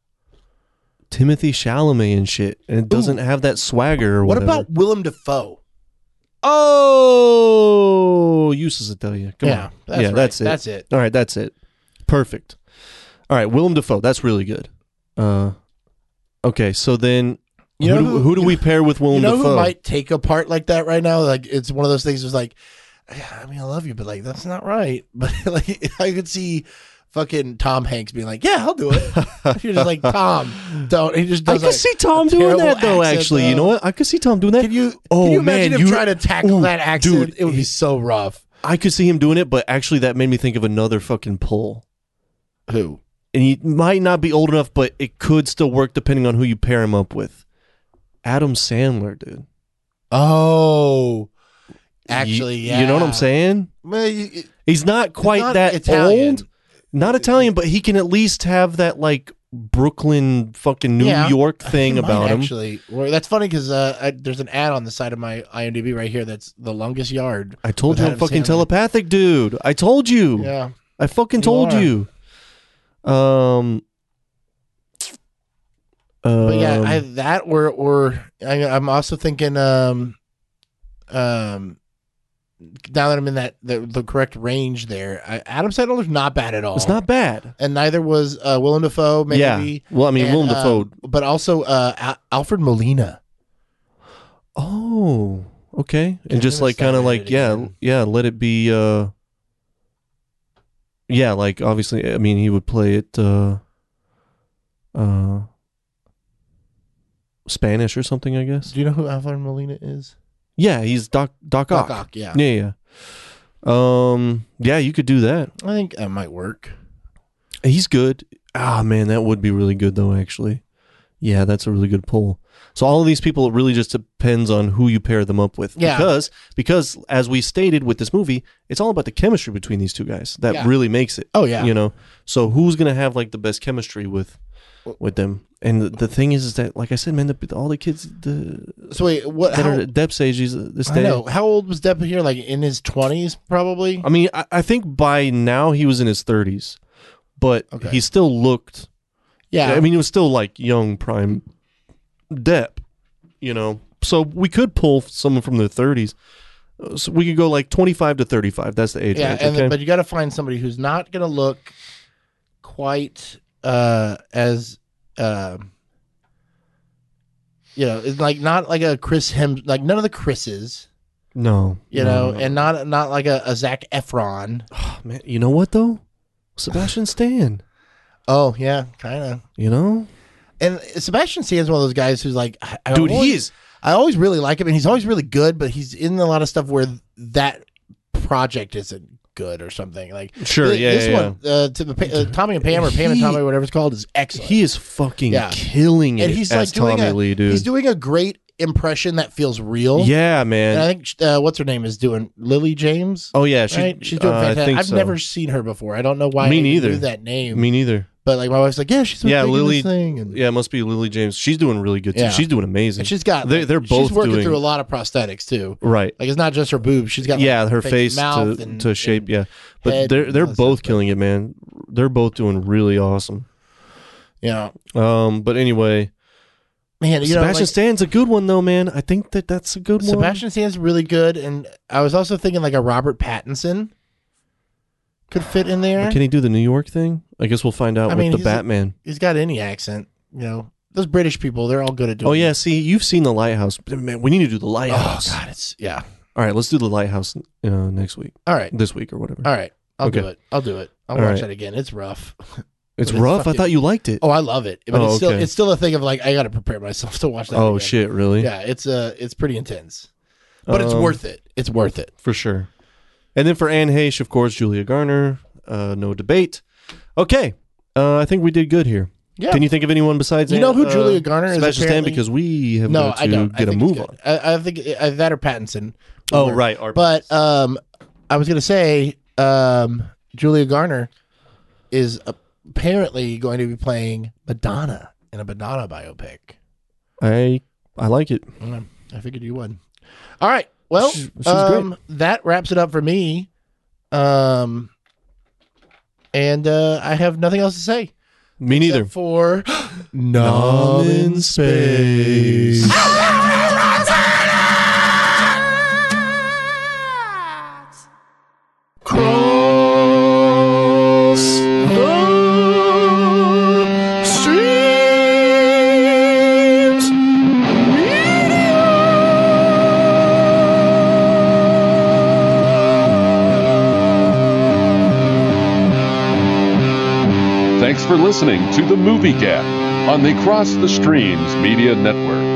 A: Timothy Chalamet and shit, and it doesn't have that swagger. Or
B: What
A: whatever.
B: about Willem Dafoe?
A: Oh, useless to tell you. Come
B: yeah,
A: on,
B: that's
A: yeah,
B: right.
A: that's it.
B: That's it.
A: All right, that's it. Perfect. All right, Willem Dafoe. That's really good. Uh, okay, so then who,
B: You know
A: do,
B: who-
A: who do
B: you
A: we pair with Willem
B: you know
A: Dafoe?
B: who might take a part like that right now? Like it's one of those things. Was like, "Yeah, I mean, I love you, but like that's not right. But like I could see fucking Tom Hanks being like, yeah, I'll do it. You're just like Tom, don't. He just
A: I
B: does.
A: could
B: like,
A: see Tom
B: a
A: doing
B: terrible
A: that though.
B: accent,
A: Actually, you
B: though.
A: know what? I could see Tom doing that.
B: Can you?
A: Oh,
B: can you
A: man,
B: imagine him
A: you-
B: trying to tackle
A: Ooh,
B: that accent?
A: dude,
B: it would
A: he-
B: be so rough.
A: I could see him doing it, but actually, that made me think of another fucking pull.
B: Who?
A: And he might not be old enough, but it could still work depending on who you pair him up with. Adam Sandler, dude.
B: Oh, actually,
A: You-
B: yeah.
A: You know what I'm saying?
B: Well, you- it's
A: He's not quite
B: not
A: that
B: Italian.
A: old. Not Italian, but he can at least have that like Brooklyn fucking New
B: Yeah.
A: York thing
B: Mine
A: about him.
B: Actually, well, that's funny because uh, I- there's an ad on the side of my IMDb right here that's the longest yard.
A: I told
B: with
A: you I'm
B: Adam
A: fucking
B: Sandler.
A: telepathic, dude. I told you.
B: Yeah,
A: I fucking
B: You
A: told
B: are.
A: you. Um
B: but yeah,
A: um,
B: I, that or or I, I'm also thinking um um now that I'm in that the, the correct range there, I, Adam Sandler's not bad at all.
A: it's not bad.
B: and neither was uh, Willem Dafoe. Maybe.
A: Yeah. Well, I mean,
B: And,
A: Willem
B: um,
A: Dafoe.
B: but also uh, Al- Alfred Molina.
A: Oh, okay. And just
B: Give me
A: like
B: the
A: kind of
B: sound
A: like
B: editing
A: yeah,
B: then.
A: yeah. Let it be. uh Yeah, like obviously, I mean, he would play it. uh uh Spanish or something, I guess.
B: Do you know who Alfred Molina is?
A: Yeah, he's Doc Doc Ock.
B: Ock, yeah.
A: Yeah, yeah. Um, yeah, you could do that.
B: I think that might work.
A: He's good. Ah, man, that would be really good though. Actually, yeah, that's a really good pull. So all of these people it really just depends on who you pair them up with.
B: Yeah.
A: Because because as we stated with this movie, it's all about the chemistry between these two guys that
B: Yeah.
A: really makes it.
B: Oh yeah.
A: You know. So who's gonna have like the best chemistry with with them? And the, the thing is, is that like I said, man, the, all the kids the
B: so wait, what?
A: that
B: how-
A: are at Depp's age these uh, this
B: I
A: day.
B: know. How old was Depp here? Like in his twenties, probably.
A: I mean, I, I think by now he was in his thirties, but
B: Okay.
A: he still looked
B: Yeah.
A: I mean, it was still like young prime Depp, you know. So we could pull someone from their 30s. Uh, So we could go like 25 to 35. That's the age
B: yeah.
A: range.
B: and
A: okay?
B: but you got to find somebody who's not going to look quite uh, as. Uh, you know, it's like not like a Chris Hem, like none of the Chris's,
A: no.
B: you
A: no,
B: know,
A: no.
B: and not not like a, a Zach Efron.
A: Oh, man, you know what, though? Sebastian Stan,
B: Oh yeah, kind of.
A: you know?
B: And Sebastian Stan's one of those guys who's like, I, I
A: Dude,
B: always-
A: he is.
B: I always really like him, and he's always really good. But he's in a lot of stuff where that project isn't good or something. Like
A: Sure,
B: Th-
A: yeah,
B: this
A: yeah,
B: one, Uh, to the pa- uh, Tommy and Pam or Pam and
A: He-
B: Tommy, whatever it's called, is excellent.
A: He is fucking
B: Yeah.
A: killing it
B: and he's
A: as
B: like doing
A: Tommy
B: a,
A: Lee, dude.
B: he's doing a great impression that feels real.
A: yeah,
B: and I
A: man.
B: think uh, what's her name is doing Lily James.
A: Oh, yeah. She,
B: right, she's doing
A: uh, I
B: fantastic.
A: think
B: I've
A: so.
B: never seen her before. I don't know why.
A: Me
B: I even
A: neither.
B: Knew that name,
A: Me neither.
B: but like my wife's like, yeah, she's been
A: Yeah,
B: big in
A: Lily-
B: This thing, and,
A: Yeah, it must be Lily James. She's doing really good, too.
B: Yeah.
A: She's doing amazing.
B: and she's got.
A: They-
B: like,
A: they're both
B: She's working
A: doing-
B: through a lot of prosthetics too.
A: right.
B: Like it's not just her boobs. She's got like,
A: yeah, her
B: fake
A: face
B: mouth
A: to,
B: and-
A: to shape.
B: and
A: yeah,
B: head
A: but they're
B: and
A: they're
B: all that stuff,
A: both
B: but-
A: killing it, man. They're both doing really awesome.
B: Yeah,
A: Um, but anyway,
B: man. You
A: Sebastian
B: know, like,
A: Stan's a good one though, man. I think that that's a good
B: Sebastian Stan's really good, and I was also thinking like a Robert Pattinson could fit in
A: one.
B: there.
A: But Can he do the New York thing? I guess we'll find out
B: I
A: with
B: mean,
A: the
B: he's a-
A: Batman.
B: He's got any accent, you know. Those British people, they're all good at doing.
A: oh yeah, see, you've seen the Lighthouse, man. We need to do the
B: it.
A: Lighthouse.
B: Oh god, it's yeah.
A: All right, let's do the Lighthouse uh, next week,
B: All right,
A: this week or whatever.
B: all right. I'll do
A: Okay.
B: it. I'll do it. I'll
A: All
B: watch
A: right.
B: that again. It's rough.
A: it's
B: but it's
A: rough. I
B: fucking-
A: thought you liked it.
B: Oh, I love it, but
A: Oh,
B: it's still
A: okay.
B: it's still a thing of like I got to prepare myself to watch that.
A: Oh,
B: again.
A: shit, really?
B: Yeah, it's uh it's pretty intense, but it's
A: Um,
B: worth it. It's worth it.
A: for sure. And then for Anne Heche, of course, Julia Garner. Uh, no debate. Okay, uh, I think we did good here.
B: Yeah.
A: Can you think of anyone besides
B: You know who
A: uh,
B: Julia Garner is
A: Sebastian Stan,
B: apparently?
A: because we have
B: No,
A: got to
B: I don't. I
A: get a
B: think
A: move
B: it's
A: on.
B: good. I, I think uh, that or Pattinson.
A: Oh
B: Or-
A: right, our-
B: But um, I was gonna say um, Julia Garner is apparently going to be playing Madonna in a Madonna biopic.
A: I I like it.
B: Mm, I figured you would. All right. Well,
A: She's- she's
B: um, that wraps it up for me. Um, and uh, I have nothing else to say.
A: Me
C: Except
A: neither.
C: For Nom in Space. Cross the streams.
D: Thanks for listening to The Movie Gap on the Cross the Streams Media Network.